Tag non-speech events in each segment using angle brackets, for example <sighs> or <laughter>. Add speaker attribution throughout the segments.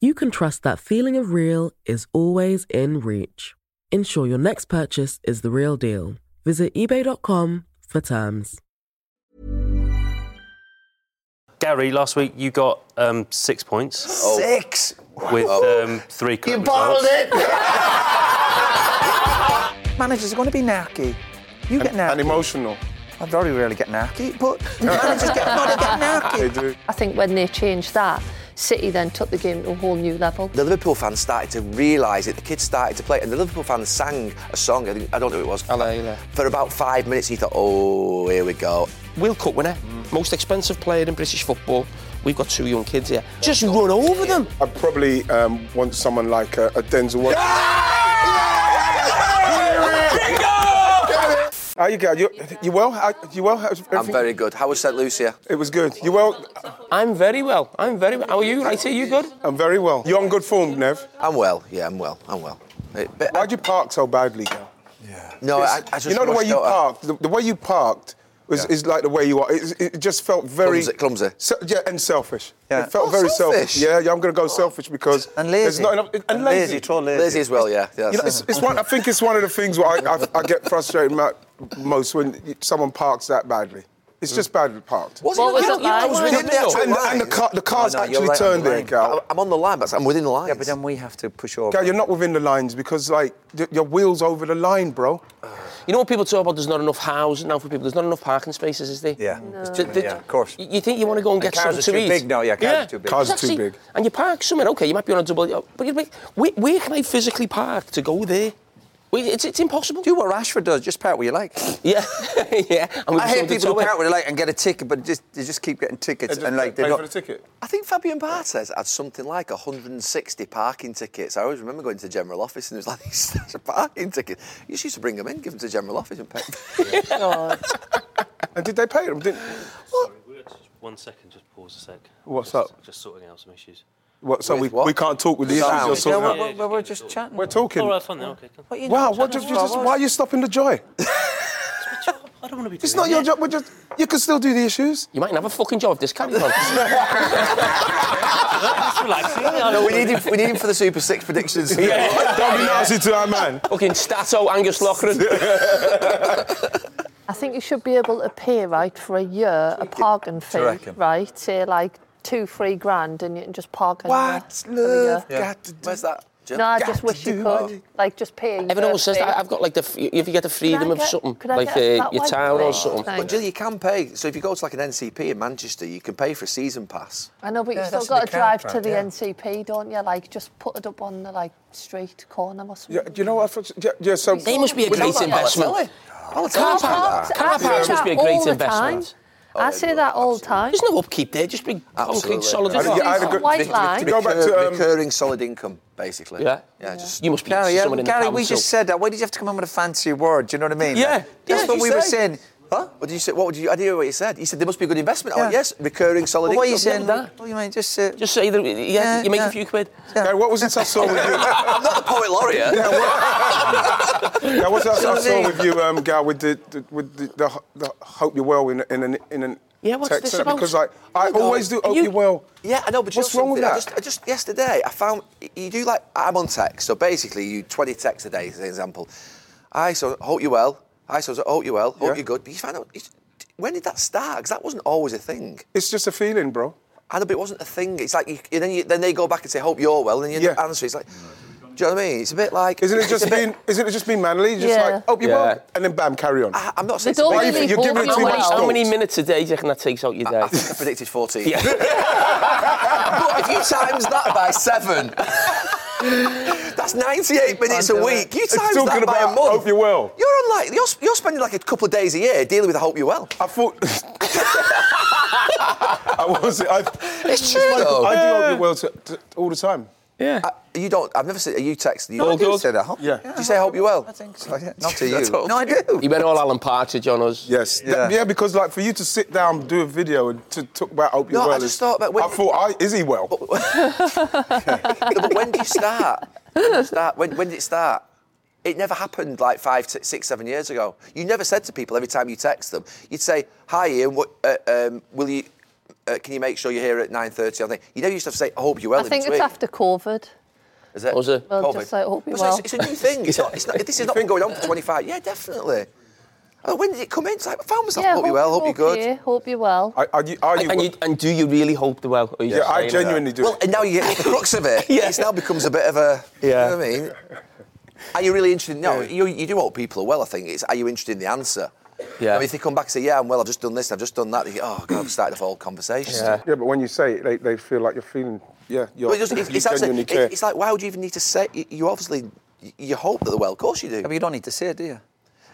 Speaker 1: you can trust that feeling of real is always in reach. Ensure your next purchase is the real deal. Visit eBay.com for terms.
Speaker 2: Gary, last week you got um, six points
Speaker 3: Six.
Speaker 2: with
Speaker 3: Oh.
Speaker 2: um, three
Speaker 3: You
Speaker 2: correct
Speaker 3: bottled
Speaker 2: results.
Speaker 3: it.
Speaker 4: Managers are going to be narky. You get narky.
Speaker 5: and emotional.
Speaker 4: I very rarely get narky, <laughs> but managers get, no, they get
Speaker 5: They
Speaker 4: narky.
Speaker 5: do.
Speaker 6: I think when they changed that, City then took the game to a whole new level.
Speaker 3: The Liverpool fans started to realise it. The kids started to play, and the Liverpool fans sang a song. I, think, I don't know who it was. For about five minutes, he thought, "Oh, here we go."
Speaker 7: World Cup winner, most expensive player in British football. We've got two young kids here. Just run over them.
Speaker 5: I probably um, want someone like a, a Denzel Washington. How you go? You, you well? How, you well? How's
Speaker 3: I'm
Speaker 5: everything?
Speaker 3: very good. How was St Lucia?
Speaker 5: It was good. You well?
Speaker 7: I'm very well. I'm very well. How are you? Right, are you good?
Speaker 5: I'm very well. You're on good form, Nev.
Speaker 3: I'm well. Yeah, I'm well. I'm well. Eh, but-
Speaker 5: Why'd you park so badly, girl?
Speaker 3: no, I, I just
Speaker 5: you know the way
Speaker 3: rushed
Speaker 5: you
Speaker 3: out.
Speaker 5: parked. The, the way you parked was,
Speaker 3: Yeah.
Speaker 5: is like the way you are. It, it just felt very
Speaker 3: Clumsy- clumsy.
Speaker 5: Se- yeah, and selfish.
Speaker 4: Yeah.
Speaker 5: It felt
Speaker 3: Oh,
Speaker 5: very
Speaker 3: selfish.
Speaker 5: selfish. Yeah, yeah. I'm gonna go selfish because
Speaker 4: And
Speaker 5: There's
Speaker 4: lazy.
Speaker 5: not enough, and, lazy.
Speaker 4: tall lazy.
Speaker 3: Lizzie as well. Yeah. yeah
Speaker 5: You know,
Speaker 3: that's-
Speaker 5: it's, it's one, I think it's one of the things where I, I, I get frustrated about most when someone parks that badly. It's just badly parked.
Speaker 3: Was
Speaker 6: What
Speaker 3: it-
Speaker 6: was
Speaker 3: you
Speaker 6: it
Speaker 3: know- you know,
Speaker 6: like?
Speaker 3: I was
Speaker 6: And-
Speaker 3: within the actual
Speaker 5: and the-
Speaker 3: line.
Speaker 5: and the car- the car's
Speaker 3: Oh, No, no, you're
Speaker 5: actually
Speaker 3: right on the
Speaker 5: turned there,
Speaker 3: line.
Speaker 5: Gal.
Speaker 3: I'm- I'm on the line, but I'm within the line.
Speaker 4: Yeah, but then we have to push over.
Speaker 5: Gal, you're not within the lines because like y- your wheels over the line, bro.
Speaker 7: You know what people talk about? There's not enough housing now for people. There's not enough parking spaces, is there?
Speaker 4: Yeah.
Speaker 7: Th- th-
Speaker 4: Yeah, of course.
Speaker 7: You think you want to go and
Speaker 4: And
Speaker 7: get
Speaker 4: cars
Speaker 7: something
Speaker 4: are
Speaker 7: to
Speaker 4: too
Speaker 7: eat?
Speaker 4: big now, yeah, cars are too big.
Speaker 5: Cars are
Speaker 7: Exactly.
Speaker 5: too big.
Speaker 7: And you park somewhere, okay, you might be on a double, oh, but you're like, where, where can I physically park to go there? Well, It's, it's impossible.
Speaker 4: Do what Rashford does, just park where you like.
Speaker 7: <laughs> Yeah, yeah. And we've
Speaker 4: I hear
Speaker 7: sold it
Speaker 4: people
Speaker 7: to
Speaker 4: who
Speaker 7: a-
Speaker 4: park where they like and get a ticket, but just they just keep getting tickets and like they
Speaker 5: pay
Speaker 4: don't.
Speaker 5: for the ticket.
Speaker 3: I think Fabian Barthez had something like 160 parking tickets. I always remember going to the general office and it was like, <laughs> that's a parking ticket. You just used to bring them in, give them to the general office and pay.
Speaker 2: <laughs>
Speaker 5: And did they pay them? Didn't,
Speaker 2: Sorry, we had just one second, just pause a sec.
Speaker 5: What's
Speaker 2: just,
Speaker 5: up?
Speaker 2: Just sorting out some issues.
Speaker 5: what, so we,
Speaker 3: With what?
Speaker 5: we can't talk with the
Speaker 3: Sound.
Speaker 5: issues you're
Speaker 4: Yeah,
Speaker 5: sorting
Speaker 4: we
Speaker 5: out.
Speaker 4: we- we were just chatting.
Speaker 5: We're talking.
Speaker 2: All right, fine then. Okay, come.
Speaker 4: you
Speaker 5: Wow,
Speaker 4: know,
Speaker 5: what, just,
Speaker 4: chatting
Speaker 5: you
Speaker 4: about
Speaker 5: just,
Speaker 4: what?
Speaker 5: why are you stopping the joy?
Speaker 2: I don't want to be.
Speaker 5: It's not your job. We're just, you can still do the issues.
Speaker 7: You might have a fucking job if this
Speaker 5: <laughs>
Speaker 7: carries on.
Speaker 2: <laughs>
Speaker 3: no, we need, him, we need him for the Super Six
Speaker 5: <laughs>
Speaker 3: predictions. yeah.
Speaker 5: Don't be nasty to our man.
Speaker 7: fucking Stato, Angus
Speaker 5: <laughs>
Speaker 7: Lochran.
Speaker 6: I think you should be able to pay, right, for a year a parking fee,
Speaker 4: reckon.
Speaker 6: right? Say like two, three grand and you can just park anywhere
Speaker 5: What's
Speaker 6: for a year.
Speaker 5: love got to do?
Speaker 3: Where's that? Jim?
Speaker 6: No, I
Speaker 5: got
Speaker 6: just
Speaker 5: to
Speaker 6: wish
Speaker 5: do
Speaker 6: you could. Like, just pay a year
Speaker 7: Everyone always says
Speaker 6: fee.
Speaker 7: that I've got like the f- if you get the freedom of
Speaker 6: get-
Speaker 7: something,
Speaker 6: could I
Speaker 7: like
Speaker 6: get Oh, a
Speaker 7: uh,
Speaker 6: flat
Speaker 7: your
Speaker 6: white,
Speaker 7: town or
Speaker 6: please?
Speaker 7: something.
Speaker 6: Thanks.
Speaker 3: But Jill, you can pay. So if you go to like an NCP in Manchester, you can pay for a season pass.
Speaker 6: I know, but
Speaker 4: Yeah,
Speaker 6: you've still
Speaker 4: that's
Speaker 6: got
Speaker 4: the
Speaker 6: to drive
Speaker 4: car
Speaker 6: to the
Speaker 4: park, yeah.
Speaker 6: NCP, don't you? Like, just put it up on the like street corner or something.
Speaker 5: Yeah, you know what? I thought- Yeah, yeah, so
Speaker 7: They must be a great investment.
Speaker 3: Oh,
Speaker 7: Car, park,
Speaker 6: parks-
Speaker 7: car
Speaker 6: I
Speaker 7: parks
Speaker 6: say
Speaker 7: must be a
Speaker 6: that
Speaker 7: great
Speaker 6: all the
Speaker 7: investment.
Speaker 6: time. I say that all the time.
Speaker 7: There's no upkeep there, just big
Speaker 3: Absolutely.
Speaker 7: concrete solid.
Speaker 3: I
Speaker 5: did- yeah, I had a
Speaker 7: rock.
Speaker 5: good-
Speaker 6: White
Speaker 5: Vic-
Speaker 6: line.
Speaker 5: Vic- Go back to, um,
Speaker 3: recurring solid income, basically.
Speaker 7: Yeah.
Speaker 3: Yeah, just um,
Speaker 7: You must be
Speaker 4: Gary,
Speaker 7: someone in the
Speaker 4: Gary we
Speaker 7: council.
Speaker 4: just said that. Why did you have to come in with a fancy word? Do you know what I mean?
Speaker 7: Yeah.
Speaker 4: Like,
Speaker 7: Yeah,
Speaker 4: that's what
Speaker 7: you
Speaker 4: we were
Speaker 7: say.
Speaker 4: saying.
Speaker 3: Huh? What did you say? What would you? I didn't hear what you said. You said there must be a good investment. I went,
Speaker 4: Yeah.
Speaker 3: yes, recurring solid
Speaker 4: Well, what are you
Speaker 3: income.
Speaker 4: saying? That? What do you mean? Just uh,
Speaker 7: Just say that, yeah,
Speaker 4: Yeah,
Speaker 7: you make
Speaker 4: yeah.
Speaker 7: a few quid.
Speaker 5: Now, what was it I saw with you?
Speaker 3: I'm not the poet laureate.
Speaker 5: Yeah, <laughs> what, yeah, what's that I
Speaker 4: what I
Speaker 5: saw
Speaker 4: mean?
Speaker 5: with you, um, Gal, with the, the with the, the, the hope you're well in in an in an
Speaker 7: Yeah, what's
Speaker 5: text
Speaker 7: this
Speaker 5: innit?
Speaker 7: about?
Speaker 5: because like I
Speaker 7: Oh,
Speaker 5: always do
Speaker 7: you-
Speaker 5: hope you, are well.
Speaker 3: Yeah, I know, but you
Speaker 5: What's
Speaker 3: know
Speaker 5: wrong with
Speaker 3: something? I
Speaker 5: that?
Speaker 3: just, I just yesterday I found you do like I'm on text, so basically you 20 texts a day, as an example. I so hope you're well. I so hope you're well. Hope
Speaker 5: Yeah.
Speaker 3: you're good. But you find out it's, when did that start? Because that wasn't always a thing.
Speaker 5: It's just a feeling, bro.
Speaker 3: I know, but it wasn't a thing. It's like you, and then you, then they go back and say hope you're well, and then you
Speaker 5: Yeah.
Speaker 3: answer. It's like, do you know what I mean? It's a bit like
Speaker 5: Isn't it
Speaker 3: <laughs> it's a
Speaker 5: just
Speaker 3: bit-
Speaker 5: being? Isn't it just being manly? Just
Speaker 6: Yeah.
Speaker 5: like hope you're
Speaker 7: Yeah. Ah,
Speaker 5: well, and then bam, carry on.
Speaker 3: I, I'm not saying
Speaker 6: They
Speaker 3: it's a
Speaker 6: don't
Speaker 3: big
Speaker 6: really
Speaker 3: thing.
Speaker 5: You're giving it
Speaker 6: hope
Speaker 5: too
Speaker 6: you're
Speaker 5: much
Speaker 6: well.
Speaker 7: How
Speaker 5: thought.
Speaker 7: many minutes a day do you reckon that takes out your day?
Speaker 3: I think I predicted 14.
Speaker 7: Yeah.
Speaker 3: but <laughs> if you times that by seven, that's 98 minutes a week. You
Speaker 5: It's
Speaker 3: times
Speaker 5: talking
Speaker 3: that by a
Speaker 5: about
Speaker 3: month.
Speaker 5: hope you're well.
Speaker 3: You're on like you're, you're spending like a couple of days a year dealing with the hope you're well.
Speaker 5: I thought. <laughs> I was. I,
Speaker 3: It's true,
Speaker 5: like,
Speaker 3: though.
Speaker 5: I do hope you're well to, to, all the time.
Speaker 7: yeah.
Speaker 3: I, Uh, you don't. I've never seen you text. You
Speaker 7: No, I
Speaker 3: do
Speaker 7: do.
Speaker 3: say that. Hope,
Speaker 5: Yeah.
Speaker 3: Do you say hope you're well?
Speaker 4: I think so.
Speaker 3: Not to you. <laughs>
Speaker 4: No, I do.
Speaker 7: He went all Alan Partridge on us.
Speaker 5: Yes. Th- Yeah.
Speaker 4: Yeah.
Speaker 5: because like for you to sit down, do a video, and to talk about hope you're
Speaker 3: No, I
Speaker 5: well.
Speaker 3: just
Speaker 5: is-
Speaker 3: thought about when-
Speaker 5: I thought, I, is he
Speaker 3: <laughs>
Speaker 5: well?
Speaker 3: No, but when do you start? When, do you start? When, when did it start? It never happened like five, t- six, seven years ago. You never said to people every time you text them, you'd say, "Hi Ian, what, uh, um, will you? Uh, can you make sure you're here at 9.30 I think you never used to have to say, "I hope you're well."
Speaker 6: I
Speaker 3: in
Speaker 6: think it's
Speaker 3: between.
Speaker 6: after COVID.
Speaker 3: Is it?
Speaker 7: Was it?
Speaker 6: Well, just like, hope you're
Speaker 3: But it's-
Speaker 6: well.
Speaker 3: It's, a new thing.
Speaker 6: <laughs>
Speaker 3: It's not, it's not, this has not been going on for 25. Yeah, definitely. Oh, when did it come in? It's like, I found myself. hope, you're well. Hope you're good.
Speaker 6: okay, Hope you're well.
Speaker 5: Are, are you? Are you?
Speaker 7: And, you, and do you really hope the well? Or you
Speaker 5: yeah,
Speaker 7: just
Speaker 5: I
Speaker 7: saying
Speaker 5: genuinely do.
Speaker 3: Well, and now you get the crux of it.
Speaker 7: <laughs> Yeah.
Speaker 3: It now becomes a bit of a.
Speaker 7: Yeah.
Speaker 3: You know what I mean? Are you really interested? No, you, you do hope people are well, I think. It's are you interested in the answer?
Speaker 7: Yeah.
Speaker 3: I mean, if they come back and say, yeah, I'm well, I've just done this, I've just done that, they go, oh, God, I've started the whole conversation.
Speaker 7: Yeah.
Speaker 5: Yeah, but when you say it, they, they feel like you're feeling. Yeah, you're,
Speaker 3: But it's, just- it's,
Speaker 5: you
Speaker 3: it's actually-
Speaker 5: genuinely
Speaker 3: it-
Speaker 5: care.
Speaker 3: it's like, why would you even need to say You, you obviously, you, you hope that they're well. Of course you do.
Speaker 4: Yeah, but you don't need to say it, do you?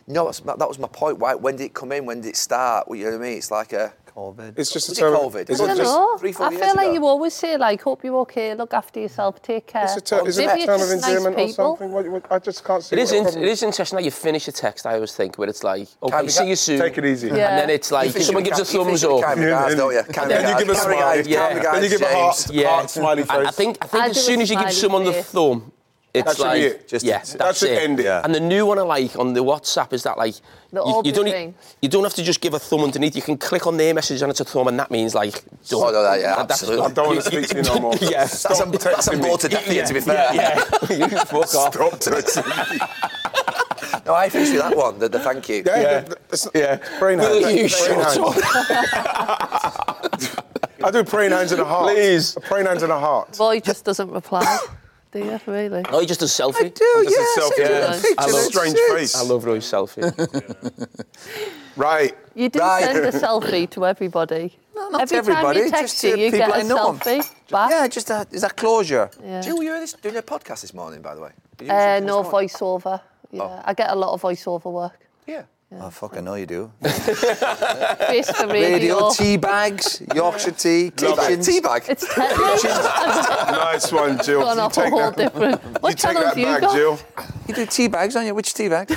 Speaker 3: no, that's, that was my point. Why, when did it come in? When did it start? Well, you know what I mean? It's like a.
Speaker 4: COVID.
Speaker 5: It's just a
Speaker 3: Was it
Speaker 5: term.
Speaker 3: COVID?
Speaker 5: Is
Speaker 6: I
Speaker 5: it
Speaker 6: don't
Speaker 5: just-
Speaker 6: know.
Speaker 3: three, four
Speaker 6: I
Speaker 3: years
Speaker 6: feel like
Speaker 3: ago?
Speaker 6: you always say, like, hope you're okay, look after yourself, take care.
Speaker 5: It's a ter- is it
Speaker 6: Maybe
Speaker 5: a term of
Speaker 6: just nice
Speaker 5: endearment or
Speaker 6: people.
Speaker 5: something? What, what, I just can't see.
Speaker 7: It
Speaker 5: what
Speaker 7: is,
Speaker 5: the
Speaker 7: in,
Speaker 5: problem-
Speaker 7: it is interesting that you finish a text, I always think, where it's like, okay,
Speaker 3: Can't be
Speaker 7: see
Speaker 3: got-
Speaker 7: you soon.
Speaker 5: Take it easy.
Speaker 6: Yeah.
Speaker 7: And then it's like,
Speaker 3: think
Speaker 7: someone
Speaker 3: you're
Speaker 7: gives a
Speaker 3: the- you think
Speaker 7: thumbs
Speaker 3: you're the
Speaker 7: up.
Speaker 3: kind regards, don't you? Kind
Speaker 5: then you
Speaker 3: regards,
Speaker 5: give a
Speaker 3: kind
Speaker 5: smile.
Speaker 3: regards,
Speaker 7: yeah.
Speaker 3: kind regards,
Speaker 5: Then you give a
Speaker 3: James.
Speaker 5: heart, heart smiley
Speaker 7: I,
Speaker 5: face.
Speaker 7: I think, I think
Speaker 6: I
Speaker 7: as
Speaker 6: do
Speaker 7: soon
Speaker 6: a
Speaker 7: as you give
Speaker 6: smiley
Speaker 7: someone the
Speaker 6: face.
Speaker 7: thumb, it's
Speaker 5: That should
Speaker 7: like,
Speaker 5: be it. Just-
Speaker 7: yeah,
Speaker 5: that
Speaker 7: that's
Speaker 5: should
Speaker 7: it.
Speaker 5: end it. Yeah.
Speaker 7: And the new one I like on the WhatsApp is that like,
Speaker 6: The
Speaker 7: you, you
Speaker 6: obvious
Speaker 7: don't e-
Speaker 6: thing.
Speaker 7: you don't have to just give a thumb underneath. You can click on their message and it's a thumb, and that means like, done.
Speaker 3: Oh, no, that- yeah,
Speaker 7: that's-
Speaker 3: absolutely.
Speaker 5: I don't want to speak to you
Speaker 7: <laughs>
Speaker 5: no more.
Speaker 7: Yeah.
Speaker 5: Stop
Speaker 3: That's a, that's a
Speaker 5: texting me.
Speaker 3: bored to death, to be fair.
Speaker 7: Yeah,
Speaker 3: <laughs>
Speaker 7: yeah. Fuck off.
Speaker 5: Stop texting me.
Speaker 3: <laughs> No, I finished with that one, the, the thank you.
Speaker 5: Yeah, yeah. It's, yeah. Praying
Speaker 7: Will you
Speaker 5: hands. Praying
Speaker 7: shut
Speaker 5: hands.
Speaker 7: up?
Speaker 5: I do praying hands and a heart.
Speaker 7: Please.
Speaker 5: A Praying hands and a heart.
Speaker 6: Boy just doesn't reply. do you, really?
Speaker 7: No, he Oh, just a selfie.
Speaker 5: Just a selfie.
Speaker 6: yeah.
Speaker 5: Such
Speaker 7: I
Speaker 5: a
Speaker 7: love-
Speaker 5: strange face.
Speaker 7: I love Roy's <laughs> selfie.
Speaker 5: Right.
Speaker 6: You do
Speaker 3: Right.
Speaker 6: send a selfie to everybody.
Speaker 4: No, not
Speaker 6: Every
Speaker 4: to everybody.
Speaker 6: time you
Speaker 4: just
Speaker 6: text
Speaker 4: to
Speaker 6: you, you
Speaker 4: people
Speaker 6: get
Speaker 4: I
Speaker 6: a
Speaker 4: know.
Speaker 6: selfie back.
Speaker 4: Yeah, just a, is that closure?
Speaker 6: Yeah.
Speaker 3: Jill, you were this, doing a podcast this morning, by the way. Did you
Speaker 6: Uh,
Speaker 3: listen to
Speaker 6: no
Speaker 3: this morning?
Speaker 6: voiceover. Yeah, I get a lot of
Speaker 5: <laughs>
Speaker 6: voiceover work.
Speaker 3: Yeah.
Speaker 4: Oh, fuck, I know you
Speaker 6: <laughs>
Speaker 4: do.
Speaker 6: Face for
Speaker 4: Radio,
Speaker 6: radio.
Speaker 4: tea
Speaker 6: <laughs>
Speaker 4: bags, Yorkshire tea, kitchens.
Speaker 3: Teabag.
Speaker 6: It's <laughs> technically
Speaker 5: Nice one, Jill.
Speaker 6: gone
Speaker 5: You
Speaker 6: off a
Speaker 5: take
Speaker 6: whole
Speaker 5: that,
Speaker 6: different.
Speaker 5: you
Speaker 6: What
Speaker 5: take
Speaker 6: channel
Speaker 5: that
Speaker 6: do you
Speaker 5: back,
Speaker 6: got?
Speaker 5: Jill.
Speaker 4: You do tea bags, don't you? Which tea bag?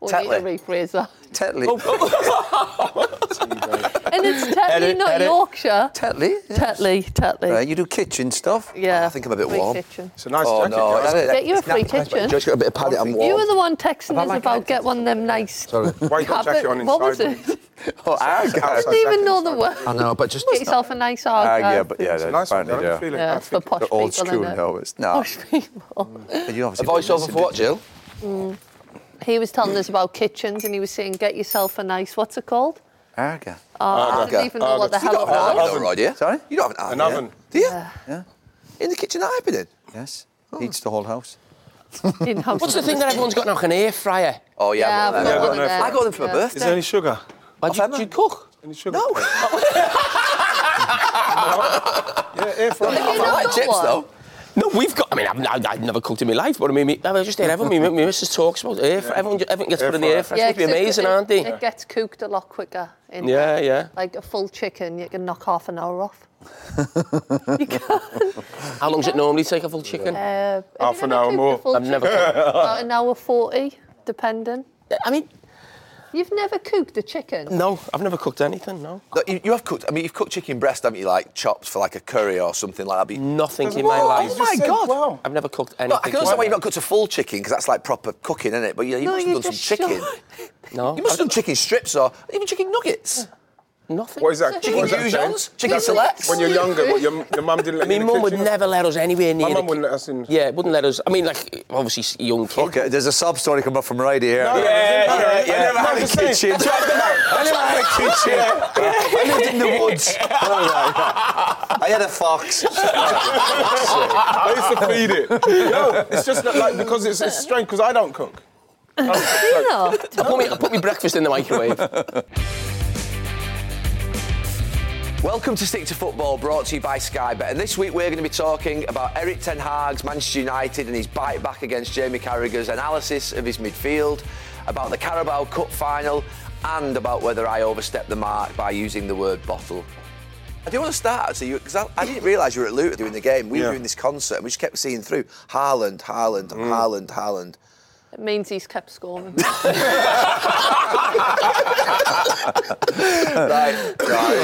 Speaker 6: We
Speaker 3: Tetley.
Speaker 6: need to rephrase that. Oh,
Speaker 4: Tetley.
Speaker 6: And it's Tetley,
Speaker 4: Edit,
Speaker 6: not
Speaker 4: edit.
Speaker 6: Yorkshire.
Speaker 4: Tetley. yeah.
Speaker 6: Tetley, Tetley.
Speaker 4: Right, you do kitchen stuff.
Speaker 6: Yeah.
Speaker 3: I think I'm a bit
Speaker 6: Free
Speaker 3: warm.
Speaker 6: Kitchen.
Speaker 5: It's a nice
Speaker 3: Oh,
Speaker 5: jacket,
Speaker 3: no.
Speaker 5: guys.
Speaker 6: Get you a free kitchen.
Speaker 3: Just got a bit of padded and warm.
Speaker 6: You were the one texting
Speaker 4: About
Speaker 6: us
Speaker 4: my
Speaker 6: about get one of them nice.
Speaker 5: Why you got a jacket on
Speaker 6: what was
Speaker 5: inside?
Speaker 6: it?
Speaker 4: Oh, arg.
Speaker 5: Outside
Speaker 6: I didn't even
Speaker 5: jacket,
Speaker 6: know the
Speaker 5: inside.
Speaker 6: word.
Speaker 8: I know, but just
Speaker 6: Get yourself a nice hard
Speaker 4: Arg,
Speaker 6: guy.
Speaker 4: Uh, yeah, but yeah,
Speaker 5: Nice one,
Speaker 4: apparently,
Speaker 5: I
Speaker 4: yeah.
Speaker 5: feel it.
Speaker 6: Yeah,
Speaker 5: I
Speaker 6: it's for
Speaker 5: think
Speaker 6: posh
Speaker 4: They're
Speaker 6: people.
Speaker 4: old school
Speaker 6: innit?
Speaker 4: now. It's not.
Speaker 6: Posh people.
Speaker 3: a voiceover for what, Jill?
Speaker 6: Mm. He was telling us about kitchens and he was saying, get yourself a nice, what's it called?
Speaker 4: Arga.
Speaker 6: Oh, I didn't even know what the
Speaker 3: You
Speaker 6: hell
Speaker 3: don't
Speaker 6: it
Speaker 3: have an
Speaker 6: was.
Speaker 3: oven, though, right, yeah?
Speaker 4: Sorry?
Speaker 3: You don't have an
Speaker 5: An
Speaker 3: oven. yeah?
Speaker 5: oven.
Speaker 3: Do you?
Speaker 4: Yeah.
Speaker 3: In the kitchen that I've been in?
Speaker 4: Yes. Eats the whole house.
Speaker 3: <laughs>
Speaker 6: In-house
Speaker 7: What's the thing that everyone's got now? An air fryer.
Speaker 3: Oh, yeah.
Speaker 6: Yeah,
Speaker 3: I've got
Speaker 6: I've
Speaker 5: got
Speaker 3: one.
Speaker 5: one of them.
Speaker 3: I got them for my
Speaker 6: Yeah.
Speaker 3: birthday.
Speaker 5: Is there any sugar?
Speaker 7: Like, do, you, do you cook?
Speaker 5: Any sugar? <laughs>
Speaker 3: No.
Speaker 5: Yeah, air fryer.
Speaker 6: Have you
Speaker 3: I
Speaker 6: not
Speaker 3: like
Speaker 6: got
Speaker 3: chips,
Speaker 6: one?
Speaker 3: though.
Speaker 7: No, we've got. I mean, I've, I've, I've never cooked in my life, but I mean, me- I just hear everyone. My my missus talks about air fryer. Everyone, everyone gets
Speaker 5: Air
Speaker 7: put in the air
Speaker 5: fryer.
Speaker 7: fryer. it's
Speaker 6: 'cause
Speaker 7: going to be amazing,
Speaker 6: it,
Speaker 7: aren't they?
Speaker 6: It gets cooked a lot quicker. In
Speaker 7: Yeah,
Speaker 6: there.
Speaker 7: yeah.
Speaker 6: Like a full chicken, you can knock half an hour off.
Speaker 7: How long does it normally take a full chicken?
Speaker 6: Uh, have
Speaker 5: Half
Speaker 6: you
Speaker 5: an
Speaker 6: ever
Speaker 5: hour
Speaker 6: cooked a
Speaker 5: more.
Speaker 6: full
Speaker 7: I've never
Speaker 6: chicken? About an hour 40, depending.
Speaker 7: I mean,
Speaker 6: You've never cooked a chicken?
Speaker 7: No, I've never cooked anything. No.
Speaker 3: Look, you, you have cooked. I mean, you've cooked chicken breast, haven't you? Like chopped for like a curry or something like that. but you-
Speaker 7: Nothing in my
Speaker 3: Whoa,
Speaker 7: life.
Speaker 3: Oh my god!
Speaker 7: I've never cooked anything.
Speaker 3: Look, I can understand why you've not cooked a full chicken because that's like proper cooking, isn't it? But you, you
Speaker 6: No,
Speaker 3: must
Speaker 6: you
Speaker 3: have done some
Speaker 6: just
Speaker 3: chicken.
Speaker 7: No.
Speaker 3: You must have done chicken strips or <laughs> even chicken nuggets.
Speaker 7: Nothing.
Speaker 5: What is that?
Speaker 3: Chicken
Speaker 5: what is that, Jane?
Speaker 3: fusions? Chicken
Speaker 5: That's
Speaker 3: selects?
Speaker 5: When you're younger, what, your, your mum didn't let
Speaker 7: I mean,
Speaker 5: you in the
Speaker 7: mum would
Speaker 5: kitchen?
Speaker 7: never let us anywhere
Speaker 5: My
Speaker 7: near. the
Speaker 5: mum wouldn't
Speaker 7: ki-
Speaker 5: let us in.
Speaker 7: Yeah, wouldn't let us. I mean, like obviously young kid.
Speaker 3: Okay, there's a sob story come up from right here.
Speaker 5: No,
Speaker 7: Yeah,
Speaker 5: no,
Speaker 7: yeah,
Speaker 5: I never had a kitchen.
Speaker 3: I never had a kitchen.
Speaker 4: <laughs>
Speaker 3: I lived in the woods.
Speaker 4: <laughs>
Speaker 3: I had a fox.
Speaker 5: I used to feed it. No, it's just not like because it's, it's strange because I don't cook. I don't cook, so-
Speaker 7: I put, me, I put me breakfast in the microwave.
Speaker 3: Welcome to Stick to Football, brought to you by Sky Bet. And this week we're going to be talking about Eric Ten Hag's Manchester United and his bite back against Jamie Carragher's analysis of his midfield, about the Carabao Cup final, and about whether I overstepped the mark by using the word bottle. I do want to start actually because I, I didn't realise you were at Luton doing the game. We
Speaker 5: Yeah.
Speaker 3: were doing this concert and we just kept seeing through Haaland, Haaland, Haaland, Haaland.
Speaker 6: It means he's
Speaker 7: <laughs>
Speaker 6: kept scoring.
Speaker 3: right,
Speaker 4: No,
Speaker 3: right.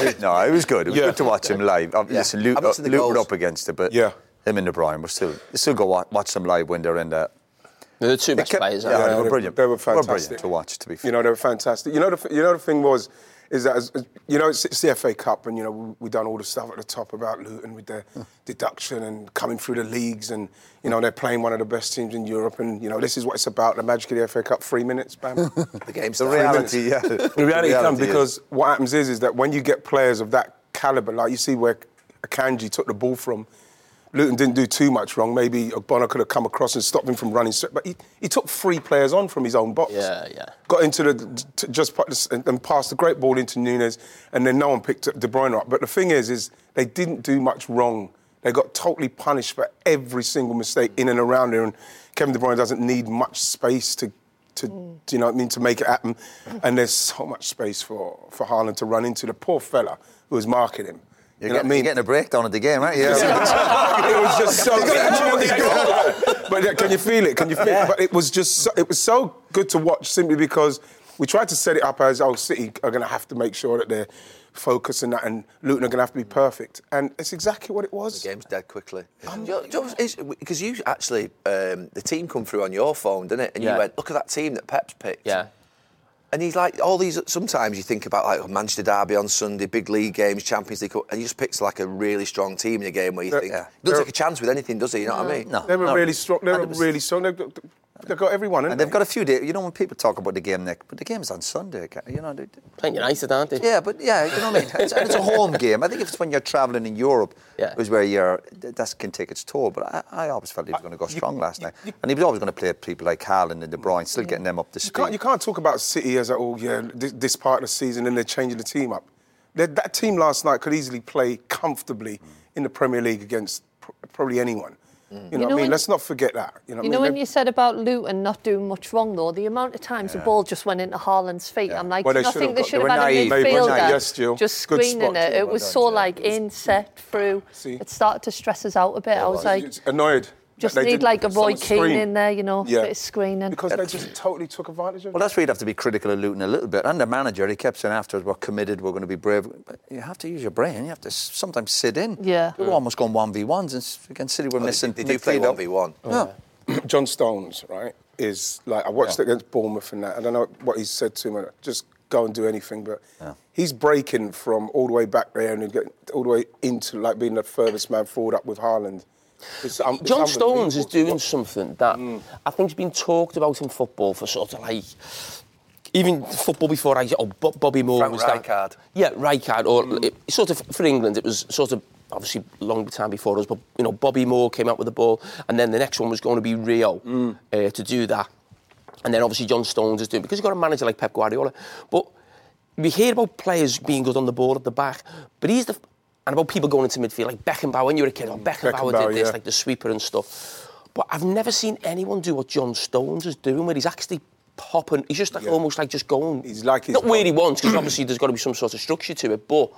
Speaker 4: it- no, it was good. It was
Speaker 5: Yeah.
Speaker 4: good to watch him live. Uh, Listen, Luke,
Speaker 3: I'm missing the
Speaker 4: Luke were
Speaker 3: goals.
Speaker 4: up against it, but
Speaker 5: Yeah.
Speaker 4: him and De Bruyne were still you still go watch, watch them live when they're in there.
Speaker 7: They're the two best players.
Speaker 4: yeah,
Speaker 7: aren't
Speaker 4: they
Speaker 7: they?
Speaker 4: were brilliant.
Speaker 5: They were
Speaker 4: They were brilliant
Speaker 5: fantastic
Speaker 4: to watch. To be fair,
Speaker 5: You know, they were fantastic. You know, the th- you know the thing was, is that as, as- you know it's, it's the FA Cup, and you know we, we done all the stuff at the top about Luton with their deduction and coming through the leagues, and you know they're playing one of the best teams in Europe, and you know this is what it's about. The magic of the FA Cup, three minutes, bam.
Speaker 3: The game's
Speaker 4: <laughs> the
Speaker 3: starting.
Speaker 4: reality, yeah, the
Speaker 5: The reality, comes
Speaker 4: is-
Speaker 5: because what happens is is that when you get players of that caliber, like you see where Akanji took the ball from, Luton didn't do too much wrong. Maybe Ogbonna could have come across and stopped him from running, straight, but he, he took three players on from his own box.
Speaker 7: Yeah, yeah.
Speaker 5: Got into the t- just put this- and and passed the great ball into Nunes, and then no one picked up De Bruyne up. But the thing is, is they didn't do much wrong. They got totally punished for every single mistake in and around there, and Kevin De Bruyne doesn't need much space to to do you know what I mean to make it happen.
Speaker 4: Mm.
Speaker 5: And there's so much space for for Haaland to run into the poor fella who was marking him.
Speaker 4: you're,
Speaker 5: you know
Speaker 4: getting,
Speaker 5: what I mean?
Speaker 4: you're getting a breakdown of the
Speaker 3: <laughs>
Speaker 4: game,
Speaker 7: <laughs>
Speaker 4: aren't you? <laughs>
Speaker 5: it was just so. but yeah, can you feel it? Can you feel it? But it was just so, it was so good to watch simply because we tried to set it up as oh City are going to have to make sure that they're focused and that, and Luton are going to have to be perfect, and it's exactly what it was.
Speaker 3: Game's dead quickly. Because you actually, um, the team come through on your phone, didn't it? And
Speaker 7: Yeah.
Speaker 3: you went, look at that team that Pep's picked.
Speaker 7: Yeah.
Speaker 3: And he's like, all these, sometimes you think about like Manchester Derby on Sunday, big league games, Champions League, Cup, and he just picks like a really strong team in a game where you
Speaker 5: They're-
Speaker 3: think,
Speaker 5: yeah.
Speaker 3: doesn't
Speaker 5: they're-
Speaker 3: take a chance with anything, does he? You know what I mean?
Speaker 4: No.
Speaker 5: They were
Speaker 4: no.
Speaker 5: really strong. They were
Speaker 4: 100%.
Speaker 5: really strong. They've got, they've got everyone, haven't
Speaker 4: And they've got a few days. You know, when people talk about the game, Nick, but the game's on Sunday. ca- You know, they,
Speaker 7: Playing United, aren't they?
Speaker 4: yeah, but yeah, you know what I mean. It's, and it's a home game. I think if it's when you're travelling in Europe,
Speaker 7: Yeah.
Speaker 4: is where you're. th- That can take its toll. But I, I always felt he was going to go strong last night, and he was always going to play people like Haaland and De Bruyne, still getting them up to
Speaker 5: You
Speaker 4: speed.
Speaker 5: can't, you can't talk about City as oh yeah this, this part of the season and they're changing the team up. That that team last night could easily play comfortably
Speaker 3: Mm.
Speaker 5: in the Premier League against pr- probably anyone. You know, what I
Speaker 6: know
Speaker 5: mean?
Speaker 6: when-
Speaker 5: Let's not forget that. You know,
Speaker 6: You
Speaker 5: what
Speaker 6: know
Speaker 5: I mean?
Speaker 6: when you said about Luton not doing much wrong though, the amount of times the ball just went into Haaland's feet, I'm like,
Speaker 5: Well,
Speaker 6: do
Speaker 5: they
Speaker 6: you not
Speaker 5: should've
Speaker 6: think they
Speaker 5: got- they
Speaker 6: should
Speaker 4: were
Speaker 6: have had a
Speaker 4: naive. They were
Speaker 6: midfielder
Speaker 4: naive.
Speaker 5: Yes, Jill.
Speaker 6: just
Speaker 5: Good
Speaker 6: screening
Speaker 5: spot,
Speaker 6: it.
Speaker 5: Jill.
Speaker 6: It
Speaker 5: Well
Speaker 6: was
Speaker 5: done,
Speaker 6: so
Speaker 5: Jill.
Speaker 6: like in, set, through.
Speaker 5: See?
Speaker 6: It started to stress us out a bit. I was like,
Speaker 5: It's annoyed.
Speaker 6: just
Speaker 5: They
Speaker 6: need
Speaker 5: didn't-
Speaker 6: like a
Speaker 5: someone
Speaker 6: Roy Keane
Speaker 5: screamed.
Speaker 6: in there, you know, bit of screening.
Speaker 5: Because they just totally took advantage of
Speaker 4: Well, that's where you'd have to be critical of Luton a little bit. And the manager, he kept saying afterwards, we're committed, we're going to be brave. But you have to use your brain. You have to s- sometimes sit in.
Speaker 6: Yeah.
Speaker 4: We were almost going 1v1s. And s- against City, we're
Speaker 3: They-
Speaker 4: missing.
Speaker 3: They, do play
Speaker 4: midfield.
Speaker 3: 1v1.
Speaker 4: No.
Speaker 5: <clears throat> John Stones, right, is like I watched it against Bournemouth and that. I don't know what he said to him. and Just go and do anything, but he's breaking from all the way back there and get all the way into like being the furthest man forward up with Haaland. It's un- it's
Speaker 7: John Stones is
Speaker 5: unbelievable.
Speaker 7: doing something that
Speaker 3: Hmm.
Speaker 7: I think's been talked about in football for sort of like even football before I oh Bo- Bobby Moore
Speaker 3: Frank
Speaker 7: was
Speaker 3: Rijkaard. Hmm.
Speaker 7: like yeah Rijkaard or it, sort of for England it was sort of obviously long time before us but you know Bobby Moore came out with the ball and then the next one was going to be Rio
Speaker 3: Hmm.
Speaker 7: uh, to do that and then obviously John Stones is doing because you've got a manager like Pep Guardiola but we hear about players being good on the ball at the back but he's the and about people going into midfield like Beckenbauer when you were a kid oh Beckenbauer,
Speaker 5: Beckenbauer,
Speaker 7: did this
Speaker 5: yeah.
Speaker 7: like the sweeper and stuff. But I've never seen anyone do what John Stones is doing, where he's actually popping. He's just like
Speaker 5: Yeah.
Speaker 7: almost like just going.
Speaker 5: He's like he's
Speaker 7: not where
Speaker 5: gone.
Speaker 7: he wants, because obviously there's got to be some sort of structure to it. But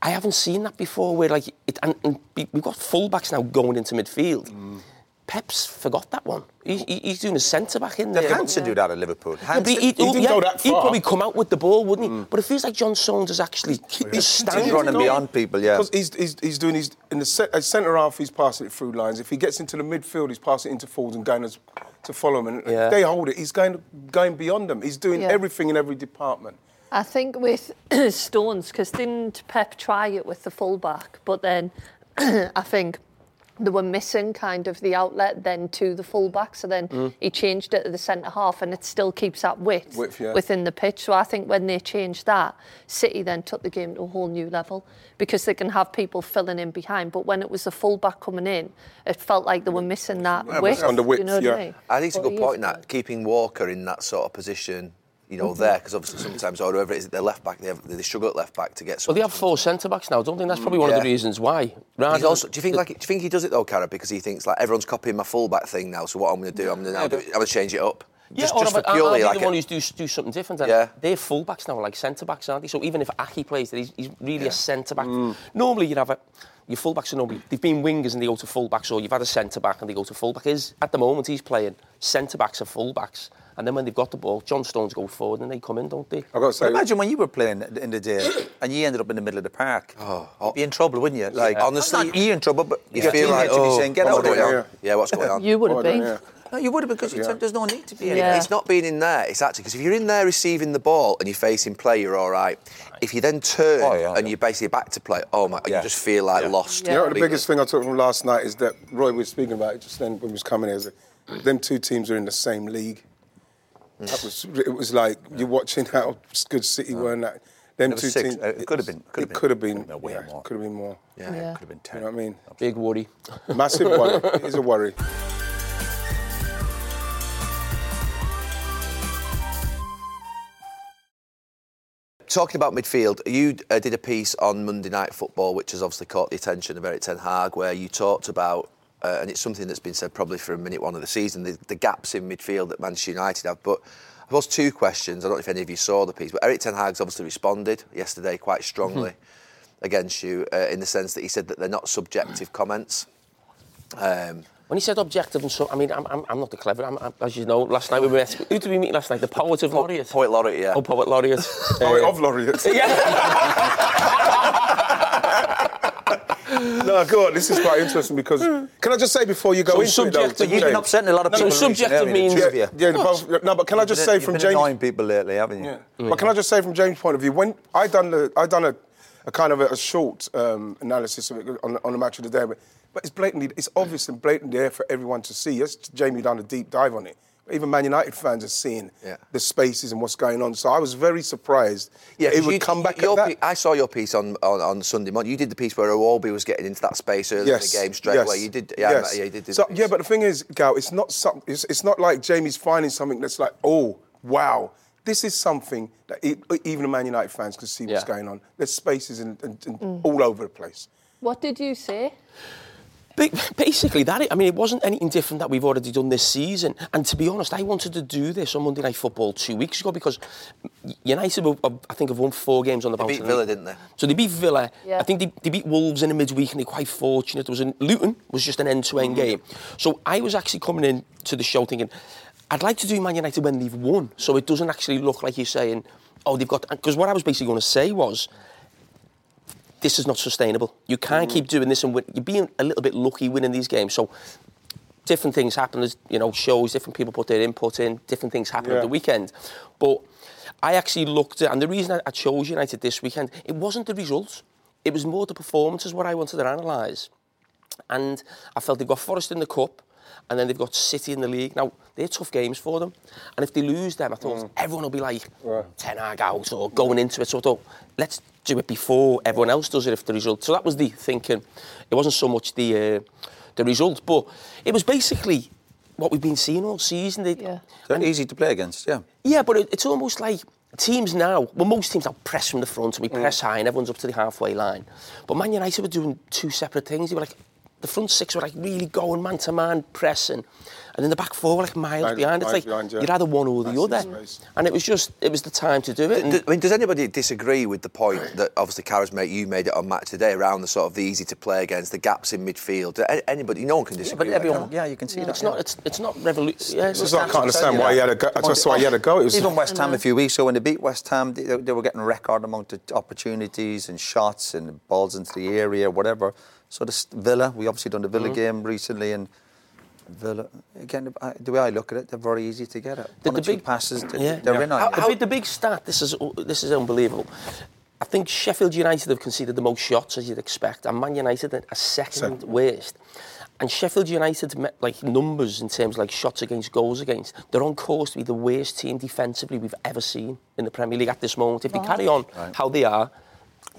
Speaker 7: I haven't seen that before, where like it, and, and we- we've got fullbacks now going into midfield. Pep's forgot that one. He, he- he's doing a centre back in
Speaker 4: Did
Speaker 7: there.
Speaker 4: Hansen do
Speaker 5: Uh,
Speaker 4: that at Liverpool?
Speaker 7: Yeah, but
Speaker 4: Hansen-
Speaker 7: he,
Speaker 4: He didn't go that
Speaker 7: He'd
Speaker 4: far. Mm.
Speaker 7: probably come out with the ball, wouldn't he? But it feels like John Saunders has actually
Speaker 4: Oh,
Speaker 7: just standing
Speaker 4: people, yeah.
Speaker 5: Because he's, he's, he's doing his in the se- as centre half, he's passing it through lines. If he gets into the midfield, he's passing it into forwards and going as, to follow him. And if
Speaker 7: Yeah.
Speaker 5: they hold it. He's going going beyond them. He's doing
Speaker 6: Yeah.
Speaker 5: everything in every department.
Speaker 6: I think with <clears throat> Stones, because didn't Pep try it with the fullback, but then <clears throat> I think they were missing kind of the outlet then to the fullback, so then
Speaker 8: Mm.
Speaker 6: he changed it to the centre half, and it still keeps that width,
Speaker 8: Width, yeah.
Speaker 6: within the pitch. So I think when they changed that, City then took the game to a whole new level because they can have people filling in behind. But when it was the fullback coming in, it felt like they were
Speaker 8: Mm.
Speaker 6: missing that width. you know What I, mean?
Speaker 3: I think it's a
Speaker 6: But
Speaker 3: good
Speaker 6: he is
Speaker 3: point that keeping Walker in that sort of position, you know,
Speaker 6: Mm-hmm.
Speaker 7: Mhm.
Speaker 3: there because obviously sometimes or whoever it is, that they're left back, they, have, they struggle at left back to get.
Speaker 7: Well, they have four centre backs now. I don't think that's probably one of the
Speaker 3: Yeah.
Speaker 7: reasons why.
Speaker 3: He's also, do you think like do you think he does it though, Cara? Because he thinks like everyone's copying my fullback thing now. So what I'm going to do, I'm going to now do, it- I'm going to change it up. just,
Speaker 7: or
Speaker 3: just
Speaker 7: I'll
Speaker 3: for
Speaker 7: be- I'll
Speaker 3: purely
Speaker 7: be
Speaker 3: like
Speaker 7: the one
Speaker 3: a-
Speaker 7: who's do, do something different. And
Speaker 3: Yeah.
Speaker 7: they're full backs now, like centre backs, aren't they? So even if Aki plays, there, he's, he's really a centre back.
Speaker 3: Mm.
Speaker 7: Normally you'd have a your full backs are normally they've been wingers and they go to full backs, or you've had a centre back and they go to full back. Is at the moment he's playing centre backs and full backs, and then when they've got the ball, John Stones go forward and they come in, don't they?
Speaker 4: I've got to say, imagine when you were playing in the day and you ended up in the middle of the park. Oh, you'd be in trouble, wouldn't you? Like,
Speaker 3: honestly,
Speaker 4: not you're in trouble, but
Speaker 3: you
Speaker 4: your
Speaker 3: feel
Speaker 4: teammates
Speaker 3: like,
Speaker 4: would be
Speaker 3: oh,
Speaker 4: saying, get
Speaker 3: what's
Speaker 4: out of
Speaker 3: going on?
Speaker 4: here.
Speaker 3: Yeah, what's going on?
Speaker 4: You would've been.
Speaker 3: No, you would have because
Speaker 4: you Yeah. said
Speaker 3: there's no need to
Speaker 4: be
Speaker 3: Yeah.
Speaker 4: anywhere.
Speaker 3: It's not being in there. It's actually because if you're in there receiving the ball and you're facing play, you're all right. If you then turn
Speaker 4: Oh,
Speaker 3: and you're basically back to play, oh my, you just feel like lost.
Speaker 5: You know, what the
Speaker 3: completely.
Speaker 5: biggest thing I took from last night is that Roy was speaking about it just then when we was coming here. Is that them two teams are in the same league. That was, it was like you're watching how good City were in that. Them
Speaker 4: It was
Speaker 5: two
Speaker 4: six.
Speaker 5: teams.
Speaker 4: Uh, it could have been- could have
Speaker 5: it
Speaker 4: been-
Speaker 5: Could have been.
Speaker 4: no, way
Speaker 5: yeah,
Speaker 4: more.
Speaker 5: Could have been more.
Speaker 4: Yeah, it Yeah. could have been
Speaker 5: You know what I mean?
Speaker 7: Big worry.
Speaker 5: Massive
Speaker 7: <laughs>
Speaker 5: worry. It is a worry.
Speaker 3: Talking about midfield, you uh, did a piece on Monday Night Football, which has obviously caught the attention of Eric Ten Hag, where you talked about, uh, and it's something that's been said probably for a minute one of the season, the, the gaps in midfield that Manchester United have. But I suppose two questions. I don't know if any of you saw the piece, but Eric Ten Hag's obviously responded yesterday quite strongly
Speaker 5: Mm-hmm.
Speaker 3: against you uh, in the sense that he said that they're not subjective comments. Um,
Speaker 7: When he said objective and so, I mean, I'm, I'm, I'm not the clever. I'm, I'm- as you know, last night we met. Who did we meet last night? The poet of laureate.
Speaker 3: Poet laureate, yeah.
Speaker 7: Oh, poet laureate.
Speaker 5: <laughs> Poet of laureate.
Speaker 7: <laughs>
Speaker 5: no, go on. This is quite interesting because can I just say before you go
Speaker 4: So
Speaker 5: into it, though,
Speaker 4: subjective- But you've been
Speaker 5: James-
Speaker 4: upsetting a lot of
Speaker 5: No,
Speaker 4: people So recently, subjective haven't you, the means- two of you?
Speaker 5: yeah, yeah, the both- no, but can I
Speaker 4: You've
Speaker 5: just
Speaker 4: been-
Speaker 5: say from
Speaker 4: you've been
Speaker 5: James?
Speaker 4: annoying people lately, haven't you?
Speaker 5: But can I just say, from James' point of view, when I done the, I done a, a kind of a, a short um, analysis of it on, on the match of the day, but, but it's blatantly, it's obvious and blatantly there for everyone to see. Yes, Jamie done a deep dive on it. But even Man United fans are seeing
Speaker 3: Yeah.
Speaker 5: the spaces and what's going on. So I was very surprised. Yeah, it
Speaker 3: 'cause
Speaker 5: would
Speaker 3: you-
Speaker 5: come back.
Speaker 3: your
Speaker 5: at that.
Speaker 3: pi- I saw your piece on, on, on Sunday morning. You did the piece where Awobi was getting into that space early
Speaker 5: yes.
Speaker 3: in the game straight
Speaker 5: yes,
Speaker 3: away. You did, yeah, I
Speaker 5: yes.
Speaker 3: remember- yeah, you did. do
Speaker 5: So, yeah, but the thing is, Gal, it's not some, it's, it's not like Jamie's finding something that's like, oh, wow, this is something that e even the Man United fans can see what's
Speaker 7: Yeah.
Speaker 5: going on. There's spaces in, in, in
Speaker 6: Mm.
Speaker 5: all over the place.
Speaker 6: What did you say?
Speaker 7: Ba- Basically, that I mean, it wasn't anything different that we've already done this season. And to be honest, I wanted to do this on Monday Night Football two weeks ago because United, were, I think, have won four games on the bounce.
Speaker 3: beat Villa, didn't they?
Speaker 7: So they beat Villa.
Speaker 3: Yeah.
Speaker 7: I think they, they beat Wolves in the midweek, and they're quite fortunate. There was an, Luton was just an end-to-end game. So I was actually coming in to the show thinking, I'd like to do Man United when they've won, so it doesn't actually look like you're saying, oh, they've got. Because what I was basically going to say was, this is not sustainable. You can't keep doing this, and win. you're being a little bit lucky winning these games. So different things happen. There's you know shows, different people put their input in, different things happen
Speaker 9: Yeah.
Speaker 7: at the weekend. But I actually looked at, and the reason I, I chose United this weekend, it wasn't the results. It was more the performances what I wanted to analyse. And I felt they've got Forest in the cup, and then they've got City in the league. Now they're tough games for them, and if they lose them, I thought everyone will be like ten Hag out or going into it. So I thought let's do it before everyone else does it if the result. So that was the thinking. It wasn't so much the uh, the result, but it was basically what we've been seeing all season. They, yeah.
Speaker 4: They're easy to play against, yeah.
Speaker 7: Yeah, but it, it's almost like teams now. Well, most teams now press from the front and we press
Speaker 5: Mm.
Speaker 7: high and everyone's up to the halfway line. But Man United were doing two separate things. They were like the front six were like really going man to man pressing, and then the back four were like miles
Speaker 5: Miles-
Speaker 7: behind. It's
Speaker 5: miles
Speaker 7: like
Speaker 5: behind, yeah.
Speaker 7: you're either one or the
Speaker 5: That's
Speaker 7: other,
Speaker 5: space.
Speaker 7: and it was just it was the time to do it. And
Speaker 3: D- I mean, does anybody disagree with the point that obviously Kara's made you made it on match today around the sort of the easy to play against, the gaps in midfield? A- Anybody, no one can
Speaker 4: Yeah,
Speaker 3: disagree.
Speaker 4: but
Speaker 3: with
Speaker 4: everyone,
Speaker 3: that.
Speaker 4: yeah, you can see that.
Speaker 7: it's not it's, it's not revolution. Yeah,
Speaker 4: It's
Speaker 7: it's
Speaker 5: So I
Speaker 7: not-
Speaker 5: can't understand why he had a go. That's why he had a go. It was
Speaker 4: oh, Even West Ham a few weeks ago, when they beat West Ham, they, they were getting record amount of opportunities and shots and balls into the area, whatever. So this Villa, we obviously done the Villa
Speaker 5: Mm-hmm.
Speaker 4: game recently, and Villa again. I- The way I look at it, they're very easy to get at.
Speaker 7: The-
Speaker 4: One
Speaker 7: the
Speaker 4: or two
Speaker 7: big-
Speaker 4: passes, they-
Speaker 7: Yeah.
Speaker 4: they're in on you.
Speaker 7: the, big, the big stat. This is this is unbelievable. I think Sheffield United have conceded the most shots as you'd expect, and Man United are second worst. And Sheffield United, me- like numbers in terms of like shots against, goals against, they're on course to be the worst team defensively we've ever seen in the Premier League at this moment. If they carry on how they are,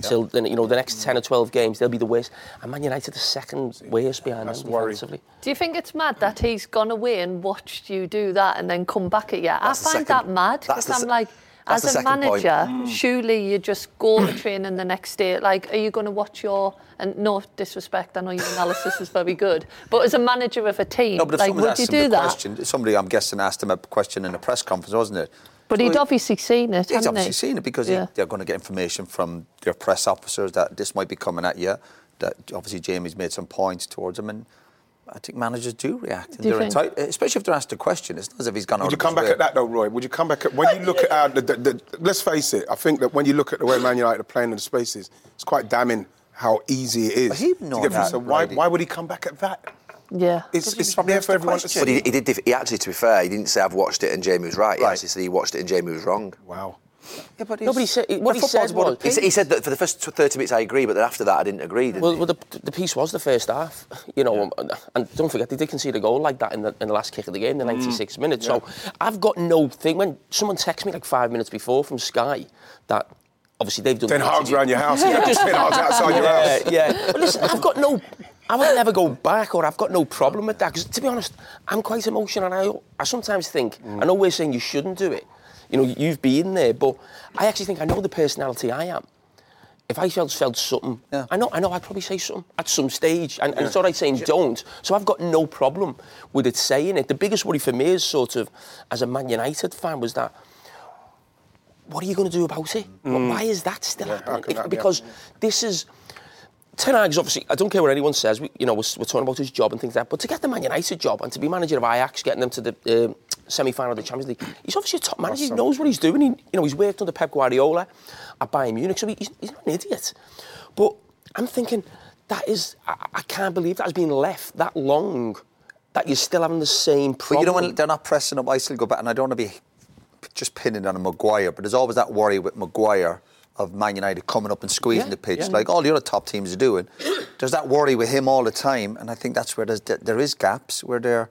Speaker 7: till then you know the next ten or twelve games, they'll be the worst. And Man United are second worst behind
Speaker 5: that's
Speaker 7: them
Speaker 5: worrying.
Speaker 7: defensively.
Speaker 6: Do you think it's mad that he's gone away and watched you do that and then come back at you?
Speaker 3: That's
Speaker 6: I
Speaker 3: the second-
Speaker 6: find that mad
Speaker 3: that's
Speaker 6: because
Speaker 3: the
Speaker 6: I'm
Speaker 3: se-
Speaker 6: like,
Speaker 3: that's
Speaker 6: as
Speaker 3: the
Speaker 6: a
Speaker 3: second point.
Speaker 6: manager,
Speaker 4: Mm.
Speaker 6: surely you just go to training the next day. Like, are you going to watch your? And no disrespect, I know your analysis is very good, but as a manager of a team,
Speaker 4: No, but if
Speaker 6: like,
Speaker 4: someone
Speaker 6: would
Speaker 4: asked
Speaker 6: you
Speaker 4: him the
Speaker 6: do that?
Speaker 4: question, somebody I'm guessing asked him a question in a press conference, wasn't it?
Speaker 6: But
Speaker 4: So
Speaker 6: he'd
Speaker 4: he-
Speaker 6: obviously seen it.
Speaker 4: He's
Speaker 6: hadn't
Speaker 4: obviously
Speaker 6: he?
Speaker 4: seen it because
Speaker 6: Yeah.
Speaker 4: he, they're going to get information from their press officers that this might be coming at you. That obviously Jamie's made some points towards him, and I think managers do react. And
Speaker 6: Do you
Speaker 4: they're
Speaker 6: think?
Speaker 4: entitled, especially if they're asked a question. It's not as if he's gone.
Speaker 5: Would you come back at that though, Roy? Would you come back at when you look at how the, the, the, let's face it, I think that when you look at the way Man United are playing in the spaces, it's quite damning how easy it is.
Speaker 4: But he'd
Speaker 5: to
Speaker 4: known
Speaker 5: get through.
Speaker 4: that,
Speaker 5: So why,
Speaker 4: Brady.
Speaker 5: why would he come back at that?
Speaker 6: Yeah.
Speaker 5: It's, it's there for everyone to see.
Speaker 3: But he, he did. dif- He actually, to be fair, he didn't say I've watched it and Jamie was right. He
Speaker 4: Right.
Speaker 3: actually said he watched it and Jamie was wrong.
Speaker 5: Wow.
Speaker 4: Yeah, but
Speaker 7: No, but he said-
Speaker 4: the
Speaker 7: what he
Speaker 4: football's
Speaker 7: said
Speaker 4: about
Speaker 7: was-
Speaker 3: He, s- he said that for the first tw- 30 minutes I agree, but then after that I didn't agree. Didn't
Speaker 7: Well,
Speaker 3: he?
Speaker 7: well the, the piece was the first half, <laughs> you know, and, and don't forget they did concede a goal like that in the, in the last kick of the game, the 96 minutes. So I've got no thing when someone texts me like five minutes before from Sky that obviously they've done.
Speaker 5: Ten hogs around your house.
Speaker 7: Yeah.
Speaker 5: Just ten hogs outside your house.
Speaker 7: Yeah, yeah. But listen, I've got no. I would never go back, or I've got no problem with that. Because to be honest, I'm quite emotional, and I, I sometimes think I know we're saying you shouldn't do it. You know, you've been there, but I actually think I know the personality I am. If I felt felt something,
Speaker 4: Yeah.
Speaker 7: I know, I know, I'd probably say something at some stage, and, and it's all right saying don't. So I've got no problem with it saying it. The biggest worry for me is sort of, as a Man United fan, was that what are you going to do about it? Why is that still
Speaker 5: Mm. how
Speaker 7: happening?
Speaker 5: can
Speaker 7: If-
Speaker 5: that be
Speaker 7: because this is. Ten Hag's obviously, I don't care what anyone says, we, you know, we're, we're talking about his job and things like that, but to get the Man United job and to be manager of Ajax, getting them to the um semi final of the Champions League, he's obviously a top manager, he knows what he's doing. He, you know, he's worked under Pep Guardiola at Bayern Munich, so he, he's, he's not an idiot. But I'm thinking, that is, I, I can't believe that has been left that long, that you're still having the same
Speaker 4: But you
Speaker 7: problem.
Speaker 4: know when they're not pressing up, I still go back, and I don't want to be just pinning on a Maguire. But there's always that worry with Maguire of Man United coming up and squeezing
Speaker 7: Yeah,
Speaker 4: the pitch,
Speaker 7: yeah.
Speaker 4: like all the other top teams are doing. There's that worry with him all the time, and I think that's where there's, there is gaps where they're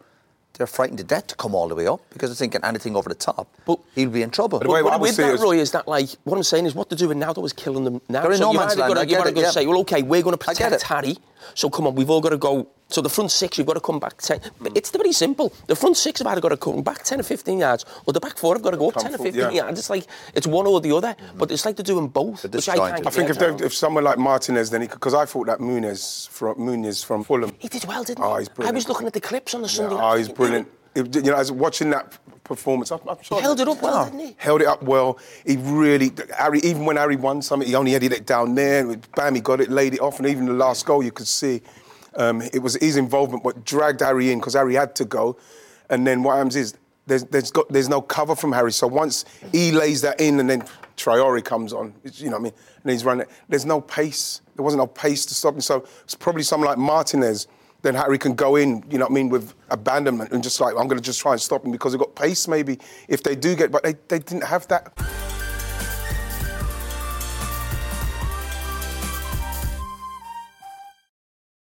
Speaker 4: they're frightened to death to come all the way up because they're thinking anything over the top,
Speaker 7: But-
Speaker 4: he'll be in trouble.
Speaker 5: the way
Speaker 7: But
Speaker 5: I would
Speaker 7: with
Speaker 5: see it
Speaker 7: that,
Speaker 5: is-
Speaker 7: Roy, is that like what I'm saying is what they're doing now though is killing them now.
Speaker 4: They're in no
Speaker 7: you've
Speaker 4: man's
Speaker 7: either
Speaker 4: land,
Speaker 7: gotta-
Speaker 4: I
Speaker 7: you've either
Speaker 4: get it,
Speaker 7: got to
Speaker 4: yeah.
Speaker 7: say, well, okay, we're going to
Speaker 4: I get it.
Speaker 7: protect Harry, so come on, we've all got to go. So the front six, you've got to come back ten. But it's pretty simple. The front six have either got to come back ten or fifteen yards, or the back four have got to go up
Speaker 5: Come
Speaker 7: ten or
Speaker 5: full-
Speaker 7: fifteen
Speaker 5: yeah.
Speaker 7: yards. It's like it's one or the otother, but it's like they're doing both.
Speaker 4: They're
Speaker 7: which I,
Speaker 4: disjointed.
Speaker 7: can't
Speaker 5: I think
Speaker 7: get
Speaker 5: if they've-
Speaker 7: down.
Speaker 5: if someone like Martinez, then he because I thought that Munez from Munez from Fulham.
Speaker 7: he did well, didn't he?
Speaker 5: Oh, he's
Speaker 7: I
Speaker 5: brilliant.
Speaker 7: was looking at the clips on the
Speaker 5: Yeah,
Speaker 7: Sunday. night,
Speaker 5: oh, he's
Speaker 7: thinking,
Speaker 5: brilliant. It- you know, as watching that performance, I'm, I'm sure Ah,
Speaker 7: He held it up well, didn't he?
Speaker 5: Held it up well. He really, Harry, even when Harry won something, he only had it down there, and bam, he got it, laid it off, and even the last goal, you could see um, it was his involvement what dragged Harry in because Harry had to go, and then what happens is there's there's got there's no cover from Harry, so once he lays that in, and then Traore comes on, it's- you know what I mean, and he's running. There's no pace. There wasn't no pace to stop him, so it's probably someone like Martinez then Harry can go in, you know what I mean, with abandonment and just like, I'm going to just try and stop him because they've got pace maybe if they do get, but they, they didn't have that.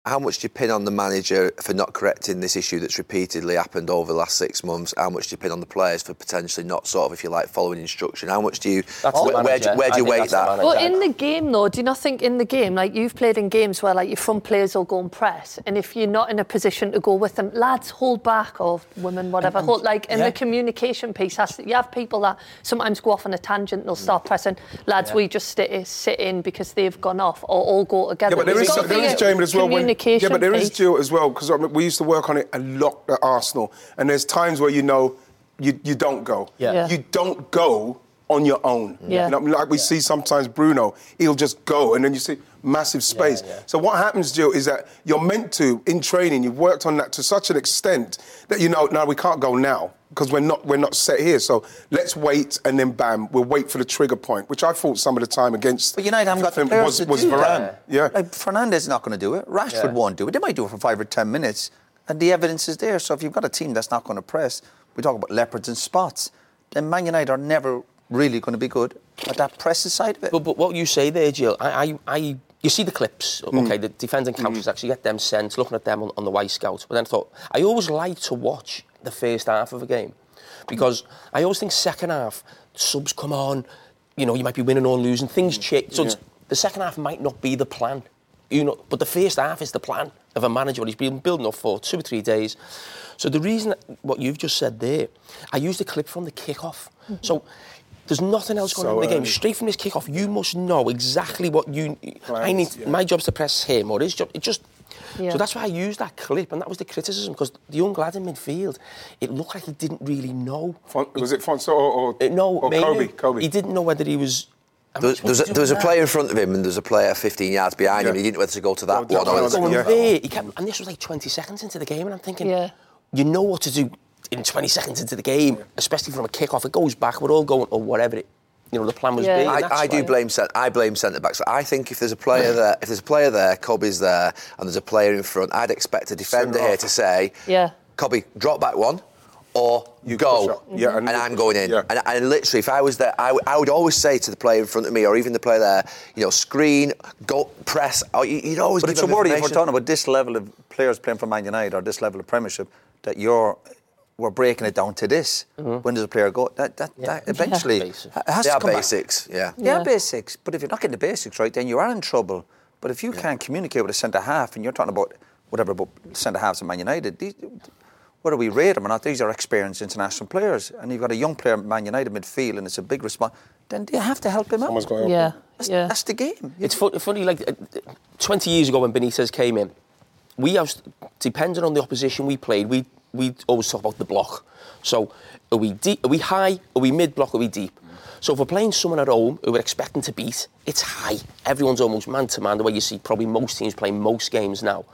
Speaker 3: How much do you pin on the manager for not correcting this issue that's repeatedly happened over the last six months? How much do you pin on the players for potentially not sort of, if you like, following instruction? How much do you,
Speaker 7: That's the
Speaker 3: where, where do,
Speaker 7: manager.
Speaker 3: you- where
Speaker 7: I
Speaker 3: do you
Speaker 7: think
Speaker 3: weight
Speaker 7: that's the
Speaker 3: that?
Speaker 7: manager.
Speaker 3: Well,
Speaker 6: But in the game, though, do you not think in the game, like you've played in games where like your front players will go and press, and if you're not in a position to go with them, lads, hold back, or women, whatever, hold, like in
Speaker 7: yeah.
Speaker 6: the communication piece, has to, you have people that sometimes go off on a tangent, and they'll start pressing, lads, we just sit, sit in because they've gone off, or all go
Speaker 5: Yeah,
Speaker 6: together.
Speaker 5: but there
Speaker 6: There's
Speaker 5: is-
Speaker 6: gotta
Speaker 5: there
Speaker 6: be
Speaker 5: is,
Speaker 6: a
Speaker 5: Jamie, as well, when-
Speaker 6: communication.
Speaker 5: Yeah, but there is
Speaker 6: piece.
Speaker 5: guilt as well because I mean, we used to work on it a lot at Arsenal, and there's times where you know you, you don't go.
Speaker 7: Yeah. Yeah.
Speaker 5: You don't go on your own.
Speaker 6: Yeah.
Speaker 5: You know, like we see sometimes Bruno, he'll just go, and then you see massive space. So what happens, Jill, is that you're meant to in training. You've worked on that to such an extent that you know no, we can't go now because we're not we're not set here. So let's wait, and then bam, we'll wait for the trigger point, which I thought some of the time against.
Speaker 4: But United haven't got the
Speaker 5: Fim-
Speaker 4: players
Speaker 5: was,
Speaker 4: to
Speaker 5: was
Speaker 4: do
Speaker 5: Varane.
Speaker 4: that.
Speaker 5: Yeah.
Speaker 4: Like, Fernandez is not going to do it. Rashford
Speaker 7: Yeah.
Speaker 4: won't do it. They might do it for five or ten minutes, and the evidence is there. So if you've got a team that's not going to press, we talk about leopards and spots. Then Man United are never really going to be good at that press side of it.
Speaker 7: But, but what you say there, Jill, I, I, I you see the clips,
Speaker 4: Hmm.
Speaker 7: okay, the defending counters actually get them sent, looking at them on, on the white scout. But then I thought, I always like to watch the first half of a game because I always think second half, subs come on, you know, you might be winning or losing, things
Speaker 4: Hmm.
Speaker 7: change. So it's- the second half might not be the plan, you know, but the first half is the plan of a manager, what he's been building up for two or three days. So the reason, that, what you've just said there, I used a clip from the kick-off.
Speaker 4: Hmm.
Speaker 7: So there's nothing else going
Speaker 5: So
Speaker 7: on in the game.
Speaker 5: early.
Speaker 7: Straight from this kick-off, you must know exactly what you. I need my job's to press him or his job. It just.
Speaker 6: Yeah.
Speaker 7: So that's why I used that clip, and that was the criticism because the young lad in midfield, it looked like he didn't really know.
Speaker 5: Fon- was it Fonso or, or,
Speaker 7: Uh, no,
Speaker 5: or
Speaker 7: Mainu,
Speaker 5: Kobe? Kobe.
Speaker 7: He didn't know whether he was. I mean,
Speaker 3: There was, there was
Speaker 7: what's he
Speaker 3: a,
Speaker 7: doing
Speaker 3: there was a
Speaker 7: now?
Speaker 3: player in front of him and there was a player 15 yards behind him.
Speaker 5: Yeah.
Speaker 3: He didn't know whether to go to
Speaker 5: Oh,
Speaker 3: that
Speaker 5: that's
Speaker 3: one or
Speaker 5: what I
Speaker 3: whether
Speaker 5: was
Speaker 3: to
Speaker 7: going
Speaker 5: Yeah.
Speaker 7: there. He kept, and this was like 20 seconds into the game, and I'm thinking,
Speaker 6: Yeah.
Speaker 7: you know what to do in 20 seconds into the game, especially from a kick-off. It goes back. We're all going or whatever. It, you know, the plan was
Speaker 6: Yeah.
Speaker 7: big. and that's
Speaker 3: I, I do
Speaker 7: why-
Speaker 3: blame cent- I blame centre backs. I think if there's a player there, if there's a player there, Cobby's there, and there's a player in front, I'd expect a defender
Speaker 5: Centre
Speaker 3: here
Speaker 5: half.
Speaker 3: to say,
Speaker 6: Yeah.
Speaker 3: Cobby, drop back one, or you
Speaker 5: push
Speaker 3: go,
Speaker 5: up. Yeah,
Speaker 3: and,
Speaker 5: and-
Speaker 3: I'm going in.
Speaker 5: yeah.
Speaker 3: And, and literally, if I was there, I, w- I would always say to the player in front of me, or even the player there, you know, screen, go, press. Or you, you'd always.
Speaker 4: But
Speaker 3: give
Speaker 4: it's a
Speaker 3: them
Speaker 4: worry if we're
Speaker 3: information.
Speaker 4: talking about this level of players playing for Man United or this level of Premiership that you're we're breaking it down to this.
Speaker 3: Mm-hmm.
Speaker 4: When does a player go? That that,
Speaker 3: <laughs>
Speaker 4: that eventually
Speaker 7: Basic.
Speaker 4: it has
Speaker 3: They
Speaker 4: to
Speaker 3: are
Speaker 4: come back.
Speaker 3: basics, yeah.
Speaker 4: They are basics. But if you're not getting the basics right, then you are in trouble. But if you can't communicate with a centre half, and you're talking about whatever about centre halves at Man United, these, whether we rate them or not, these are experienced international players, and you've got a young player at Man United midfield, and it's a big response. Then you have to help him
Speaker 5: Someone's
Speaker 4: out.
Speaker 5: going up.
Speaker 6: Yeah.
Speaker 4: That's,
Speaker 6: Yeah.
Speaker 4: that's the game.
Speaker 7: It's fu- funny, like uh, 20 years ago when Benitez came in, we used, depending on the opposition we played, we we always talk about the block. So are we deep? Are we high? Are we mid block? Are we deep? So if we're playing someone at home who we're expecting to beat, it's high. Everyone's almost man to man. The way you see probably most teams playing most games now.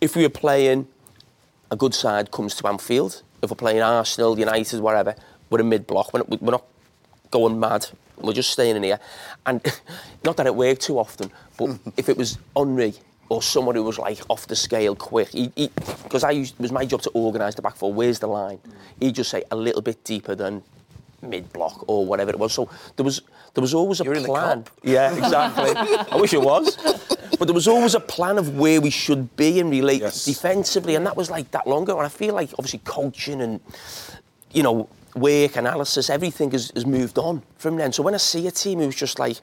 Speaker 7: If we were playing a good side comes to Anfield. If we're playing Arsenal, United, whatever, we're a mid block. We're not, we're not going mad. We're just staying in here. And <laughs> not that it worked too often,
Speaker 3: <laughs>
Speaker 7: but if it was Henri or someone who was like off the scale quick, because I used, it was my job to organise the back four. Where's the line? He'd just say a little bit deeper than mid block or whatever it was. So there was there was always a
Speaker 3: You're in the
Speaker 7: plan.
Speaker 3: cop.
Speaker 7: Yeah,
Speaker 3: <laughs>
Speaker 7: exactly. I wish it was. But there was always a plan of where we should be in relate
Speaker 5: Yes.
Speaker 7: defensively, and that was like that long ago. And I feel like obviously coaching and you know work analysis, everything has, has moved on from then. So when I see a team who's just like,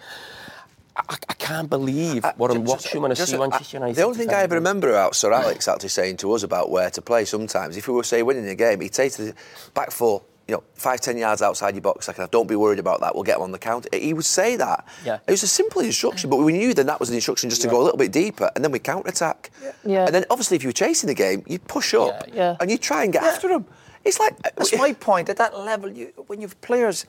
Speaker 7: I, I- I can't believe
Speaker 4: Uh,
Speaker 7: what I'm
Speaker 3: Just-
Speaker 7: watching when I
Speaker 3: just-
Speaker 7: see Manchester
Speaker 3: I-
Speaker 7: United.
Speaker 3: The only thing I ever
Speaker 7: defending.
Speaker 3: remember about Sir Alex actually saying to us about where to play sometimes, if we were, say, winning a game, he'd say to the back four, you know, five, ten yards outside your box, like, don't be worried about that, we'll get them on the counter. He would say that.
Speaker 7: Yeah.
Speaker 3: It was a simple instruction, but we knew then that was an instruction just to go a little bit deeper, and then we counter attack.
Speaker 6: Yeah.
Speaker 3: And then obviously, if you were chasing the game, you'd push up
Speaker 7: Yeah,
Speaker 6: yeah.
Speaker 3: and you'd try and get after them. It's like. uh,
Speaker 4: That's my point. At that level, you, when you've players,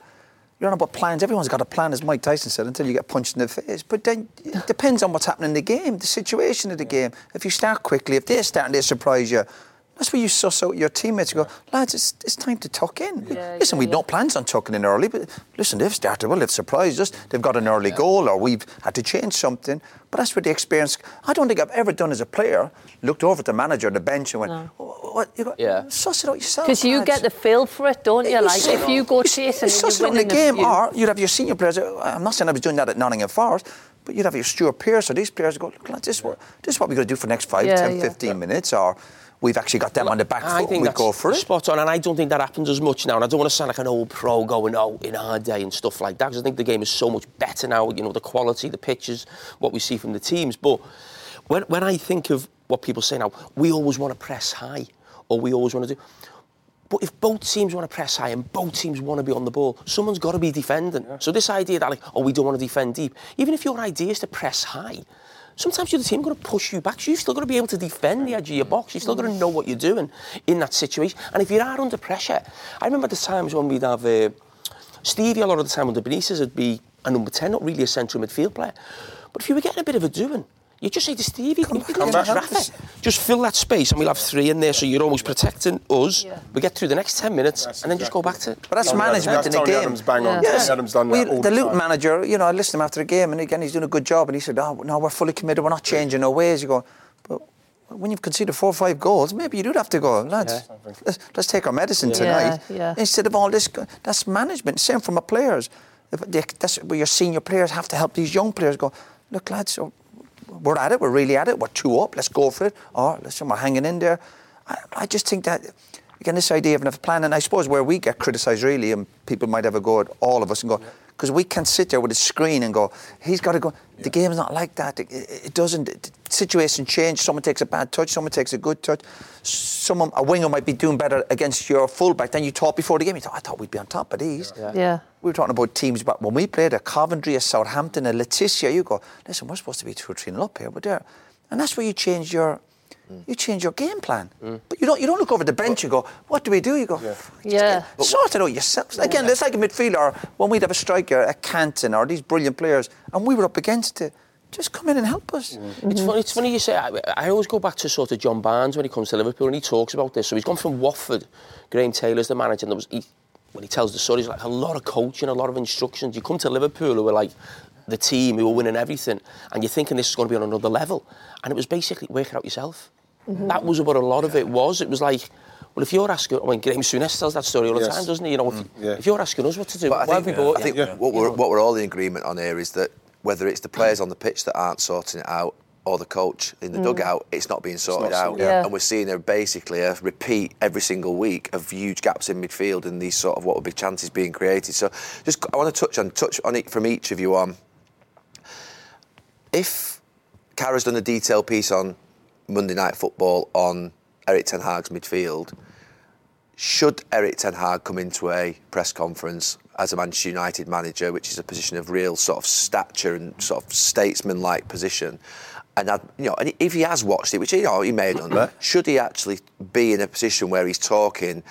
Speaker 4: you're on about plans. Everyone's got a plan, as Mike Tyson said, until you get punched in the face. But then it depends on what's happening in the game, the situation of the game. If you start quickly, if they're starting, they surprise you. That's where you suss out your teammates and go, lads, it's, it's time to tuck in.
Speaker 6: Yeah,
Speaker 4: listen,
Speaker 6: yeah,
Speaker 4: we'd
Speaker 6: yeah.
Speaker 4: not plans on tucking in early, but listen, they've started well, they've surprised us, they've got an early goal, or we've had to change something. But that's what the experience. I don't think I've ever done as a player, looked over at the manager on the bench and went, uh, "What- what? You go,
Speaker 7: Yeah.
Speaker 4: Suss it out yourself.
Speaker 6: Because you
Speaker 4: lads."
Speaker 6: get the feel for it, don't you? Like if you go
Speaker 4: It's-
Speaker 6: chasing,
Speaker 4: it's
Speaker 6: and
Speaker 4: such
Speaker 6: you
Speaker 4: not in
Speaker 6: winning
Speaker 4: the game.
Speaker 6: you-
Speaker 4: Or you'd have your senior players. uh, I'm not saying I was doing that at Nottingham Forest, but you'd have your Stuart Pearce or these players go, look, lads, this, is what, this is what we're going to do for the next five,
Speaker 6: Yeah,
Speaker 4: 10,
Speaker 6: yeah.
Speaker 4: 15 minutes, or we've actually got them on the back
Speaker 7: I
Speaker 4: foot.
Speaker 7: think
Speaker 4: We
Speaker 7: that's
Speaker 4: go for it.
Speaker 7: spot on, and I don't think that happens as much now. And I don't want to sound like an old pro going out in our day and stuff like that, because I think the game is so much better now. You know, the quality, the pitches, what we see from the teams. But when, when I think of what people say now, we always want to press high, or we always want to do. But if both teams want to press high and both teams want to be on the ball, someone's got to be defending. So this idea that like, oh, we don't want to defend deep, even if your idea is to press high, sometimes the other team going to push you back. So you've still got to be able to defend the edge of your box. You've still got to know what you're doing in that situation. And if you are under pressure, I remember the times when we'd have uh, Stevie a lot of the time under Benitez would be a number 10, not really a central midfield player. But if you were getting a bit of a doing, you just say to Stevie, "You can
Speaker 4: come
Speaker 7: get
Speaker 4: back.
Speaker 7: traffic. just fill that space and we'll have three in there so you're almost protecting us. We get through the next 10 minutes and then just go back to.
Speaker 4: But that's management
Speaker 5: That's
Speaker 4: in a
Speaker 5: Tony
Speaker 4: game.
Speaker 5: Adams bang on.
Speaker 4: Yes.
Speaker 5: Tony Adams done that
Speaker 4: Well,
Speaker 5: all
Speaker 4: the
Speaker 5: the
Speaker 4: Luton
Speaker 5: time.
Speaker 4: manager, you know, I listened to him after a game, and again, he's doing a good job. And he said, "Oh no, we're fully committed. We're not changing our ways." You go, but when you've conceded four or five goals, maybe you do have to go, lads. Let's, let's take our medicine tonight
Speaker 6: Yeah, yeah.
Speaker 4: instead of all this. go- That's management. Same from our players. If they- That's where your senior players have to help these young players go. Look, lads, so we're at it. We're really at it. We're two up. Let's go for it. Or listen, we're hanging in there. I, I just think that again, this idea of a plan, and I suppose where we get criticised really, and people might have a go at all of us and go. Because we can sit there with a screen and go, he's got to go. The game's not like that. It, it- it doesn't. The situation change. Someone takes a bad touch. Someone takes a good touch. Someone, a winger might be doing better against your fullback than you thought before the game. You thought, I thought we'd be on top of these.
Speaker 6: Yeah.
Speaker 4: We were talking about teams, but when we played at Coventry, at Southampton, at Leticia, you go, listen, we're supposed to be two or three nil up here, but there, and that's where you change your, you change your game plan.
Speaker 3: Mm.
Speaker 4: But you don't, you don't look over the bench and go, what do we do? You go, "Fuck, just
Speaker 6: Yeah.
Speaker 4: get- sort it out yourselves. Again, it's like a midfielder or when we'd have a striker, a Canton or these brilliant players, and we were up against it. Just come in and help us.
Speaker 3: Mm.
Speaker 7: It's funny, it's funny you say. I, I always go back to sort of John Barnes when he comes to Liverpool, and he talks about this. So he's gone from Watford. Graham Taylor's the manager, and there was he, when he tells the story, he's like a lot of coaching, a lot of instructions. You come to Liverpool, who were like the team who were winning everything, and you're thinking this is going to be on another level, and it was basically work it out yourself.
Speaker 9: Mm-hmm.
Speaker 7: That was what a lot of it was. It was like. Well, if you're asking, I mean, Graham Souness tells that story all the
Speaker 5: Yes.
Speaker 7: time, doesn't he? You know, if,
Speaker 5: yeah.
Speaker 7: if you're asking us what to do,
Speaker 3: But
Speaker 7: why
Speaker 3: I
Speaker 7: have we
Speaker 3: think,
Speaker 7: bought
Speaker 3: I
Speaker 7: you?
Speaker 3: think what, we're, what we're all in agreement on here is that whether it's the players on the pitch that aren't sorting it out or the coach in the dugout, it's not being sorted out.
Speaker 6: sorted out. Yeah.
Speaker 3: And we're seeing a, basically a repeat every single week of huge gaps in midfield and these sort of what would be chances being created. So just I want to touch on touch on it from each of you on if Cara's done a detailed piece on Monday Night Football on Eric Ten Hag's midfield, should Eric Ten Hag come into a press conference as a Manchester United manager, which is a position of real sort of stature and sort of statesman-like position, and had- you know, and if he has watched it, which you know he may have done, should he actually be in a position where he's talking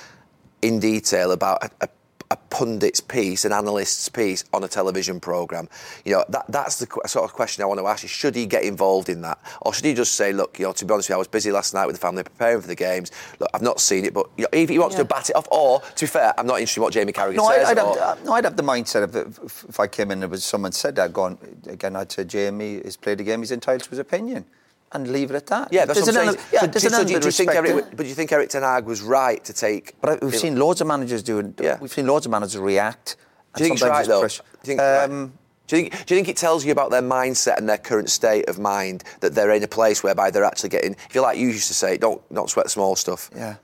Speaker 3: in detail about a, a, a pundit's piece, an analyst's piece on a television program? You know, that that's the qu- sort of question I want to ask you. Should he get involved in that, or should he just say, look, you know, to be honest with you, I was busy last night with the family preparing for the games. Look, I've not seen it, but you know, if he wants to bat it off, or to be fair, I'm not interested in what Jamie Carragher
Speaker 4: No,
Speaker 3: says. "Oh."
Speaker 4: I, I'd, have,
Speaker 3: or-
Speaker 4: uh, no, I'd have the mindset of if, if I came in and there was someone said that, gone again, I'd say Jamie has played the game, he's entitled to his opinion, and leave it at that.
Speaker 3: yeah, that's
Speaker 4: There's
Speaker 3: what I'm
Speaker 4: an
Speaker 3: saying.
Speaker 4: ele- Yeah,
Speaker 3: So-
Speaker 4: there's
Speaker 3: so
Speaker 4: an
Speaker 3: do you-
Speaker 4: element of
Speaker 3: do you think
Speaker 4: respect
Speaker 3: Eric,
Speaker 4: there.
Speaker 3: but do you think Eric Ten Hag was right to take?
Speaker 4: But I- we've seen loads of managers doing.
Speaker 3: Yeah.
Speaker 4: We've seen loads of managers react.
Speaker 3: Do you think it's right though? Do you think, it's
Speaker 4: Um,
Speaker 3: right? do, you think, do you think it tells you about their mindset and their current state of mind that they're in a place whereby they're actually getting? If you like, you used to say, "Don't not sweat the small stuff."
Speaker 4: Yeah.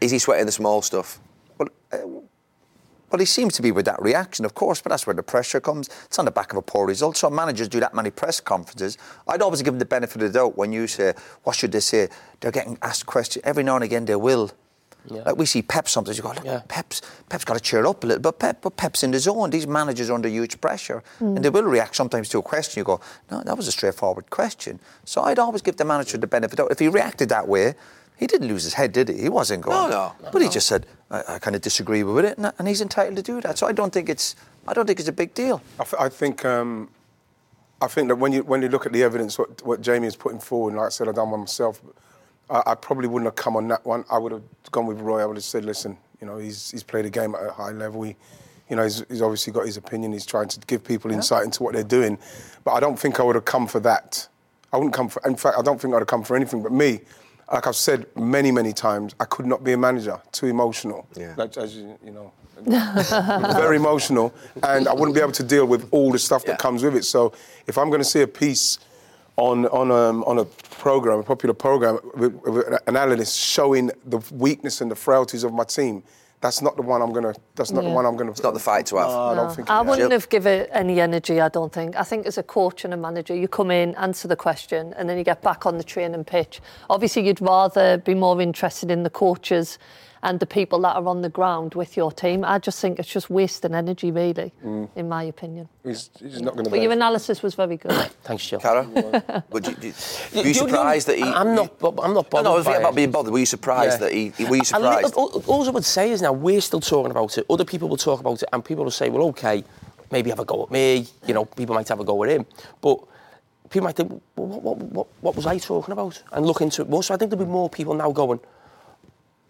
Speaker 3: Is he sweating the small stuff?
Speaker 4: uh, Well, he seems to be with that reaction, of course, but that's where the pressure comes. It's on the back of a poor result. So managers do that many press conferences. I'd always give them the benefit of the doubt when you say, "What should they say?" They're getting asked questions every now and again. They will. Like we see Pep sometimes. You go, look,
Speaker 7: Yeah.
Speaker 4: Pep's Pep's got to cheer up a little, but Pep, but Pep's in the zone. These managers are under huge pressure,
Speaker 3: Mm.
Speaker 4: and they will react sometimes to a question. You go, no, that was a straightforward question. So I'd always give the manager the benefit. of If he reacted that way, he didn't lose his head, did he? He wasn't going.
Speaker 3: No, no.
Speaker 4: But he just said, I, I kind of disagree with it, and, that- and he's entitled to do that. So I don't think it's, I don't think it's a big deal.
Speaker 5: I, th- I think um, I think that when you when you look at the evidence, what what Jamie is putting forward, and like I said, I've done one myself. I, I probably wouldn't have come on that one. I would have gone with Roy. I would have said, listen, you know, he's he's played a game at a high level. He, you know, he's, he's obviously got his opinion. He's trying to give people insight into what they're doing, but I don't think I would have come for that. I wouldn't come for. In fact, I don't think I'd have come for anything. But me, like I've said many, many times, I could not be a manager. Too emotional.
Speaker 3: Yeah.
Speaker 5: Like, as you, you know, very emotional, and I wouldn't be able to deal with all the stuff
Speaker 3: Yeah.
Speaker 5: that comes with it. So, if I'm going to see a piece on on um, on a program, a popular program, with, with an- an analyst showing the weakness and the frailties of my team, that's not the one I'm gonna. That's not the
Speaker 6: Yeah.
Speaker 5: one I'm gonna.
Speaker 3: It's not the fight to have.
Speaker 5: Oh, I don't think.
Speaker 6: I
Speaker 5: it is.
Speaker 6: wouldn't
Speaker 3: Jill?
Speaker 6: have given any energy, I don't think. I think as a coach and a manager, you come in, answer the question, and then you get back on the training pitch. Obviously, you'd rather be more interested in the coach's and the people that are on the ground with your team. I just think it's just wasting energy, really, in my opinion.
Speaker 5: He's, he's not going to
Speaker 6: But your analysis was
Speaker 5: <coughs>
Speaker 6: very good.
Speaker 7: Thanks, Jill. <laughs>
Speaker 3: Cara, would you, you, were you
Speaker 7: The only-
Speaker 3: surprised that he?
Speaker 7: I'm not. bo- I'm
Speaker 3: No,
Speaker 7: not bothered.
Speaker 3: no,
Speaker 7: by
Speaker 3: forget
Speaker 7: it.
Speaker 3: about being bothered. Were you surprised
Speaker 7: Yeah.
Speaker 3: that he? Were you
Speaker 7: A little-
Speaker 3: surprised?
Speaker 7: all- all I would say is now we're still talking about it. Other people will talk about it, and people will say, "Well, okay, maybe have a go at me." You know, people might have a go at him, but people might think, well, what, what, what, "What was I talking about?" and look into it more. So I think there'll be more people now going,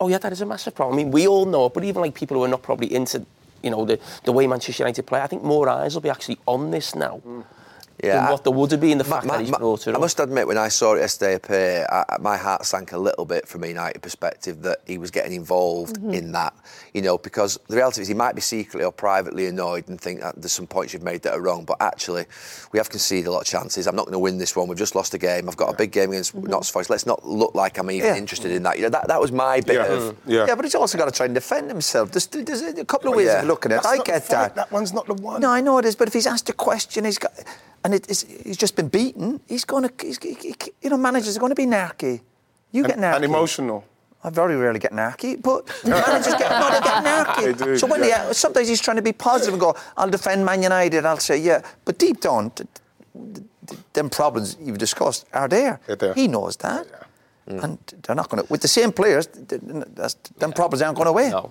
Speaker 7: "Oh yeah, that is a massive problem." I mean, we all know it, but even like people who are not probably into, you know, the the way Manchester United play, I think more eyes will be actually on this now
Speaker 3: Mm.
Speaker 7: than what there would have been the fact
Speaker 3: My-
Speaker 7: that he's
Speaker 3: my-
Speaker 7: brought it
Speaker 3: I
Speaker 7: up.
Speaker 3: must admit, when I saw it yesterday appear, I, I- my heart sank a little bit from a United perspective that he was getting involved
Speaker 7: Mm-hmm.
Speaker 3: in that. You know, because the reality is he might be secretly or privately annoyed and think that there's some points you've made that are wrong, but actually, we have conceded a lot of chances. I'm not going to win this one. We've just lost a game. I've got a big game against
Speaker 7: Mm-hmm.
Speaker 3: Notts Forest. Let's not look like I'm even
Speaker 4: Yeah.
Speaker 3: interested in that. You know, that that was my bit
Speaker 5: Yeah. Mm-hmm.
Speaker 3: of.
Speaker 5: Yeah.
Speaker 4: but he's also got to try and defend himself. There's, there's a couple of ways
Speaker 3: yeah.
Speaker 4: of looking at it. I get that.
Speaker 5: That one's not the one.
Speaker 4: No, I know it is, but if he's asked a question, he's got, and it is, he's just been beaten. He's going to, he's, he, he- you know, managers are going to be narky. You get
Speaker 5: and,
Speaker 4: narky.
Speaker 5: and emotional.
Speaker 4: I very rarely get narky, but managers get, no, they
Speaker 5: <laughs>
Speaker 4: get narky.
Speaker 5: They do,
Speaker 4: so when
Speaker 5: yeah.
Speaker 4: they, sometimes he's trying to be positive and go, I'll defend Man United. I'll say, yeah, but deep down, th- th- th- them problems you've discussed are there.
Speaker 5: They're there.
Speaker 4: He knows that,
Speaker 5: Mm.
Speaker 4: and they're not going to. With the same players, th- th- that's, them problems aren't going away.
Speaker 7: No.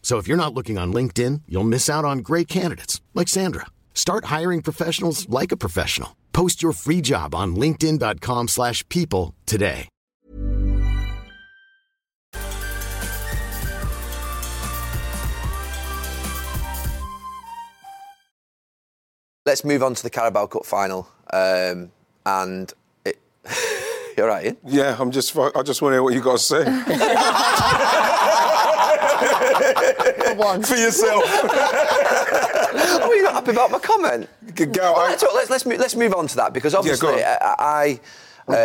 Speaker 10: So if you're not looking on LinkedIn, you'll miss out on great candidates like Sandra. Start hiring professionals like a professional. Post your free job on linkedin.com/people slash people today.
Speaker 3: Let's move on to the Carabao Cup final, um, and it. You're right, Ian.
Speaker 5: Yeah, I'm
Speaker 3: <laughs>
Speaker 5: just. <laughs> I just want to hear what you got to say
Speaker 6: For one.
Speaker 5: for
Speaker 3: <laughs>
Speaker 5: yourself.
Speaker 3: oh, you're not happy about my comment?
Speaker 5: Good girl,
Speaker 3: Well,
Speaker 5: I-
Speaker 3: let's, let's, let's, move, let's move on to that because
Speaker 5: go
Speaker 3: obviously uh,
Speaker 5: on.
Speaker 3: I, I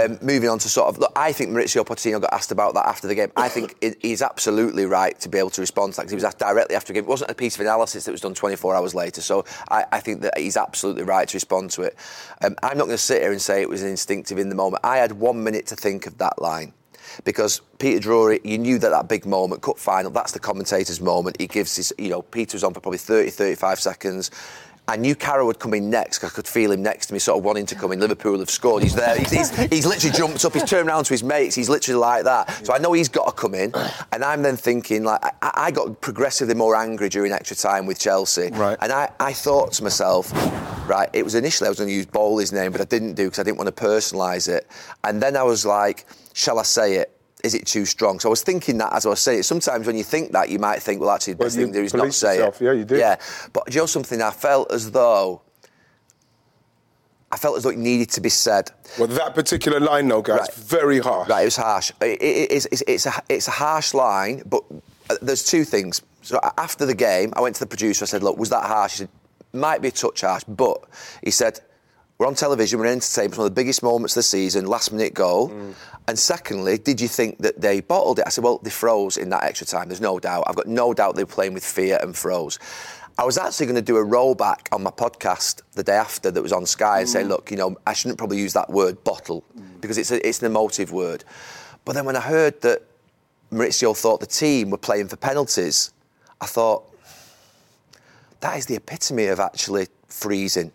Speaker 3: um, moving on to sort of look, I think Maurizio Pochettino got asked about that after the game. I think it, he's absolutely right to be able to respond to that because he was asked directly after the game. It wasn't a piece of analysis that was done 24 hours later, so I, I think that he's absolutely right to respond to it. Um, I'm not going to sit here and say it was instinctive in the moment. I had one minute to think of that line because Peter Drury, you knew that that big moment, cup final, that's the commentator's moment. He gives his, you know, Peter was on for probably 30, 35 seconds. I knew Carroll would come in next 'cause I could feel him next to me, sort of wanting to come in. Liverpool have scored. He's there. He's, he's, <laughs> he's literally jumped up. He's turned around to his mates. He's literally like that. So I know he's got to come in. And I'm then thinking, like, I, I got progressively more angry during extra time with Chelsea.
Speaker 5: Right.
Speaker 3: And I, I thought to myself, right, it was initially I was going to use Bowley's name, but I didn't do because I didn't want to personalise it. And then I was like, shall I say it? Is it too strong? So I was thinking that as I was saying it. Sometimes when you think that, you might think, well, actually, the
Speaker 5: Well,
Speaker 3: best
Speaker 5: you
Speaker 3: thing to do is not
Speaker 5: police
Speaker 3: say
Speaker 5: yourself.
Speaker 3: it.
Speaker 5: Yeah, you do.
Speaker 3: Yeah. But do you know something? I felt as though. I felt as though it needed to be said.
Speaker 5: well, that particular line, though, guys,
Speaker 3: Right.
Speaker 5: very harsh.
Speaker 3: Right, it was harsh. It- it- it's, it's, it's, a, it's a harsh line, but uh, there's two things. So a- after the game, I went to the producer. I said, "Look, was that harsh?" He said, "Might be a touch harsh," but he said, "We're on television. We're in entertainment. It's one of the biggest moments of the season. Last minute goal."
Speaker 5: Mm.
Speaker 3: And secondly, did you think that they bottled it? I said, "Well, they froze in that extra time. There's no doubt. I've got no doubt they were playing with fear and froze." I was actually going to do a rollback on my podcast the day after that was on Sky and say,
Speaker 5: Mm.
Speaker 3: look, you know, I shouldn't probably use that word bottle because it's, a, it's an emotive word. But then when I heard that Maurizio thought the team were playing for penalties, I thought, that is the epitome of actually freezing.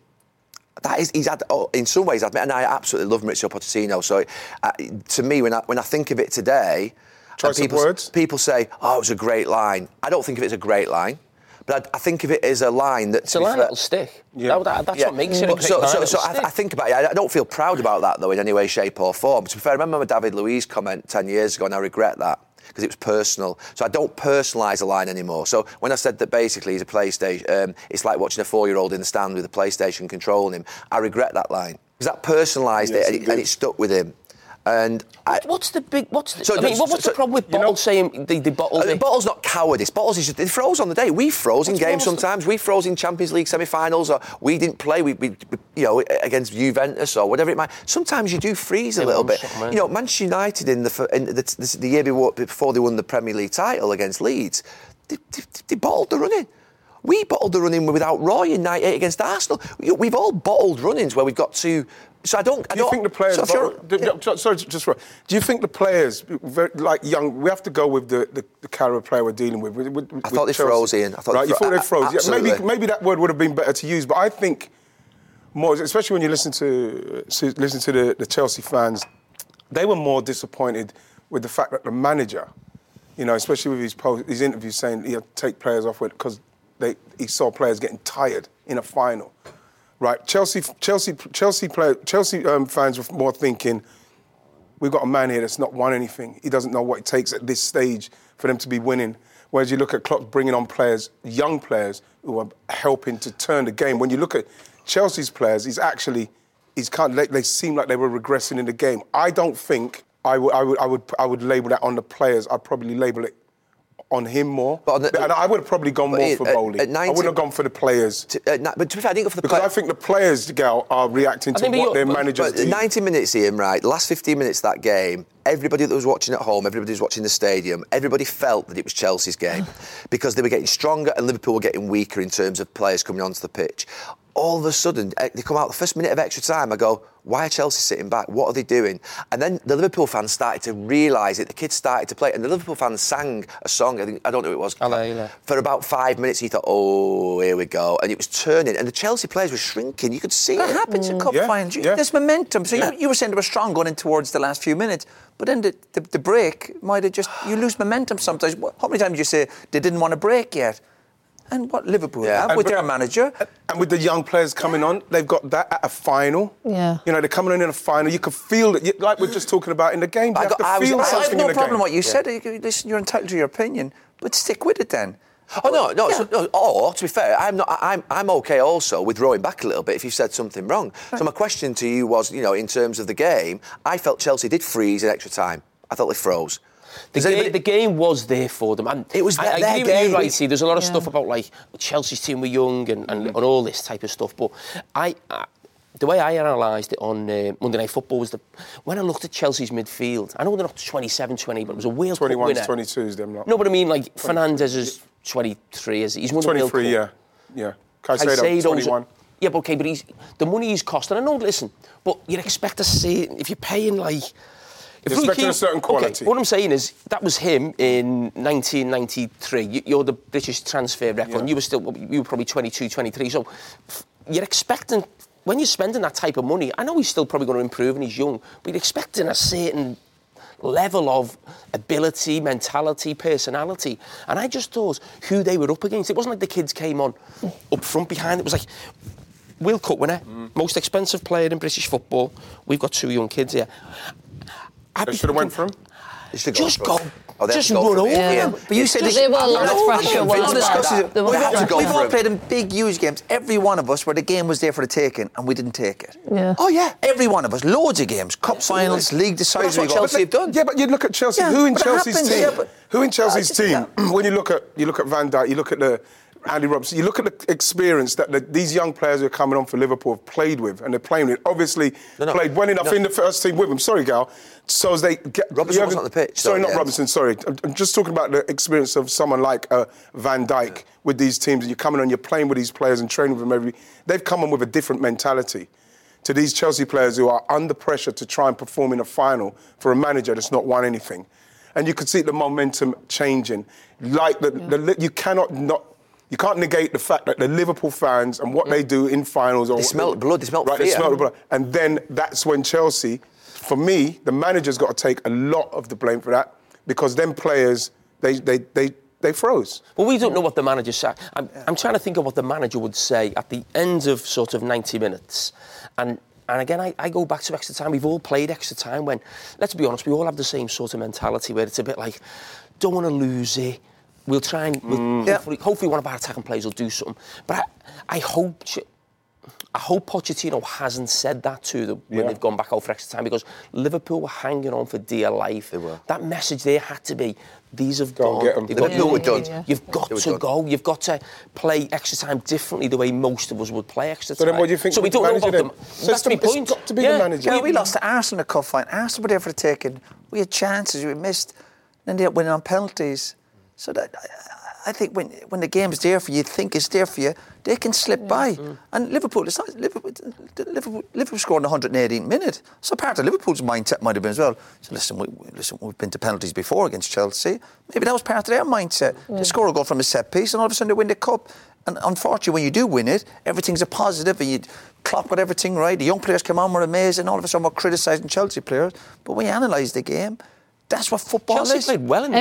Speaker 3: That is, he's had, oh, in some ways, I admit, and I absolutely love Mauricio Pochettino. So, uh, to me, when I, when I think of it today,
Speaker 5: Choice
Speaker 3: and
Speaker 5: of
Speaker 3: people,
Speaker 5: words?
Speaker 3: people say, oh, it was a great line. I don't think of it as a great line, but I, I think of it as a line that. It's
Speaker 7: a line that'll stick. That- that- that's what makes it a
Speaker 3: But
Speaker 7: great
Speaker 3: So,
Speaker 7: line,
Speaker 3: so,
Speaker 7: it'll
Speaker 3: so I,
Speaker 7: stick.
Speaker 3: I think about it. I don't feel proud about that, though, in any way, shape, or form. To be fair, I remember my David Luiz comment 10 years ago, and I regret that. Because it was personal, so I don't personalise a line anymore. So when I said that basically he's a PlayStation, um, it's like watching a four-year-old in the stand with a PlayStation controlling him. I regret that line because that personalised
Speaker 7: Yes,
Speaker 3: it, and
Speaker 7: it
Speaker 3: it and it stuck with him. And I,
Speaker 7: What's the big? What's the?
Speaker 3: So
Speaker 7: I mean,
Speaker 3: the-
Speaker 7: what, what's
Speaker 3: so-
Speaker 7: the problem with Bottle saying the, the Bottle?
Speaker 3: uh, Bottle's not cowardice. Bottle's is just, they froze on the day. We froze in
Speaker 7: What's
Speaker 3: games
Speaker 7: wrong with-
Speaker 3: sometimes. We froze in Champions League semi-finals, or we didn't play. We, we we- you know, against Juventus or whatever it might. Sometimes you do freeze a little bit. You know, Manchester United in the fir- in the, the, the year before, before they won the Premier League title against Leeds, they, they, they bottled the running. We bottled the running without Roy in '98 against Arsenal. We- We've all bottled runnings where we've got to. So I don't. I
Speaker 5: Do you
Speaker 3: don't-
Speaker 5: think the players?
Speaker 3: so if you're-
Speaker 5: do- do- do- sorry, just right. Do you think the players, very- like young, we have to go with the, the, the caliber of player we're dealing with? with- with-
Speaker 3: I
Speaker 5: with
Speaker 3: thought they
Speaker 5: Chelsea.
Speaker 3: froze, Ian. I thought
Speaker 5: right,
Speaker 3: they
Speaker 5: you
Speaker 3: fro-
Speaker 5: thought they
Speaker 3: a-
Speaker 5: froze. Yeah, maybe
Speaker 3: absolutely.
Speaker 5: maybe that word would have been better to use, but I think more, especially when you listen to so listen to the, the Chelsea fans, they were more disappointed with the fact that the manager, you know, especially with his post, his interview saying he'll take players off with because they he saw players getting tired in a final, right? Chelsea Chelsea Chelsea player, Chelsea um, fans were more thinking. We've got a man here that's not won anything. He doesn't know what it takes at this stage for them to be winning. Whereas you look at Klopp bringing on players, young players who are helping to turn the game. When you look at Chelsea's players, he's actually he's kind of, they- they seem like they were regressing in the game. I don't think I would I would I would I would label that on the players. I'd probably label it on him more. But and I would have probably gone
Speaker 3: But
Speaker 5: more
Speaker 3: Ian,
Speaker 5: for
Speaker 3: at-
Speaker 5: Bowley.
Speaker 3: at
Speaker 5: I
Speaker 3: 19
Speaker 5: wouldn't have gone for the players.
Speaker 3: but to be fair, I didn't go for the
Speaker 5: because
Speaker 3: player-
Speaker 5: I think the players, Gal, are reacting to what their managers
Speaker 3: but
Speaker 5: do.
Speaker 3: 90 minutes, Ian, right? The last 15 minutes of that game, everybody that was watching at home, everybody was watching the stadium, everybody felt that it was Chelsea's game because they were getting stronger and Liverpool were getting weaker in terms of players coming onto the pitch. All of a sudden, eh, they come out the first minute of extra time. I go, why are Chelsea sitting back? What are they doing? And then the Liverpool fans started to realise it. The kids started to play, and the Liverpool fans sang a song. I think I don't know who it was. For about five minutes, he thought, "Oh, here we go," and it was turning. And the Chelsea players were shrinking. You could see
Speaker 11: That
Speaker 3: it Mm.
Speaker 11: happens in cup finals. You- There's momentum. So you, you were saying they were strong going in towards the last few minutes, but then the, the, the break might have just you lose momentum sometimes. What- How many times did you say they didn't want a break yet? And what Liverpool have
Speaker 5: And
Speaker 11: with
Speaker 5: but-
Speaker 11: their manager?
Speaker 5: And with the young players coming on, they've got that at a final.
Speaker 11: Yeah.
Speaker 5: You know, they're coming on in a final. You can feel it, you- like we're just talking about in the game. You
Speaker 11: I,
Speaker 5: have
Speaker 11: got-
Speaker 5: to
Speaker 11: I was-
Speaker 5: feel
Speaker 11: I
Speaker 5: something
Speaker 11: have no
Speaker 5: in the
Speaker 11: problem
Speaker 5: game.
Speaker 11: what you said. You can- Listen, you're entitled to your opinion, but stick with it then.
Speaker 3: Oh no, no, so, no. Or to be fair, I'm not. I- I'm I'm okay also with rowing back a little bit if you've said something wrong. So my question to you was, you know, in terms of the game, I felt Chelsea did freeze in extra time. I thought they froze.
Speaker 7: The
Speaker 3: Does
Speaker 7: game,
Speaker 3: anybody-
Speaker 7: the game was there for them. And
Speaker 3: It was
Speaker 7: I,
Speaker 3: their-
Speaker 7: I
Speaker 3: their
Speaker 7: agree with
Speaker 3: game.
Speaker 7: you, Righty. There's a lot of
Speaker 3: Yeah.
Speaker 7: stuff about like Chelsea's team were young and, and, and all this type of stuff. But I, I the way I analysed it on uh, Monday Night Football was the when I looked at Chelsea's midfield. I know they're not 27, 20, but it was a Wales Cup
Speaker 5: 21s,
Speaker 7: winner.
Speaker 5: 22s, them lot.
Speaker 7: No, but I mean like Fernandez is 23. Is he? he's won a World
Speaker 5: 23,
Speaker 7: Cup.
Speaker 5: yeah. Yeah. Caicedo,
Speaker 7: Caicedo's-
Speaker 5: 21.
Speaker 7: Yeah, but okay, but he's the money he's costing. I know, listen, but you'd expect to see if you're paying like.
Speaker 5: You're
Speaker 7: Roy
Speaker 5: expecting a
Speaker 7: Keane-
Speaker 5: certain
Speaker 7: okay,
Speaker 5: quality.
Speaker 7: what I'm saying is that was him in 1993. You- You're the British transfer record. and You were still, you were probably 22, 23. So f- you're expecting when you're spending that type of money. I know he's still probably going to improve and he's young, but you're expecting a certain level of ability, mentality, personality. And I just thought who they were up against. It wasn't like the kids came on up front behind. It was like World Cup winner, most expensive player in British football. We've got two young kids here. I should have went
Speaker 5: for him.
Speaker 7: Just go.
Speaker 3: Oh, they have
Speaker 7: just
Speaker 3: to go
Speaker 7: run
Speaker 3: for it.
Speaker 7: over
Speaker 3: Yeah.
Speaker 7: them.
Speaker 11: But you
Speaker 7: It's
Speaker 11: said
Speaker 7: just-
Speaker 11: this-
Speaker 7: No,
Speaker 11: I'm not-
Speaker 7: no,
Speaker 11: I'm not
Speaker 7: no,
Speaker 11: convinced
Speaker 7: no,
Speaker 11: about
Speaker 7: discuss
Speaker 11: that.
Speaker 7: it.
Speaker 11: We've
Speaker 7: We've
Speaker 11: all,
Speaker 7: had to go
Speaker 11: we've
Speaker 7: for
Speaker 11: all
Speaker 7: it.
Speaker 11: played in big, huge games. Every one of us, where the game was there for the taking, and we didn't take it.
Speaker 6: Yeah.
Speaker 11: Oh yeah. Every one of us, loads of games, cup finals, league deciders. We
Speaker 5: But that's
Speaker 11: got.
Speaker 5: what Chelsea have done. Yeah, but you look at Chelsea.
Speaker 11: Yeah,
Speaker 5: who in
Speaker 11: but it
Speaker 5: Chelsea's
Speaker 11: happens,
Speaker 5: team?
Speaker 11: yeah, but-
Speaker 5: who in Chelsea's
Speaker 11: I just-
Speaker 5: team? <clears throat> when you look at you look at Van Dijk, you look at the Andy Robson, you look at the experience that the, these young players who are coming on for Liverpool have played with, and they're playing with. Obviously, played well enough
Speaker 3: No.
Speaker 5: in the first team with them. Sorry, Gal. So as they get
Speaker 3: Robertson was
Speaker 5: Jürgen-
Speaker 3: on the pitch,
Speaker 5: Sorry,
Speaker 3: though,
Speaker 5: not
Speaker 3: yeah.
Speaker 5: Robertson. Sorry, I'm, I'm just talking about the experience of someone like uh, Van Dijk with these teams. You're coming on, you're playing with these players and training with them every. They've come on with a different mentality to these Chelsea players who are under pressure to try and perform in a final for a manager that's not won anything. And you could see the momentum changing. Like the, the, you cannot not you can't negate the fact that the Liverpool fans and what they do in finals. Or
Speaker 3: They
Speaker 5: what
Speaker 3: smell blood, they smell
Speaker 5: right, They
Speaker 3: fear.
Speaker 5: smell the blood. And then that's when Chelsea, for me, the manager's got to take a lot of the blame for that because then players, they, they, they, they froze.
Speaker 7: Well, we don't know what the manager said. I'm, I'm trying to think of what the manager would say at the end of sort of 90 minutes. And and again, I, I go back to extra time. We've all played extra time when, let's be honest, we all have the same sort of mentality where it's a bit like, don't want to lose it. We'll try and we'll-
Speaker 5: Mm.
Speaker 7: hopefully, hopefully one of our attacking players will do something. But I, I hope. Ch- I hope Pochettino hasn't said that to them when
Speaker 5: Yeah.
Speaker 7: they've gone back out for extra time because Liverpool were hanging on for dear life. They were. That message there had to be: these have gone.
Speaker 5: get 'em.
Speaker 7: They've got-
Speaker 5: Liverpool were done.
Speaker 7: You've- You've got
Speaker 5: They were
Speaker 7: to
Speaker 5: done.
Speaker 7: go. You've got to play extra time differently the way most of us would play extra
Speaker 5: So
Speaker 7: time.
Speaker 5: then what do you think
Speaker 7: So we
Speaker 5: the
Speaker 7: don't know
Speaker 5: manager
Speaker 7: about them.
Speaker 5: did? So
Speaker 7: Um, That's
Speaker 5: it's the-
Speaker 7: my
Speaker 5: it's
Speaker 7: point.
Speaker 5: got to be the manager.
Speaker 4: Yeah, we lost to Arsenal in the cup final. Arsenal were there for the taking. We had chances, we missed, and ended up winning on penalties. So that I- I think when when the game's there for you, you think it's there for you, they can
Speaker 7: Mm.
Speaker 4: slip by. And Liverpool, it's not Liverpool. Liverpool, Liverpool scored in the 118th minute. So part of Liverpool's mindset might have been as well. So listen, we, we- listen, we've been to penalties before against Chelsea. Maybe that was part of their mindset. They
Speaker 6: Mm.
Speaker 4: score a goal from a set piece, and all of a sudden they win the cup. And unfortunately, when you do win it, everything's a positive, and you clock got everything right. The young players come on, were amazing. All of a sudden, we're criticising Chelsea players, but we analyse the game. That's what football
Speaker 7: Chelsea
Speaker 4: is.
Speaker 7: played well in
Speaker 3: You-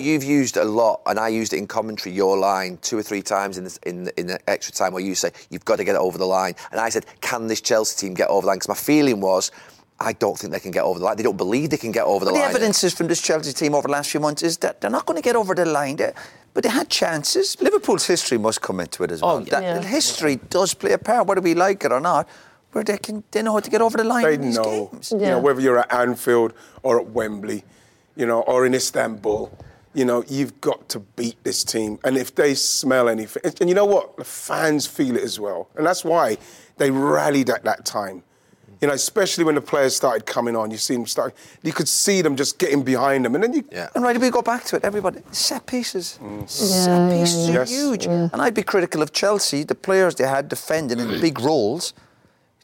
Speaker 3: You've used a lot, and I used it in commentary. Your line two or three times in this, in the- in the extra time where you say you've got to get it over the line, and I said, can this Chelsea team get over the line? Because my feeling was, I don't think they can get over the line. They don't believe they can get over the
Speaker 4: But the
Speaker 3: line.
Speaker 4: evidence is from this Chelsea team over the last few months is that they're not going to get over the line. They- but they had chances.
Speaker 12: Liverpool's history must come into it as
Speaker 5: Oh,
Speaker 12: well.
Speaker 4: That history does play a part, whether we like it or not. Where they can, they know how to get over the line.
Speaker 5: They
Speaker 4: in these
Speaker 5: know.
Speaker 4: games.
Speaker 5: You know, whether you're at Anfield or at Wembley, you know, or in Istanbul, you know, you've got to beat this team. And if they smell anything, and- and you know what, the fans feel it as well, and that's why they rallied at that time. You know, especially when the players started coming on, you see them start. You could see them just getting behind them, and then you. Yeah.
Speaker 4: And right, we go back to it. Everybody set pieces.
Speaker 5: Yeah,
Speaker 4: Set
Speaker 5: yeah,
Speaker 4: pieces
Speaker 5: yeah.
Speaker 4: are
Speaker 5: Yes.
Speaker 4: huge. And I'd be critical of Chelsea, the players they had defending in big roles,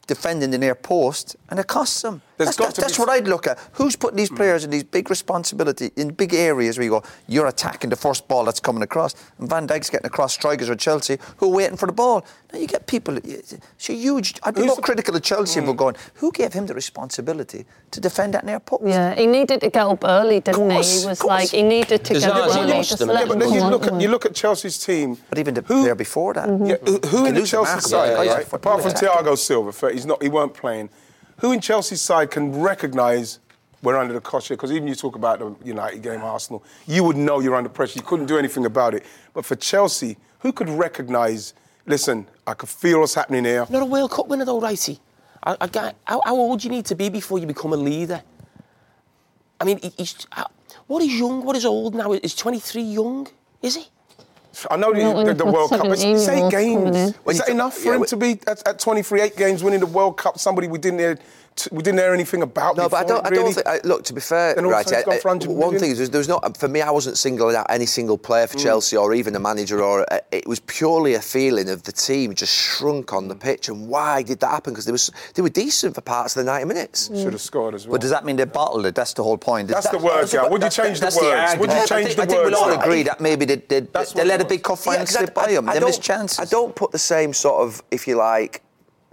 Speaker 4: defending the near post, and it costs them. that's that- that's what I'd look at. Who's putting
Speaker 5: Hmm.
Speaker 4: these players in these big responsibility in big areas where you go, you're attacking the first ball that's coming across, and Van Dijk's getting across strikers with Chelsea who are waiting for the ball. Now you get people. It's a huge. I'd be more critical of Chelsea
Speaker 5: Hmm.
Speaker 4: if we're going. Who gave him the responsibility to defend that near post?
Speaker 6: Yeah, he needed to get up early, didn't he?
Speaker 4: Course,
Speaker 6: He was
Speaker 4: course.
Speaker 6: like, he needed to get up
Speaker 5: but
Speaker 6: early.
Speaker 5: you
Speaker 6: Just
Speaker 5: look- yeah,
Speaker 6: let
Speaker 5: but
Speaker 6: him
Speaker 5: then you
Speaker 6: go
Speaker 5: look
Speaker 6: on.
Speaker 5: at you look at Chelsea's team.
Speaker 4: But even the player before that,
Speaker 5: Yeah, who, who in the Chelsea side,
Speaker 4: Yeah, yeah.
Speaker 5: right, apart from Thiago Silva, fair- he's not, he weren't playing. Who in Chelsea's side can recognise we're under the cosh Because even you talk about the United game, Arsenal, you would know you're under pressure. You couldn't do anything about it. But for Chelsea, who could recognise? Listen, I could feel what's happening here.
Speaker 7: Not a World Cup winner though, righty. I, I got, how, how old do you need to be before you become a leader? I mean, he- he's uh, what is young? What is old now? Is 23 young? Is he?
Speaker 5: I know
Speaker 7: Not when
Speaker 5: the, the,
Speaker 7: you've got
Speaker 5: World Cup. It's, it's
Speaker 7: 17
Speaker 5: eight
Speaker 7: year olds coming
Speaker 5: games.
Speaker 7: in.
Speaker 5: Is that enough for him to be at, at 23, eight games winning the World Cup? Somebody we didn't hear, t- we didn't hear anything about.
Speaker 3: No, but I
Speaker 5: before,
Speaker 3: don't. I
Speaker 5: really.
Speaker 3: don't think. I, look, to be fair,
Speaker 5: Then all of a
Speaker 3: right.
Speaker 5: sudden it's
Speaker 3: I-
Speaker 5: gone for
Speaker 3: I-
Speaker 5: 100
Speaker 3: one
Speaker 5: million.
Speaker 3: thing is, there's, there's not for me. I wasn't singling out any single player for
Speaker 5: Mm.
Speaker 3: Chelsea or even a manager, or uh, it was purely a feeling of the team just shrunk on the pitch. And why did that happen? Because they was they were decent for parts of the 90 minutes.
Speaker 5: Should have scored as well.
Speaker 3: But
Speaker 4: does that mean they bottled it? That's the whole point.
Speaker 3: That's
Speaker 4: That-
Speaker 3: the word,
Speaker 4: that's
Speaker 3: yeah. Would you
Speaker 4: that's
Speaker 3: change the
Speaker 4: that's
Speaker 3: words? Would you change
Speaker 4: argument. I think,
Speaker 3: the
Speaker 4: I think
Speaker 3: words?
Speaker 4: we'll all
Speaker 3: Right.
Speaker 4: agree that maybe they, they, they, they let a big cup final
Speaker 3: 'cause I-
Speaker 4: slip by them.
Speaker 3: I
Speaker 4: They missed
Speaker 3: don't-
Speaker 4: chances.
Speaker 3: I don't put the same sort of, if you like,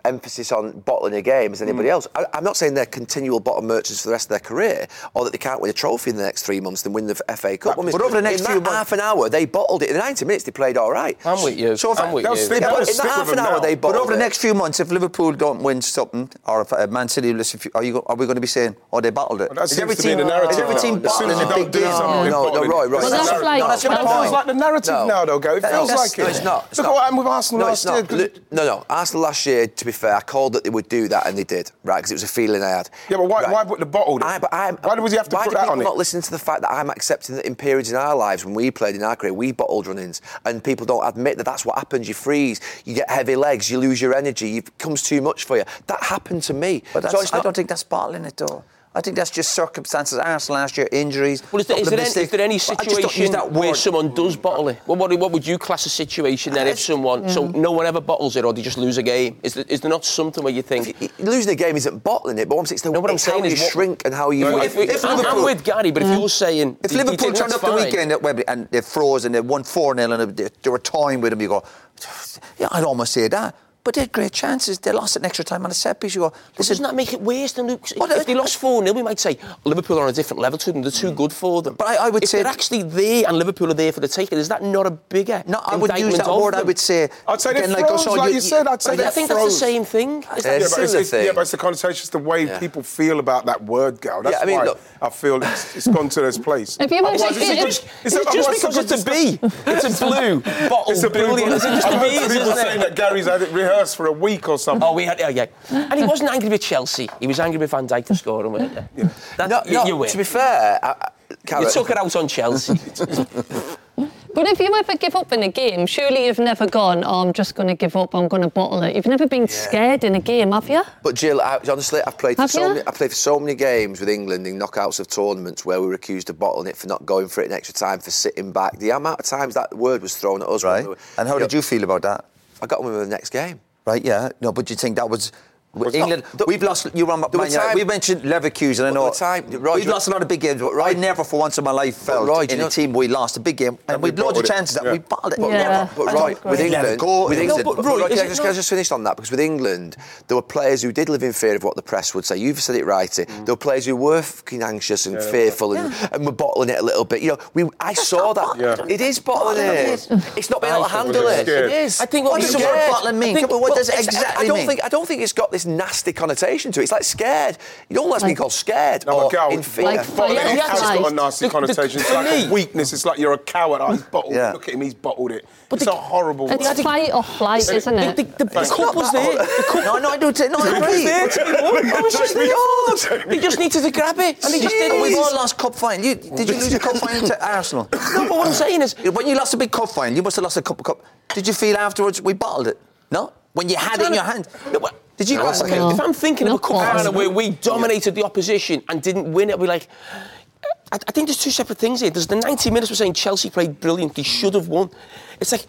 Speaker 3: emphasis on bottling a game as
Speaker 4: Mm.
Speaker 3: anybody else. I, I'm not saying they're continual bottom merchants for the rest of their career, or that they can't win a trophy in the next three months and win the FA Cup. I mean,
Speaker 4: but over the next
Speaker 3: in
Speaker 4: few
Speaker 3: that half an hour, they bottled it. In 90 minutes, they played all right.
Speaker 7: I'm with you.
Speaker 3: So if
Speaker 7: I'm with you.
Speaker 3: Yeah, but in that half an hour, they
Speaker 4: But
Speaker 3: bottled
Speaker 4: over the
Speaker 3: it.
Speaker 4: next few months, if Liverpool don't win something, or if uh, Man City, lose a few- are, you, go- are we going to be saying, oh, they bottled it?
Speaker 5: Well, that
Speaker 4: Is
Speaker 5: seems
Speaker 4: every
Speaker 5: to be
Speaker 4: team,
Speaker 5: the narrative
Speaker 4: is every
Speaker 5: now.
Speaker 4: team
Speaker 5: As soon as
Speaker 4: bottling
Speaker 5: you
Speaker 4: a
Speaker 5: don't
Speaker 4: big
Speaker 5: do
Speaker 4: game?
Speaker 5: something, they
Speaker 3: No, no,
Speaker 5: bottle it.
Speaker 3: right, right.
Speaker 5: But that's like-
Speaker 3: no, that's my
Speaker 5: It
Speaker 3: point.
Speaker 5: feels like the narrative
Speaker 3: No.
Speaker 5: now, though, Gary. It
Speaker 3: No,
Speaker 5: feels like
Speaker 3: that's-
Speaker 5: it.
Speaker 3: No, it's not. It's
Speaker 5: Look
Speaker 3: not.
Speaker 5: what happened with Arsenal
Speaker 3: no,
Speaker 5: last
Speaker 3: it's not.
Speaker 5: year.
Speaker 3: Look, No, no. Arsenal last year, to be fair, I called that they would do that, and they did, right? Because it was a feeling I had.
Speaker 5: Yeah, but why, why put the bottle?
Speaker 3: I, but I'm,
Speaker 5: Why would you have to
Speaker 3: why
Speaker 5: put
Speaker 3: do
Speaker 5: that
Speaker 3: people
Speaker 5: on it?
Speaker 3: not listen to the fact that I'm accepting that in periods in our lives when we played in our career, we bottled run-ins, and people don't admit that that's what happens. You freeze, you get heavy legs, you lose your energy, it becomes too much for you. That happened to me.
Speaker 4: But
Speaker 3: so
Speaker 4: that's,
Speaker 3: it's
Speaker 4: I
Speaker 3: not,
Speaker 4: don't think that's bottling it, though. I think that's just circumstances. Arsenal last year, injuries.
Speaker 7: Well, is there,
Speaker 4: couple
Speaker 7: is
Speaker 4: of
Speaker 7: there, any,
Speaker 4: mistakes.
Speaker 7: is there any
Speaker 4: But I just don't use
Speaker 7: situation
Speaker 4: that
Speaker 7: where
Speaker 4: word.
Speaker 7: someone does bottle it? Well, what, what would you class a situation then if someone, so
Speaker 3: Mm.
Speaker 7: no one ever bottles it or they just lose a game? Is there, is there not something where you think.
Speaker 3: Losing a game isn't bottling it, but what I'm saying is,
Speaker 7: no, what I'm
Speaker 3: it's
Speaker 7: saying
Speaker 3: how you
Speaker 7: is what-
Speaker 3: shrink and how you.
Speaker 7: Well, if we- I'm- I'm with Gary, but if you're saying.
Speaker 4: Mm. If
Speaker 7: you- you
Speaker 4: Liverpool
Speaker 7: think
Speaker 4: turned up
Speaker 7: that's
Speaker 4: the
Speaker 7: fine.
Speaker 4: weekend at Wembley and they froze and they won 4 0 and they, they were toying with them, you go, yeah, I'd almost say that. But they had great chances. They lost an extra time on a set piece. You go, listen.
Speaker 7: Doesn't that make it worse than Luke? If they lost 4 0, we might say Liverpool are on a different level to them. They're
Speaker 4: Mm.
Speaker 7: too good for them. But I, would if say. they're actually there and Liverpool are there for the taking, is that not a bigger. No,
Speaker 4: I would use that word. I would say.
Speaker 5: I'd say they're
Speaker 4: again,
Speaker 5: froze,
Speaker 4: Osho,
Speaker 5: like you, said. I'd say
Speaker 7: I
Speaker 5: they're
Speaker 7: think that's the
Speaker 5: froze.
Speaker 7: same thing. Is
Speaker 5: yeah,
Speaker 7: that
Speaker 5: but it's,
Speaker 7: similar
Speaker 5: it's,
Speaker 7: thing?
Speaker 5: yeah, but it's the connotation, it's the way people feel about that word, Gal. That's
Speaker 7: Yeah, I mean,
Speaker 5: why
Speaker 7: look-
Speaker 5: I feel it's, it's gone to this place.
Speaker 6: If you were
Speaker 5: Otherwise,
Speaker 6: taking-
Speaker 5: it's a-
Speaker 6: it's-
Speaker 5: it's a-
Speaker 6: it's just
Speaker 5: otherwise
Speaker 6: because
Speaker 5: a
Speaker 6: it's a
Speaker 5: disgust-
Speaker 7: B. It's a blue bottle
Speaker 5: It's a blue
Speaker 7: billion.
Speaker 5: bottle.
Speaker 7: It's just
Speaker 5: I've heard
Speaker 7: Bs,
Speaker 5: people
Speaker 7: isn't it?
Speaker 5: saying that Gary's had it rehearsed for a week or something.
Speaker 7: Oh, we had, yeah, yeah. And
Speaker 5: <laughs>
Speaker 7: he wasn't angry with Chelsea. He was angry with Van Dijk to score, and weren't he? That,
Speaker 3: No,
Speaker 7: you,
Speaker 3: no,
Speaker 7: you win.
Speaker 3: to be fair, I, I,
Speaker 7: you
Speaker 3: Gareth-
Speaker 7: took it out
Speaker 4: <laughs>
Speaker 7: on Chelsea.
Speaker 6: But if you ever give up in a game, surely you've never gone, oh, I'm just going to give up, I'm going to bottle it. You've never been scared in a game, have you?
Speaker 3: But Jill, I, honestly, I've played for
Speaker 6: Have
Speaker 3: so
Speaker 6: you?
Speaker 3: many, I played for so many games with England in knockouts of tournaments where we were accused of bottling it for not going for it in extra time for sitting back. The amount of times that word was thrown at us. Right.
Speaker 4: And how did you feel about that?
Speaker 3: I got on with the next game.
Speaker 4: Right, yeah. No, but do you think that was.
Speaker 3: it's
Speaker 4: England, we've lost. You were on
Speaker 3: there were
Speaker 4: Man United.
Speaker 3: time-
Speaker 4: we mentioned Leverkusen. I
Speaker 3: there
Speaker 4: know.
Speaker 3: were time- Roy,
Speaker 4: we've
Speaker 3: you-
Speaker 4: lost a lot of big games, but I never, for once in my life, felt
Speaker 3: Roy, do
Speaker 4: in
Speaker 3: you
Speaker 4: a
Speaker 3: know-
Speaker 4: team we lost a big game and we've loads of chances that we bottled it.
Speaker 3: But,
Speaker 4: Never.
Speaker 3: but,
Speaker 4: I
Speaker 3: right,
Speaker 4: don't
Speaker 3: with
Speaker 4: think-
Speaker 3: England,
Speaker 4: Go,
Speaker 3: with
Speaker 4: England.
Speaker 3: England, but, Roy,
Speaker 4: is
Speaker 3: can I
Speaker 4: it
Speaker 3: just,
Speaker 4: not-
Speaker 3: can I just finish on that? Because with England, there were players who did live in fear of what the press would say. You've said it right. here. There were players who were fucking anxious and
Speaker 4: Yeah, yeah.
Speaker 3: fearful and, and were bottling it a little bit. You know, we, I saw that. It is bottling it. It's not being able to handle it. It is.
Speaker 4: I think what,
Speaker 3: I'm
Speaker 4: does the
Speaker 3: scared.
Speaker 4: word bottling mean?
Speaker 3: I think-
Speaker 4: what
Speaker 3: well,
Speaker 4: does it
Speaker 3: it's-
Speaker 4: exactly
Speaker 3: I don't
Speaker 4: mean?
Speaker 3: think I don't think it's got this nasty connotation to it. It's like scared. You don't like being called scared or in fear.
Speaker 5: Bottle it has got a nasty connotation. It's
Speaker 3: for
Speaker 5: like
Speaker 3: me-
Speaker 5: a weakness. It's like you're a coward. Oh, he's bottled.
Speaker 3: Yeah.
Speaker 5: it. Look at him. He's bottled it. it's a horrible.
Speaker 4: Oh.
Speaker 6: It's
Speaker 5: word.
Speaker 6: fight or flight,
Speaker 5: It's-
Speaker 6: isn't it?
Speaker 5: the- the- the It's cup not was that there.
Speaker 4: No, no, I don't. No, I
Speaker 5: Look
Speaker 4: agree.
Speaker 5: at that.
Speaker 4: I was just
Speaker 5: Look
Speaker 4: the
Speaker 7: He just needed to grab it, and he just didn't.
Speaker 4: And we all lost cup final. You, did you lose a cup final to Arsenal?
Speaker 7: No, but what I'm saying is,
Speaker 4: when you lost a big cup final, you must have lost a cup of cup. Did you feel afterwards we bottled it? No. When you had it in your hand. Did you?
Speaker 7: No, okay, If I'm thinking of a cup
Speaker 4: No.
Speaker 7: final where we dominated the opposition and didn't win, it'll be like. I, I think there's two separate things here. There's the 90 minutes we're saying Chelsea played brilliant, they should have won. It's like,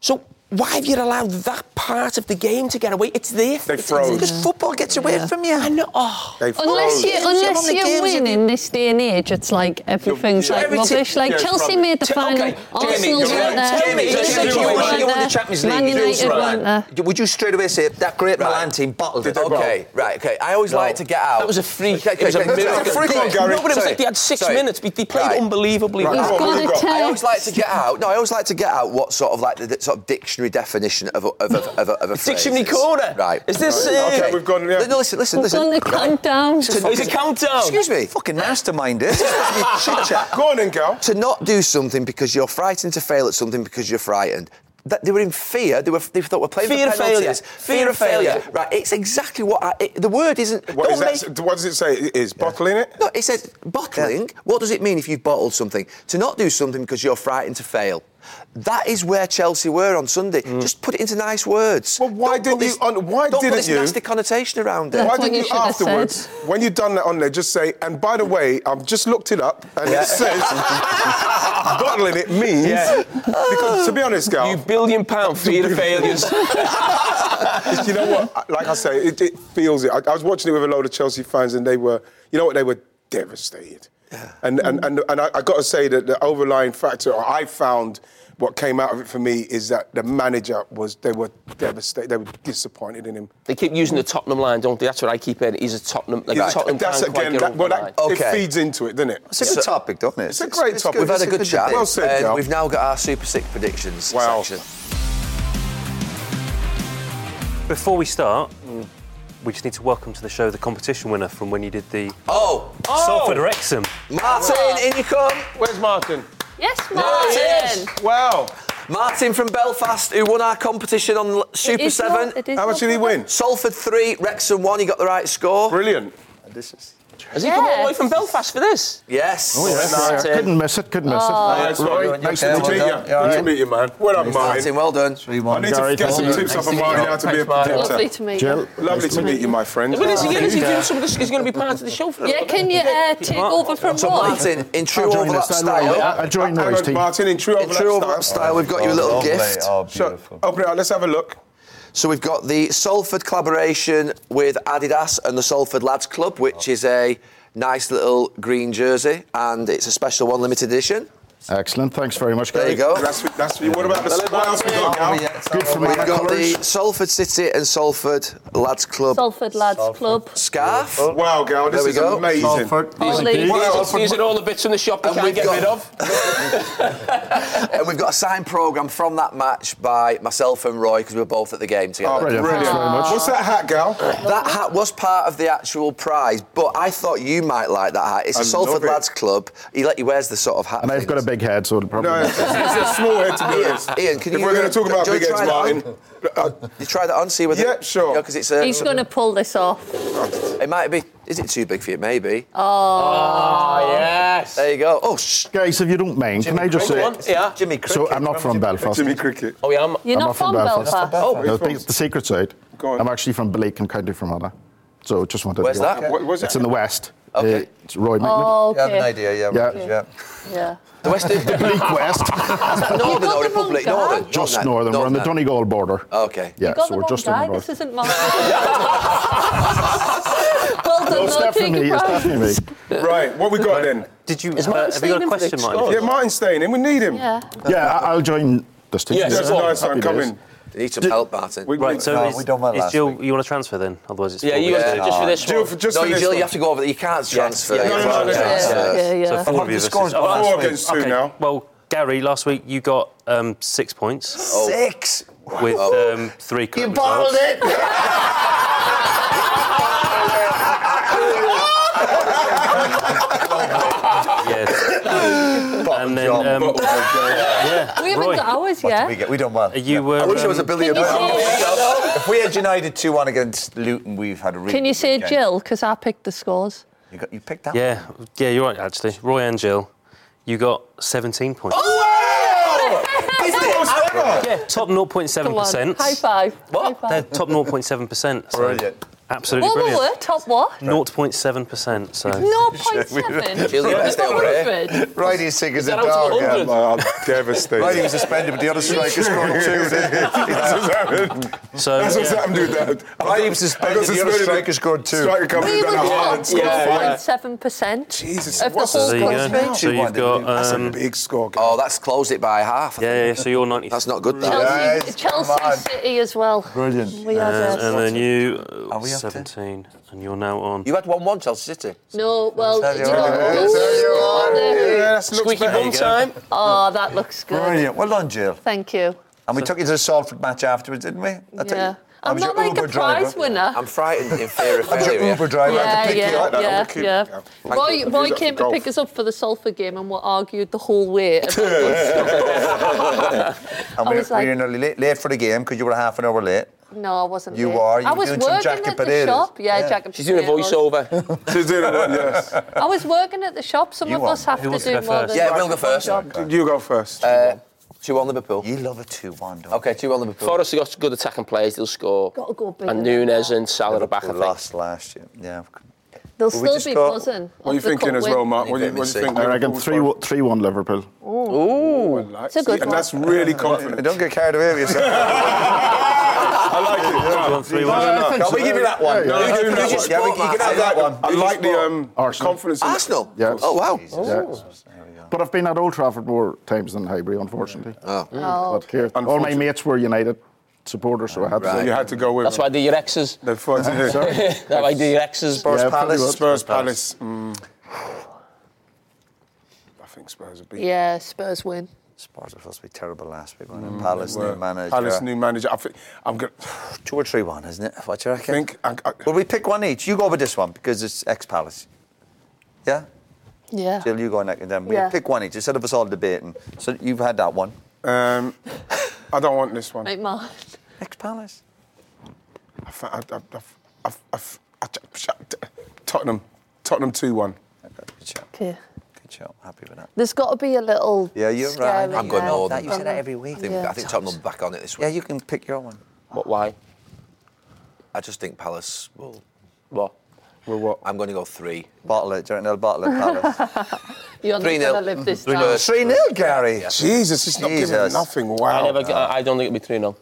Speaker 7: so why have you allowed that part of the game to get away? It's there. They
Speaker 5: froze.
Speaker 7: Because
Speaker 4: football gets away from you. I
Speaker 7: know. Oh.
Speaker 5: They
Speaker 6: Unless
Speaker 5: froze.
Speaker 6: you unless
Speaker 4: the
Speaker 6: you're
Speaker 4: games
Speaker 6: winning in this day and age, it's like everything's
Speaker 4: yeah,
Speaker 6: like
Speaker 4: every team-
Speaker 6: rubbish. Like
Speaker 4: yeah, it's
Speaker 6: Chelsea
Speaker 4: rubbish.
Speaker 6: made the
Speaker 4: Ch-
Speaker 6: final,
Speaker 4: okay,
Speaker 6: Arsenal
Speaker 4: you're
Speaker 6: weren't
Speaker 4: right.
Speaker 6: there,
Speaker 4: Jamie,
Speaker 6: Liverpool
Speaker 4: Jamie, you
Speaker 6: weren't
Speaker 4: won- you won
Speaker 6: there,
Speaker 4: the Champions
Speaker 6: Man
Speaker 4: League.
Speaker 6: United
Speaker 4: Right.
Speaker 6: weren't there.
Speaker 4: Would you straight away say that great Milan team bottled it?
Speaker 3: Okay, right, okay. I always like to get out. That was
Speaker 7: a free.
Speaker 3: Okay, okay,
Speaker 7: It was a <laughs>
Speaker 3: okay.
Speaker 7: miracle. No, but it was like they had six minutes. but They played unbelievably well.
Speaker 3: I always like to get out. No, I always like to get out. What sort of like the, the sort of dictionary definition of a, of a, of a, of a phrase
Speaker 7: <laughs> Dictionary
Speaker 3: is.
Speaker 7: corner.
Speaker 3: Right.
Speaker 7: Is this,
Speaker 3: Right.
Speaker 7: uh,
Speaker 3: Okay,
Speaker 7: We've gone, yeah.
Speaker 3: No, listen, listen,
Speaker 7: We've
Speaker 3: listen.
Speaker 7: gone the
Speaker 6: countdown.
Speaker 3: This is
Speaker 7: It's a
Speaker 3: fucking-
Speaker 7: countdown.
Speaker 3: Excuse me.
Speaker 4: Fucking mastermind this.
Speaker 7: <laughs>
Speaker 5: Go on then, girl.
Speaker 3: To not do something because you're frightened to fail at something because you're frightened. That they were in fear. They were. They thought we're playing for
Speaker 7: Fear of failure.
Speaker 3: penalties.
Speaker 7: Fear
Speaker 3: Fear,
Speaker 7: of
Speaker 3: of failure.
Speaker 7: failure.
Speaker 3: Right. It's exactly what I, it, the word isn't.
Speaker 5: What,
Speaker 3: don't
Speaker 5: is that,
Speaker 3: make-
Speaker 5: what does it say? It is bottling it?
Speaker 3: No, it says bottling. What does it mean if you've bottled something? To not do something because you're frightened to fail. That is where Chelsea were on Sunday.
Speaker 5: Mm.
Speaker 3: Just put it into nice words. Well, why
Speaker 5: didn't you on- why
Speaker 3: don't
Speaker 5: didn't
Speaker 3: put this
Speaker 5: you-
Speaker 3: nasty connotation around it.
Speaker 5: Why didn't you, afterwards, when you've done that on there, just say, and by the way, I've just looked it up and
Speaker 3: Yeah.
Speaker 5: it says bottling it means. Because to be honest, girl. You
Speaker 7: billion pound fear of failures.
Speaker 5: you know what? Like I say, it, it feels it. I, I was watching it with a load of Chelsea fans and they were, you know what? They were devastated. And, and, and, and I, I got to say that the overlying factor, or I found what came out of it for me is that the manager was, they were devastated. They were disappointed in him.
Speaker 7: They keep using the Tottenham line, don't they? That's what I keep hearing. He's a Tottenham. Like,
Speaker 5: Yeah,
Speaker 7: Tottenham
Speaker 5: that's
Speaker 7: can't quite
Speaker 5: again,
Speaker 7: get
Speaker 5: that-
Speaker 7: over
Speaker 5: well,
Speaker 7: the
Speaker 5: that-
Speaker 7: line.
Speaker 5: it Okay. feeds into it, doesn't it?
Speaker 4: It's a good topic, doesn't it?
Speaker 5: It's a great topic.
Speaker 3: We've had
Speaker 5: It's
Speaker 3: a
Speaker 5: a
Speaker 3: good
Speaker 5: good
Speaker 3: chat.
Speaker 5: debate. Well said,
Speaker 3: and
Speaker 5: Gal.
Speaker 3: we've now got our Super Sick predictions section.
Speaker 2: Before we start, we just need to welcome to the show the competition winner from when you did the
Speaker 3: Oh,
Speaker 2: Salford Wrexham.
Speaker 3: Martin, in you come.
Speaker 7: Where's Martin?
Speaker 6: Yes,
Speaker 3: Martin.
Speaker 5: Wow.
Speaker 3: Martin from Belfast, who won our competition on l- Super
Speaker 6: is
Speaker 3: 7.
Speaker 6: not- it is How much not- did he
Speaker 5: win?
Speaker 3: Salford 3, Wrexham 1. He got the right score.
Speaker 5: Brilliant.
Speaker 4: This is
Speaker 7: Has he come all the way from Belfast for this?
Speaker 3: Yes.
Speaker 7: Oh, yes. Martin.
Speaker 10: Couldn't miss it, couldn't miss it.
Speaker 7: Oh. Yeah, it's all
Speaker 10: Roy,
Speaker 7: right.
Speaker 10: nice
Speaker 7: Okay,
Speaker 10: to meet
Speaker 7: well
Speaker 10: you.
Speaker 7: done. Yeah,
Speaker 10: Nice
Speaker 7: all
Speaker 10: to
Speaker 7: right.
Speaker 10: meet you, man.
Speaker 5: Well
Speaker 10: done,
Speaker 5: done,
Speaker 3: Martin, well done.
Speaker 5: I need to get some tips off of Martin how to be a presenter.
Speaker 6: Lovely to meet you.
Speaker 5: Jill, Lovely to meet you, my friend.
Speaker 7: Well, is he, is he
Speaker 5: Yeah.
Speaker 7: doing some of this? He's going to be part of the show for a
Speaker 6: Yeah,
Speaker 7: little
Speaker 6: can you
Speaker 7: bit.
Speaker 6: uh, take over from
Speaker 3: So,
Speaker 6: Roy?
Speaker 3: Martin, in true
Speaker 10: I'll join
Speaker 3: overlap
Speaker 10: this, don't worry.
Speaker 3: style,
Speaker 10: I'll join
Speaker 5: Hang
Speaker 10: those
Speaker 5: on,
Speaker 10: two.
Speaker 5: Martin, in true
Speaker 3: in true
Speaker 5: overlap
Speaker 3: overlap style, we've got you a little gift.
Speaker 5: So, open it up. Let's have a look.
Speaker 3: So we've got the Salford collaboration with Adidas and the Salford Lads Club, which is a nice little green jersey, and it's a special one, limited edition.
Speaker 10: Excellent. Thanks very much,
Speaker 3: There
Speaker 10: guys.
Speaker 3: you go.
Speaker 5: That's that's what about the what else we got now?
Speaker 10: Good for
Speaker 3: We've
Speaker 10: my
Speaker 3: got
Speaker 10: colours.
Speaker 3: the Salford City and Salford Lads Club
Speaker 6: Salford Lads Club.
Speaker 3: scarf.
Speaker 5: Oh, Wow, girl, this
Speaker 3: There we
Speaker 5: is
Speaker 3: go.
Speaker 5: amazing.
Speaker 7: These are,
Speaker 6: Holy-
Speaker 7: these,
Speaker 6: Well,
Speaker 7: are, these are all the bits from the shop we
Speaker 3: And
Speaker 7: can't
Speaker 3: we've
Speaker 7: get
Speaker 3: got-
Speaker 7: rid of.
Speaker 3: And we've got a signed programme from that match by myself and Roy because we were both at the game together.
Speaker 5: Oh, brilliant. What's that hat, gal?
Speaker 3: That hat was part of the actual prize, but I thought you might like that hat. It's a
Speaker 5: I love
Speaker 3: Salford
Speaker 5: it.
Speaker 3: Lads Club. He, let, he wears the sort of hat.
Speaker 10: And I've got a
Speaker 3: things.
Speaker 10: big head, so it'll probably.
Speaker 5: No, it's, it's a small head to be honest.
Speaker 3: Ian, can
Speaker 5: if
Speaker 3: you,
Speaker 5: we're going
Speaker 3: uh,
Speaker 5: to talk about
Speaker 3: do you
Speaker 5: big heads,
Speaker 3: try that
Speaker 5: Martin, uh,
Speaker 3: You try that on, see whether.
Speaker 5: Yeah, sure.
Speaker 3: Because it's a.
Speaker 6: He's going to pull this off.
Speaker 3: It might be. Is it too big for you? Maybe.
Speaker 6: Ah,
Speaker 4: Ah.
Speaker 7: Oh, yes.
Speaker 3: There you go. Oh, shh.
Speaker 10: <laughs> Guys, if you don't mind, can I just say.
Speaker 7: on, yeah.
Speaker 3: Jimmy Cricket.
Speaker 10: So I'm not from Belfast.
Speaker 5: Jimmy Cricket.
Speaker 7: Oh, yeah, I'm,
Speaker 6: You're
Speaker 10: I'm
Speaker 6: not from Belfast.
Speaker 10: Oh,
Speaker 5: Where you from?
Speaker 10: the secret side.
Speaker 5: Go on.
Speaker 10: I'm actually from Blaken, County Fermanagh. So just wanted
Speaker 3: Where's
Speaker 10: to.
Speaker 3: that?
Speaker 5: What was
Speaker 10: It's
Speaker 5: it?
Speaker 10: in the west.
Speaker 3: Okay.
Speaker 10: Uh, it's Roy
Speaker 6: Oh,
Speaker 10: Maitland.
Speaker 6: okay.
Speaker 4: idea,
Speaker 10: Yeah.
Speaker 6: Yeah.
Speaker 3: The West Indies. <laughs>
Speaker 10: Bleak West,
Speaker 6: You got
Speaker 3: Northern
Speaker 6: the
Speaker 3: or
Speaker 6: wrong
Speaker 3: Republic.
Speaker 6: guy.
Speaker 3: Northern.
Speaker 10: just northern. We're on the
Speaker 3: Northern.
Speaker 10: Donegal border.
Speaker 3: Okay.
Speaker 10: Yeah,
Speaker 6: You got
Speaker 10: so
Speaker 6: the
Speaker 10: we're
Speaker 6: wrong
Speaker 10: just
Speaker 6: guy.
Speaker 10: in the north.
Speaker 6: This isn't mine. <laughs> well done,
Speaker 10: Oh, it's
Speaker 6: well, take
Speaker 10: definitely me.
Speaker 6: your
Speaker 10: It's
Speaker 6: prize.
Speaker 10: definitely me.
Speaker 5: Right, what we got then?
Speaker 2: Did you?
Speaker 7: Is
Speaker 2: uh,
Speaker 7: Martin
Speaker 2: have you
Speaker 7: staying
Speaker 2: got a
Speaker 7: in for
Speaker 2: question,
Speaker 7: the
Speaker 2: Martin?
Speaker 5: Yeah, Martin's staying in. We need him.
Speaker 6: Yeah.
Speaker 10: Yeah, I- I'll join this team.
Speaker 7: Yes,
Speaker 5: That's
Speaker 7: Yeah.
Speaker 5: nice. I'm
Speaker 10: Happy days.
Speaker 5: coming.
Speaker 3: They need some help, Martin.
Speaker 5: We,
Speaker 2: Right, so
Speaker 4: No,
Speaker 2: is,
Speaker 4: we done well
Speaker 2: is
Speaker 4: last
Speaker 2: Jill, you want to transfer then? Otherwise, it's
Speaker 7: Yeah,
Speaker 2: four
Speaker 7: you
Speaker 2: of
Speaker 7: want just for this
Speaker 5: Jill,
Speaker 7: one.
Speaker 5: for just
Speaker 3: no,
Speaker 5: for
Speaker 3: you,
Speaker 5: this
Speaker 3: Jill,
Speaker 5: one.
Speaker 3: you have to go over there. You can't transfer.
Speaker 7: yeah,
Speaker 3: You
Speaker 7: no, no,
Speaker 3: can't
Speaker 5: no, no,
Speaker 3: transfer.
Speaker 6: Yeah, yeah, yeah.
Speaker 2: So four of you versus
Speaker 4: scores
Speaker 2: oh,
Speaker 4: by
Speaker 2: that's
Speaker 5: four
Speaker 2: right.
Speaker 5: against two
Speaker 2: Okay,
Speaker 5: now.
Speaker 2: Well, Gary, last week you got um, six points
Speaker 3: Oh.
Speaker 4: Six.
Speaker 2: with um, three correct results.
Speaker 4: it.
Speaker 2: Yes.
Speaker 5: <laughs>
Speaker 2: and then, um, yeah,
Speaker 6: We haven't
Speaker 2: Roy,
Speaker 6: got ours yet.
Speaker 4: We done well.
Speaker 2: are you were.
Speaker 3: I wish I was a
Speaker 2: um,
Speaker 3: billionaire.
Speaker 4: If we had United 2 1 against Luton, we've had a really.
Speaker 6: Can you
Speaker 4: good
Speaker 6: say
Speaker 4: game.
Speaker 6: Jill? Because I picked the scores.
Speaker 4: You, got, you picked that
Speaker 2: Yeah, yeah, you're right, actually. Roy and Jill, you got 17 points.
Speaker 5: Oh,
Speaker 6: <laughs>
Speaker 2: Yeah, top
Speaker 6: Come on.
Speaker 2: 0.7%.
Speaker 6: High five. What?
Speaker 2: They're top 0.7%. So
Speaker 4: Brilliant.
Speaker 2: Absolutely
Speaker 6: What were we?
Speaker 2: brilliant.
Speaker 6: Top what?
Speaker 2: 0.7%. So.
Speaker 6: <laughs> No point seven.
Speaker 3: Jill, you better stay over here.
Speaker 4: one.
Speaker 6: Hundred.
Speaker 4: Right, he's sick as a
Speaker 7: that out
Speaker 4: dog.
Speaker 7: of
Speaker 4: yeah.
Speaker 7: 100?
Speaker 5: I'm
Speaker 4: Right, he was
Speaker 5: devastated.
Speaker 4: suspended, but the other striker scored two, didn't <laughs> he?
Speaker 2: So,
Speaker 5: That's what's
Speaker 2: yeah.
Speaker 5: happened to that.
Speaker 4: Right,
Speaker 5: I
Speaker 4: he was
Speaker 5: got
Speaker 4: suspended, the other striker scored two.
Speaker 5: Striker coming
Speaker 6: We were
Speaker 5: down the hall
Speaker 6: top
Speaker 5: and scored
Speaker 7: yeah.
Speaker 5: five.
Speaker 6: point seven percent
Speaker 5: Jesus,
Speaker 6: of the
Speaker 5: what's this?
Speaker 6: whole
Speaker 2: so there you go.
Speaker 6: country.
Speaker 2: So you've got.
Speaker 5: That's a
Speaker 2: Um,
Speaker 5: big score. guys.
Speaker 3: Oh, that's closed it by half. I
Speaker 2: yeah,
Speaker 3: think.
Speaker 2: yeah, yeah, so you're 90.
Speaker 3: That's not good, that.
Speaker 5: <laughs>
Speaker 6: Chelsea,
Speaker 4: Yes, come on.
Speaker 6: Chelsea City as well.
Speaker 4: Brilliant.
Speaker 6: <laughs> We had
Speaker 2: Uh,
Speaker 6: us.
Speaker 2: and then you,
Speaker 3: Are
Speaker 2: uh,
Speaker 3: we up to-
Speaker 2: 17, and you're now on.
Speaker 3: You had 1 1 Chelsea City.
Speaker 6: No, well,
Speaker 3: Tell
Speaker 6: you
Speaker 3: you what,
Speaker 6: know,
Speaker 3: I'll tell you
Speaker 6: oh,
Speaker 5: Yeah,
Speaker 6: the-
Speaker 5: that's looks
Speaker 7: Squeaky
Speaker 5: better.
Speaker 7: bum time.
Speaker 6: oh, that looks good.
Speaker 4: Brilliant. Well done, Jill.
Speaker 6: Thank you.
Speaker 4: And we took you to the Salford match afterwards, didn't we? I took you-
Speaker 6: Yeah.
Speaker 4: I
Speaker 6: I'm
Speaker 4: was your
Speaker 6: not like
Speaker 4: Uber
Speaker 6: a prize
Speaker 4: driver.
Speaker 6: winner.
Speaker 3: I'm frightened in fear of
Speaker 4: <laughs> I was
Speaker 3: failure.
Speaker 4: your Uber driver. I had to pick
Speaker 6: Yeah,
Speaker 4: you
Speaker 6: yeah,
Speaker 4: up.
Speaker 6: yeah,
Speaker 5: kid.
Speaker 6: yeah.
Speaker 5: Yeah.
Speaker 6: Roy,
Speaker 5: Thank
Speaker 6: Roy
Speaker 5: you.
Speaker 6: came to
Speaker 5: Golf.
Speaker 6: pick us up for the Salford game and we argued the whole way.
Speaker 4: <laughs> And
Speaker 6: about-
Speaker 4: we
Speaker 6: I
Speaker 4: were,
Speaker 6: was like-
Speaker 4: we were in early, late, late for the game because you were half an hour late.
Speaker 6: no, I wasn't.
Speaker 4: You
Speaker 6: there.
Speaker 4: are, you
Speaker 6: I
Speaker 4: were
Speaker 6: was
Speaker 4: doing some
Speaker 6: working
Speaker 4: Jackie
Speaker 6: at the
Speaker 4: Paredes.
Speaker 6: shop. Yeah,
Speaker 4: Yeah.
Speaker 6: Jack.
Speaker 7: She's doing a voiceover.
Speaker 4: <laughs>
Speaker 5: She's doing it, yes.
Speaker 6: I was working at the shop. Some
Speaker 4: You
Speaker 6: of
Speaker 4: are.
Speaker 6: us have
Speaker 2: Who
Speaker 6: to
Speaker 2: wants to
Speaker 6: do
Speaker 2: go
Speaker 6: more
Speaker 2: first?
Speaker 6: than
Speaker 3: Yeah, we'll go first.
Speaker 5: You go first.
Speaker 3: Uh, 2 1 Liverpool.
Speaker 4: You love a 2 1, don't
Speaker 3: Okay, 2 1 Liverpool.
Speaker 7: Forrest have got good attacking players, they'll score.
Speaker 6: Gotta go bigger
Speaker 7: and
Speaker 6: than
Speaker 7: Nunes
Speaker 6: that.
Speaker 7: and Salah are back, I
Speaker 4: you? We
Speaker 7: think.
Speaker 4: lost last year. Yeah.
Speaker 6: They'll
Speaker 4: we
Speaker 6: still
Speaker 4: just
Speaker 6: be
Speaker 4: got-
Speaker 6: buzzing.
Speaker 5: what are you
Speaker 6: of the
Speaker 5: thinking
Speaker 6: cup
Speaker 5: as
Speaker 6: win.
Speaker 5: well, Mark? What do you,
Speaker 3: Think
Speaker 5: what do
Speaker 3: they
Speaker 5: you think?
Speaker 3: say.
Speaker 10: I reckon
Speaker 5: Liverpool's
Speaker 10: 3 1 three, one Liverpool.
Speaker 5: like?
Speaker 6: It's a good
Speaker 5: and
Speaker 6: one.
Speaker 5: that's really confident.
Speaker 4: Don't get carried away with yourself.
Speaker 5: <laughs> I like it.
Speaker 2: on, three, one.
Speaker 4: Can we give you that one?
Speaker 5: No,
Speaker 4: You
Speaker 5: no,
Speaker 4: do
Speaker 5: no,
Speaker 4: that
Speaker 5: no.
Speaker 4: one. Yeah, we- you can have that one.
Speaker 5: I like the um,
Speaker 10: Arsenal.
Speaker 5: confidence. in-
Speaker 3: Arsenal?
Speaker 10: Yes.
Speaker 3: Oh, wow.
Speaker 10: But I've been at Old Trafford more times than Highbury, unfortunately.
Speaker 6: Oh,
Speaker 10: But here, all my mates were United supporters, so I had
Speaker 5: So
Speaker 10: to.
Speaker 5: you had to go with.
Speaker 7: That's why I do your exes.
Speaker 5: The front
Speaker 7: <laughs>
Speaker 5: end.
Speaker 7: That's why I do your exes.
Speaker 4: Spurs
Speaker 10: Yeah, probably
Speaker 4: Palace.
Speaker 10: was.
Speaker 5: Spurs Palace. Mm. I think Spurs would be.
Speaker 6: yeah, Spurs win.
Speaker 4: Spurs were supposed to be terrible last week, weren't they? Palace, new manager.
Speaker 5: Mm, Palace new manager. I think I'm gonna
Speaker 4: <sighs> Two or three one, isn't it? What do you reckon?
Speaker 5: think. I, I,
Speaker 4: Well, we pick one each. You go with this one because it's ex Palace. Yeah?
Speaker 6: Yeah.
Speaker 4: Jill, you go next and then we
Speaker 6: Yeah.
Speaker 4: pick one each instead of us all debating. So you've had that one. <laughs>
Speaker 5: um, I don't want this one.
Speaker 6: Right, Mark.
Speaker 4: Ex Palace.
Speaker 5: I, fa- I, I, I, I, I, I, I, Tottenham. Tottenham 2 1.
Speaker 6: Okay.
Speaker 3: Good show. Happy with that.
Speaker 6: There's got to be a little.
Speaker 3: Yeah, you're
Speaker 6: scary
Speaker 3: right. I'm going
Speaker 6: there.
Speaker 3: Northern.
Speaker 6: You say that every
Speaker 3: I think,
Speaker 6: week.
Speaker 3: I think Tottenham will be back on it this week.
Speaker 4: Yeah, you can pick your one.
Speaker 7: What? Why?
Speaker 3: I just think Palace will.
Speaker 7: What?
Speaker 3: Will what? I'm going to go three.
Speaker 4: Bottle it, don't know. <laughs> Bottle it, Palace.
Speaker 6: <laughs> You're not
Speaker 3: 3
Speaker 6: going
Speaker 3: 0.
Speaker 6: to live this
Speaker 3: Three
Speaker 6: down.
Speaker 3: nil.
Speaker 4: Three nil, Gary.
Speaker 5: Jesus, it's not giving
Speaker 4: Jesus.
Speaker 5: nothing. Wow.
Speaker 7: I, never, I, I don't think it'll be 3 0.
Speaker 5: You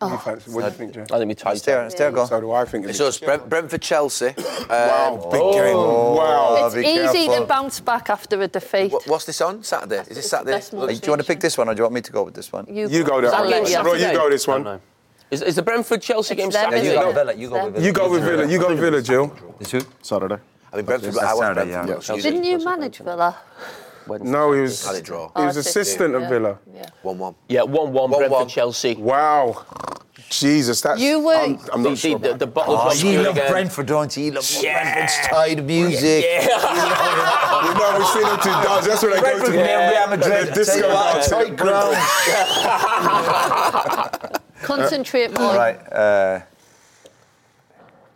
Speaker 3: Oh.
Speaker 5: fancy- What do you think, Jeff?
Speaker 7: I think we tied.
Speaker 4: Still, still gone.
Speaker 5: So do I think.
Speaker 3: It's us, Brent, Brentford Chelsea.
Speaker 5: <coughs>
Speaker 3: Um,
Speaker 5: wow, big game.
Speaker 3: Oh, Wow.
Speaker 6: Oh. It's easy to bounce back after a defeat.
Speaker 3: What's this on? Saturday? Is it Saturday?
Speaker 6: best one.
Speaker 4: Do you want to pick this one or do you want me to go with this one?
Speaker 6: You You go. go that I'll one. let you. Roy, you go
Speaker 5: this one.
Speaker 7: Is, is the Brentford Chelsea game
Speaker 6: them,
Speaker 7: Saturday?
Speaker 6: isn't it?
Speaker 3: you go
Speaker 5: You go with Villa. You go with Villa, Jill.
Speaker 13: It's who? Saturday.
Speaker 3: I mean, Brentford,
Speaker 13: It's
Speaker 3: I want
Speaker 13: Saturday,
Speaker 3: Brentford.
Speaker 13: yeah.
Speaker 3: Yeah. Chelsea.
Speaker 6: Didn't you manage Villa?
Speaker 5: No, he was.
Speaker 3: Had it draw.
Speaker 5: He was
Speaker 6: Oh, I see.
Speaker 5: assistant
Speaker 6: Yeah.
Speaker 5: at Villa.
Speaker 6: Yeah.
Speaker 3: 1 1.
Speaker 7: Yeah, 1 1
Speaker 3: 1-1.
Speaker 7: Brentford Chelsea.
Speaker 5: Wow. Jesus, that's.
Speaker 6: You were-
Speaker 5: I'm, I'm
Speaker 7: The,
Speaker 5: not sure.
Speaker 7: the, the,
Speaker 5: about
Speaker 7: the bottle
Speaker 4: Oh,
Speaker 7: dropped
Speaker 4: you
Speaker 7: here
Speaker 4: love
Speaker 7: again.
Speaker 4: Brentford, don't you? You love
Speaker 7: Yeah.
Speaker 4: Brentford's tied
Speaker 3: <laughs>
Speaker 4: music.
Speaker 5: that. you know, we've seen them to dance. That's where they go to
Speaker 4: Brentford, Real
Speaker 5: the
Speaker 4: Madrid. Tell
Speaker 5: disco
Speaker 4: you what,
Speaker 5: dance.
Speaker 4: tight ground.
Speaker 3: <laughs>
Speaker 6: <laughs> Concentrate more.
Speaker 4: All right, uh,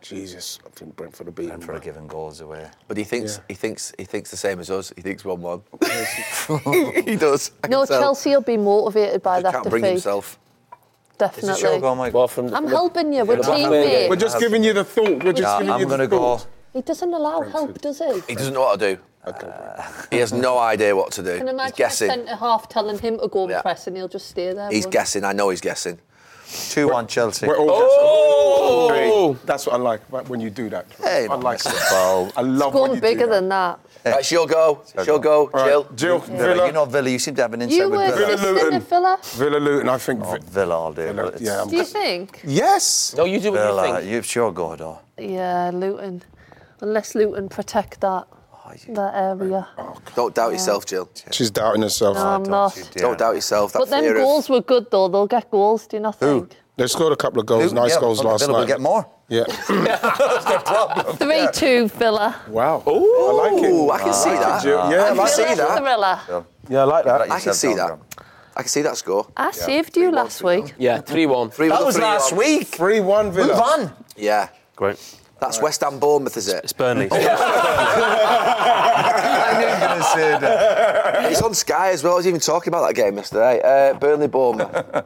Speaker 5: Jesus, I think Brentford will beat
Speaker 4: for a given goals away.
Speaker 3: But he thinks
Speaker 5: Yeah.
Speaker 3: he thinks he thinks the same as us. He thinks one
Speaker 5: <laughs>
Speaker 3: one. <laughs> he does. I
Speaker 6: No,
Speaker 3: can tell.
Speaker 6: Chelsea will be motivated by
Speaker 3: He
Speaker 6: that
Speaker 3: can't
Speaker 6: defeat.
Speaker 3: bring himself.
Speaker 4: Is it your
Speaker 6: Definitely.
Speaker 4: goal, Mike?
Speaker 7: Well, from the,
Speaker 6: I'm
Speaker 7: from the-
Speaker 6: helping you. We're
Speaker 7: Yeah, but-
Speaker 6: teammates.
Speaker 5: We're just giving you the thought. We're just
Speaker 4: Yeah,
Speaker 5: giving
Speaker 4: I'm
Speaker 5: you
Speaker 4: going to
Speaker 5: the
Speaker 4: go.
Speaker 5: thought.
Speaker 6: He doesn't allow help, does he?
Speaker 3: He doesn't know what to do. he has no idea what to do.
Speaker 6: Can
Speaker 3: He's
Speaker 6: imagine a uh,
Speaker 3: guessing.
Speaker 6: centre half telling him to go and
Speaker 3: Yeah.
Speaker 6: press, and he'll just stay there.
Speaker 3: He's
Speaker 6: won't he?
Speaker 3: guessing. I know he's guessing.
Speaker 4: 2 1 Chelsea.
Speaker 5: We're all
Speaker 7: Oh!
Speaker 5: Hey, that's what I like about when you do that.
Speaker 4: Hey,
Speaker 5: I
Speaker 4: not
Speaker 5: like
Speaker 4: messing
Speaker 5: it.
Speaker 4: about.
Speaker 5: I love when
Speaker 6: Going
Speaker 5: you do
Speaker 6: bigger
Speaker 5: that.
Speaker 6: than that.
Speaker 3: Right, she'll go. She'll go.
Speaker 5: All right,
Speaker 3: Jill.
Speaker 5: Jill,
Speaker 4: Villa. You
Speaker 5: Villa,
Speaker 4: know Villa, you seem to have an insight
Speaker 6: You
Speaker 4: with
Speaker 6: were
Speaker 4: Villa.
Speaker 5: Villa
Speaker 6: assistant
Speaker 5: Luton.
Speaker 6: at Villa.
Speaker 5: Villa, Luton. I think.
Speaker 4: Oh,
Speaker 5: Vi-
Speaker 4: Villa all day.
Speaker 5: Villa,
Speaker 4: but it's-
Speaker 5: yeah, I'm-
Speaker 6: Do you think?
Speaker 5: Yes.
Speaker 7: No, you do what you
Speaker 4: Villa,
Speaker 7: think.
Speaker 4: you've sure got on.
Speaker 6: Yeah, Luton. Unless Luton protect that
Speaker 3: Oh,
Speaker 6: that area.
Speaker 3: Don't doubt yourself, Jill.
Speaker 5: She's doubting herself.
Speaker 6: No, I'm not.
Speaker 3: Don't doubt yourself. That
Speaker 6: But them
Speaker 3: fear of-
Speaker 6: goals were good though. They'll get goals. Do you not think?
Speaker 5: They scored a couple of goals, nice goals last
Speaker 4: Villa
Speaker 5: night.
Speaker 4: will
Speaker 5: <laughs>
Speaker 4: get more.
Speaker 5: Yeah.
Speaker 6: Three two Villa.
Speaker 5: wow. Oh, I like it.
Speaker 3: Ooh, I can see
Speaker 5: like it,
Speaker 3: that.
Speaker 5: Jill. Yeah, I
Speaker 6: Villa
Speaker 5: like
Speaker 3: see
Speaker 5: it.
Speaker 3: that.
Speaker 6: Thriller.
Speaker 5: Yeah, I like that.
Speaker 3: I can see that. I can see that score.
Speaker 6: I saved you last week.
Speaker 7: Yeah, 3 1.
Speaker 3: Three with a three on.
Speaker 4: week.
Speaker 5: Three one Villa.
Speaker 4: Move on.
Speaker 3: Yeah.
Speaker 14: Great.
Speaker 3: That's West Ham Bournemouth, is it? Oh,
Speaker 14: It's Burnley.
Speaker 4: I knew you were going to say that.
Speaker 3: It's on Sky as well. I was even talking about that game yesterday. Uh, Burnley Bournemouth.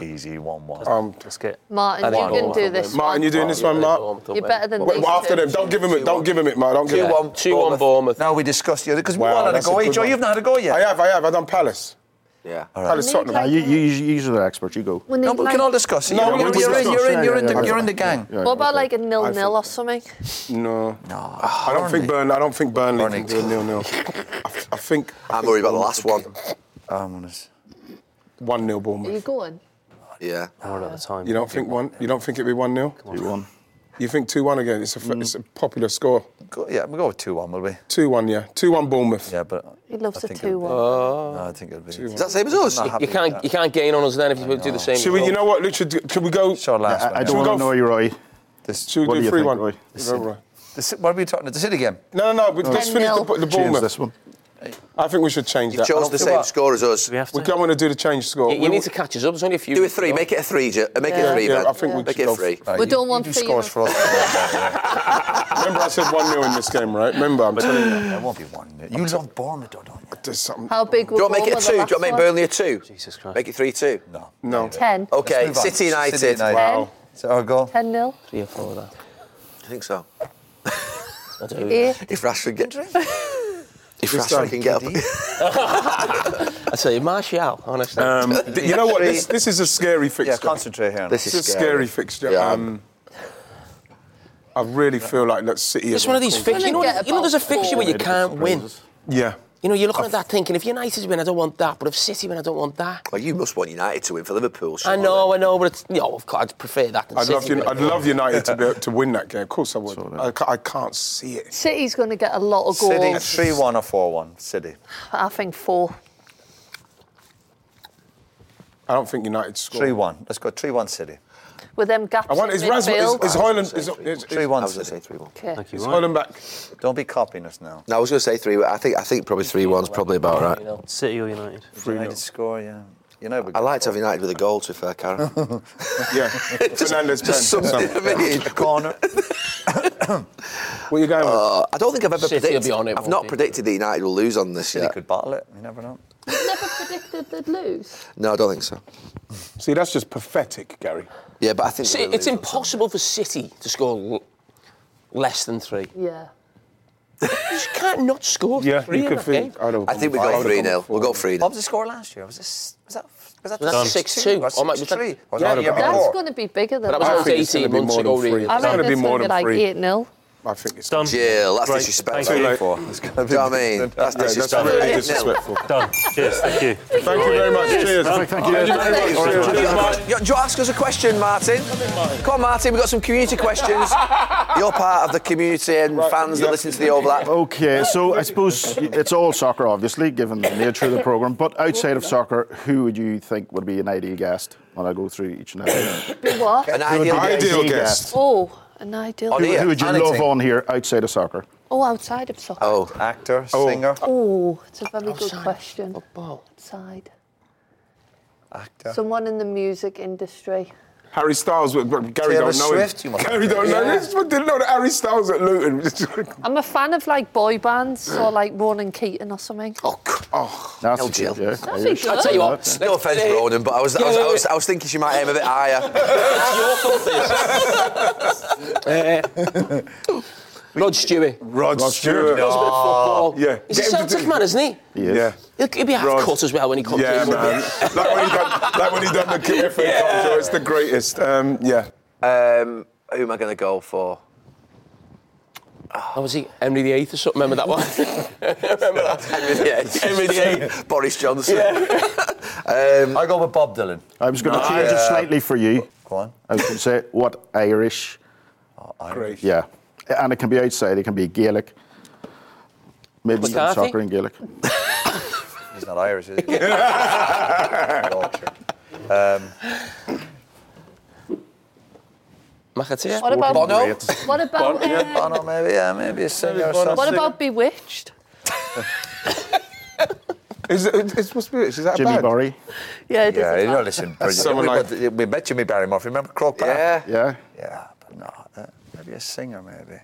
Speaker 4: Easy 1 1.
Speaker 5: Um,
Speaker 14: Let's get.
Speaker 6: Martin, you can do this.
Speaker 5: Martin, you doing this one, Mark?
Speaker 6: You're better than
Speaker 5: Wait,
Speaker 6: these
Speaker 5: well, after
Speaker 6: two.
Speaker 5: them, don't give him it. Don't give him it, Mark. Don't give him it.
Speaker 7: 2 1 Bournemouth.
Speaker 4: Now we discussed the other because
Speaker 5: Wow,
Speaker 4: we all had a
Speaker 5: that's a
Speaker 4: go. Hey,
Speaker 5: good
Speaker 4: Joe,
Speaker 5: one.
Speaker 4: you've not had a go
Speaker 5: I
Speaker 4: yet.
Speaker 5: have. I have. I done Palace.
Speaker 3: Yeah.
Speaker 5: Palace Tottenham.
Speaker 6: Like-
Speaker 15: You, you, you usually are experts. You go.
Speaker 6: We need
Speaker 4: No, but we
Speaker 6: like-
Speaker 4: can all discuss it.
Speaker 5: No,
Speaker 4: You're
Speaker 5: we
Speaker 4: in-
Speaker 5: can
Speaker 4: you're in-
Speaker 5: discuss.
Speaker 4: you're in- you're in
Speaker 5: Yeah,
Speaker 4: the-
Speaker 5: yeah,
Speaker 4: you're in the gang.
Speaker 6: What about like a nil
Speaker 5: I
Speaker 6: nil or something?
Speaker 5: No.
Speaker 4: No.
Speaker 5: I don't think Burnley. I don't think Burnley
Speaker 4: Burnley.
Speaker 5: can do a nil nil. I, f- I think. I
Speaker 3: I'm
Speaker 5: think
Speaker 3: worried about the
Speaker 5: Bournemouth
Speaker 3: last one.
Speaker 7: Oh,
Speaker 4: I'm gonna s-
Speaker 5: One nil
Speaker 6: Are you
Speaker 5: Bournemouth.
Speaker 6: going?
Speaker 3: Yeah.
Speaker 14: We're on at the time.
Speaker 5: You don't think one? You don't think it'd be one nil?
Speaker 15: Two one.
Speaker 5: You think two one again? It's a f- it's a popular score.
Speaker 4: go- Yeah, we'll go with 2 1, will we?
Speaker 5: Two one, yeah. Two one Bournemouth. Uh,
Speaker 4: Yeah, but.
Speaker 6: He loves
Speaker 4: I
Speaker 6: a
Speaker 4: think it'll
Speaker 6: two
Speaker 4: be-
Speaker 6: one.
Speaker 4: No, I think it'll be.
Speaker 3: Is that the same as us?
Speaker 4: Not happy
Speaker 7: You
Speaker 4: with
Speaker 7: can't,
Speaker 4: that.
Speaker 7: you can't gain on us then if you do the same.
Speaker 5: Should we? You know what, Richard? Should we go?
Speaker 4: Sure, last one.
Speaker 15: I
Speaker 5: Should
Speaker 15: don't
Speaker 5: we
Speaker 15: want
Speaker 5: go
Speaker 15: to know you, Roy.
Speaker 4: This,
Speaker 5: Should we
Speaker 15: What
Speaker 5: do,
Speaker 15: do you
Speaker 5: three
Speaker 15: think,
Speaker 5: one?
Speaker 15: Roy?
Speaker 5: Go, Roy.
Speaker 4: this, what are we talking about? The City game?
Speaker 5: No, no, no. We just
Speaker 6: Ten
Speaker 5: finish the,
Speaker 6: nil.
Speaker 5: the
Speaker 15: Change
Speaker 5: Bournemouth.
Speaker 15: this one.
Speaker 5: I think we should change
Speaker 3: You
Speaker 5: that.
Speaker 3: chose the same
Speaker 4: what-
Speaker 3: score as us.
Speaker 14: we have to.
Speaker 5: We don't want to do the change score.
Speaker 7: You,
Speaker 5: We-
Speaker 7: you need to catch us up. There's only a few.
Speaker 3: Do a three. Make it a three, Ju- uh, Make it a three.
Speaker 5: Yeah,
Speaker 3: Ben.
Speaker 5: I think we
Speaker 3: make
Speaker 5: should
Speaker 3: it
Speaker 5: go
Speaker 3: a
Speaker 5: for-
Speaker 3: three.
Speaker 4: Right,
Speaker 6: We
Speaker 4: you-
Speaker 6: don't want
Speaker 4: you do
Speaker 6: three
Speaker 4: scores
Speaker 7: <laughs>
Speaker 6: of
Speaker 4: for us.
Speaker 5: Remember, I said one nil in this game, right? Remember, I'm telling you.
Speaker 4: There won't be one. You love Bournemouth, though, don't you?
Speaker 5: There's something.
Speaker 6: How big
Speaker 3: Do
Speaker 6: will
Speaker 3: you want to make it a
Speaker 6: Bournemouth
Speaker 3: two? Do you want to
Speaker 6: last
Speaker 3: make
Speaker 6: one?
Speaker 3: Burnley a two?
Speaker 14: Jesus Christ.
Speaker 3: Make it three two.
Speaker 4: No.
Speaker 5: No.
Speaker 6: Ten.
Speaker 4: Let's
Speaker 3: Okay.
Speaker 4: move on.
Speaker 3: City United.
Speaker 4: City United. oh,
Speaker 5: Wow.
Speaker 4: Is that our goal?
Speaker 6: Ten nil.
Speaker 7: Three or four of that.
Speaker 3: I think so.
Speaker 7: I do.
Speaker 6: Eight.
Speaker 3: If Rashford get if
Speaker 5: done.
Speaker 3: Rashford can get up,
Speaker 7: I tell you, Martial, honestly. <laughs>
Speaker 5: Um, <laughs> th- you know what? This, this is a scary fixture.
Speaker 4: Yeah, concentrate here.
Speaker 3: this
Speaker 5: This
Speaker 3: is
Speaker 5: is a scary
Speaker 3: scary.
Speaker 5: fixture.
Speaker 3: Yeah.
Speaker 5: Um, I really feel like that City.
Speaker 7: it's
Speaker 5: are
Speaker 7: one of
Speaker 5: gonna
Speaker 7: these
Speaker 5: cause-
Speaker 7: fixtures. You know,
Speaker 6: Get
Speaker 7: you know, there's a
Speaker 6: about
Speaker 7: fixture where you can't win.
Speaker 5: Yeah.
Speaker 7: You know, you're looking at that thinking, if United win, I don't want that. But if City win, I don't want that.
Speaker 3: well, you must want United to win for Liverpool.
Speaker 7: I
Speaker 3: surely.
Speaker 7: know, I know, but it's, you know, of course, I'd prefer that. Than
Speaker 5: I'd love, Un-
Speaker 7: City win.
Speaker 5: I'd love United
Speaker 7: <laughs>
Speaker 5: to, be, to win that game. Of course I would. I, ca- I can't see it.
Speaker 6: <laughs> City's going to get a lot of
Speaker 4: City
Speaker 6: goals.
Speaker 4: 3 1 or 4 1. City.
Speaker 6: I think four.
Speaker 5: I don't think United score.
Speaker 4: 3 1. Let's go 3 1 City.
Speaker 6: With them gaps
Speaker 5: I want
Speaker 6: in
Speaker 5: is Rasmus
Speaker 6: midfield.
Speaker 5: is, is Hoyland is, is, is,
Speaker 4: 3
Speaker 3: I
Speaker 4: 1
Speaker 3: was going to say
Speaker 4: City.
Speaker 3: three one.
Speaker 6: Okay.
Speaker 14: Thank you.
Speaker 5: is
Speaker 14: right.
Speaker 5: Hoyland back?
Speaker 4: Don't be copying us now.
Speaker 3: No, I was going to say three. but I think I think probably three one's probably about
Speaker 7: You
Speaker 3: right.
Speaker 7: know,
Speaker 14: City or United?
Speaker 4: United score, yeah. You know, we're
Speaker 3: I
Speaker 4: good.
Speaker 3: like to have United with a goal. To be
Speaker 5: <laughs>
Speaker 3: fair, Karen.
Speaker 5: Yeah. Fernandez
Speaker 3: <laughs> Just
Speaker 5: pen.
Speaker 3: something. I mean,
Speaker 4: corner.
Speaker 5: Where you going?
Speaker 3: Uh, I don't think I've ever
Speaker 7: City will
Speaker 3: predicted.
Speaker 7: be on it,
Speaker 3: I've
Speaker 7: won't
Speaker 3: not
Speaker 7: they?
Speaker 3: predicted the United will lose on this
Speaker 4: City
Speaker 3: yet.
Speaker 4: could battle it. You never know.
Speaker 6: Never predicted they'd lose.
Speaker 3: No, I don't think so.
Speaker 5: See, that's just pathetic, Gary.
Speaker 3: Yeah, but I think
Speaker 7: See, it's impossible for City to score l- less than
Speaker 3: <laughs>
Speaker 7: three.
Speaker 6: Yeah.
Speaker 7: You just can't not score
Speaker 5: Yeah,
Speaker 7: three
Speaker 5: you
Speaker 7: in
Speaker 5: could
Speaker 7: that
Speaker 5: think-
Speaker 7: game.
Speaker 5: I don't- I think we go I don't- 3-0. We'll go 3-0.
Speaker 11: What was the score last year? Was this was that was that
Speaker 7: Was that 6-2?
Speaker 11: Or
Speaker 7: Or might-
Speaker 11: 6-3? Or was
Speaker 7: Yeah,
Speaker 11: that the year
Speaker 7: yeah,
Speaker 11: before?
Speaker 3: Oh.
Speaker 6: That's going to be bigger than
Speaker 7: But that was
Speaker 6: that.
Speaker 7: about 18 months ago, really.
Speaker 6: I reckon it's going to be like 8 0.
Speaker 5: I think it's
Speaker 2: done.
Speaker 3: Yeah, that's
Speaker 2: Great.
Speaker 3: disrespectful.
Speaker 2: Thank you.
Speaker 3: Do you know what I mean? That's
Speaker 5: Yeah, that's
Speaker 3: disrespectful.
Speaker 5: really
Speaker 3: Eight nil.
Speaker 5: disrespectful.
Speaker 2: Done. Cheers. Thank you.
Speaker 5: Thank you very much. Cheers.
Speaker 3: Do you ask us a question, Martin? Come on, Martin, we've got some community
Speaker 5: <laughs>
Speaker 3: questions. You're part of the community and fans that listen to the overlap.
Speaker 15: Okay, so I suppose it's all soccer, obviously, given the nature of the programme. But outside of soccer, who would you think would be an ideal guest? And I'll go through each and every.
Speaker 6: Be what?
Speaker 3: An
Speaker 15: Who would
Speaker 3: ideal
Speaker 15: be
Speaker 3: guest.
Speaker 15: ideal guest.
Speaker 6: Oh, an ideal.
Speaker 15: Who, who would you love on here outside of soccer?
Speaker 6: Oh, outside of soccer.
Speaker 3: Oh,
Speaker 4: actor,
Speaker 15: Oh.
Speaker 4: singer,
Speaker 6: Oh, it's a very good question. Outside.
Speaker 4: actor.
Speaker 6: Someone in the music industry.
Speaker 5: Harry Styles, but but Gary
Speaker 4: Taylor
Speaker 5: don't know
Speaker 4: Swift, you
Speaker 5: him.
Speaker 4: must
Speaker 5: Gary
Speaker 4: be.
Speaker 5: don't know
Speaker 4: Yeah.
Speaker 5: this. but Didn't know that Harry Styles at Luton. <laughs>
Speaker 6: I'm a fan of like boy bands or like Ronan Keating or something.
Speaker 3: Oh, c-
Speaker 5: oh,
Speaker 15: That's
Speaker 3: LGL.
Speaker 15: yeah.
Speaker 6: That'd be
Speaker 7: I'll tell you what. let's-
Speaker 3: No offence, Ronan, but I was, I, was, I, was, I was thinking she might aim a bit higher.
Speaker 7: It's your fault, this. Uh, Rod Stewart.
Speaker 5: Rod, Stewart.
Speaker 7: Oh,
Speaker 5: Yeah.
Speaker 7: He's a Celtic man, isn't he?
Speaker 15: He is.
Speaker 5: Yeah.
Speaker 7: He'll, he'll be half
Speaker 5: Rod.
Speaker 7: cut as well when he comes
Speaker 5: Yeah,
Speaker 7: in. won't
Speaker 5: man.
Speaker 7: he?
Speaker 5: like, when he done, <laughs> like when he done the Kiwi FA Cup show, it's the greatest. Um, yeah.
Speaker 3: Um, who am I going to go for?
Speaker 7: Oh, was he Henry VIII or something? Remember that one?
Speaker 3: <laughs>
Speaker 7: Remember that?
Speaker 3: Henry VIII.
Speaker 7: Henry VIII.
Speaker 3: Boris Johnson. <laughs> um,
Speaker 4: I go with Bob Dylan.
Speaker 15: I was going to change it slightly for you.
Speaker 4: uh, Go on. Oh,
Speaker 15: I was going to say, what Irish?
Speaker 5: Great.
Speaker 15: Yeah. And it can be outside, it can be Gaelic. Maybe even
Speaker 7: McCarthy?
Speaker 15: soccer in Gaelic.
Speaker 4: He's not Irish, is he? Yorkshire. Um,
Speaker 7: McAteer.
Speaker 6: What about
Speaker 3: Bono?
Speaker 6: What about uh,
Speaker 4: Bono, maybe, yeah, maybe a singer
Speaker 5: Bono.
Speaker 4: or something.
Speaker 6: What about Bewitched?
Speaker 5: Is it, it's what's Is that
Speaker 15: Jimmy
Speaker 5: bad?
Speaker 15: Barry.
Speaker 6: Yeah, it
Speaker 4: Yeah,
Speaker 6: is.
Speaker 4: you know, listen,
Speaker 5: Someone
Speaker 4: we,
Speaker 5: like-
Speaker 4: met- we met Jimmy Barrymore, if you remember Croke Park?
Speaker 3: yeah.
Speaker 15: Yeah.
Speaker 4: Yeah, but no, uh, maybe a singer, maybe.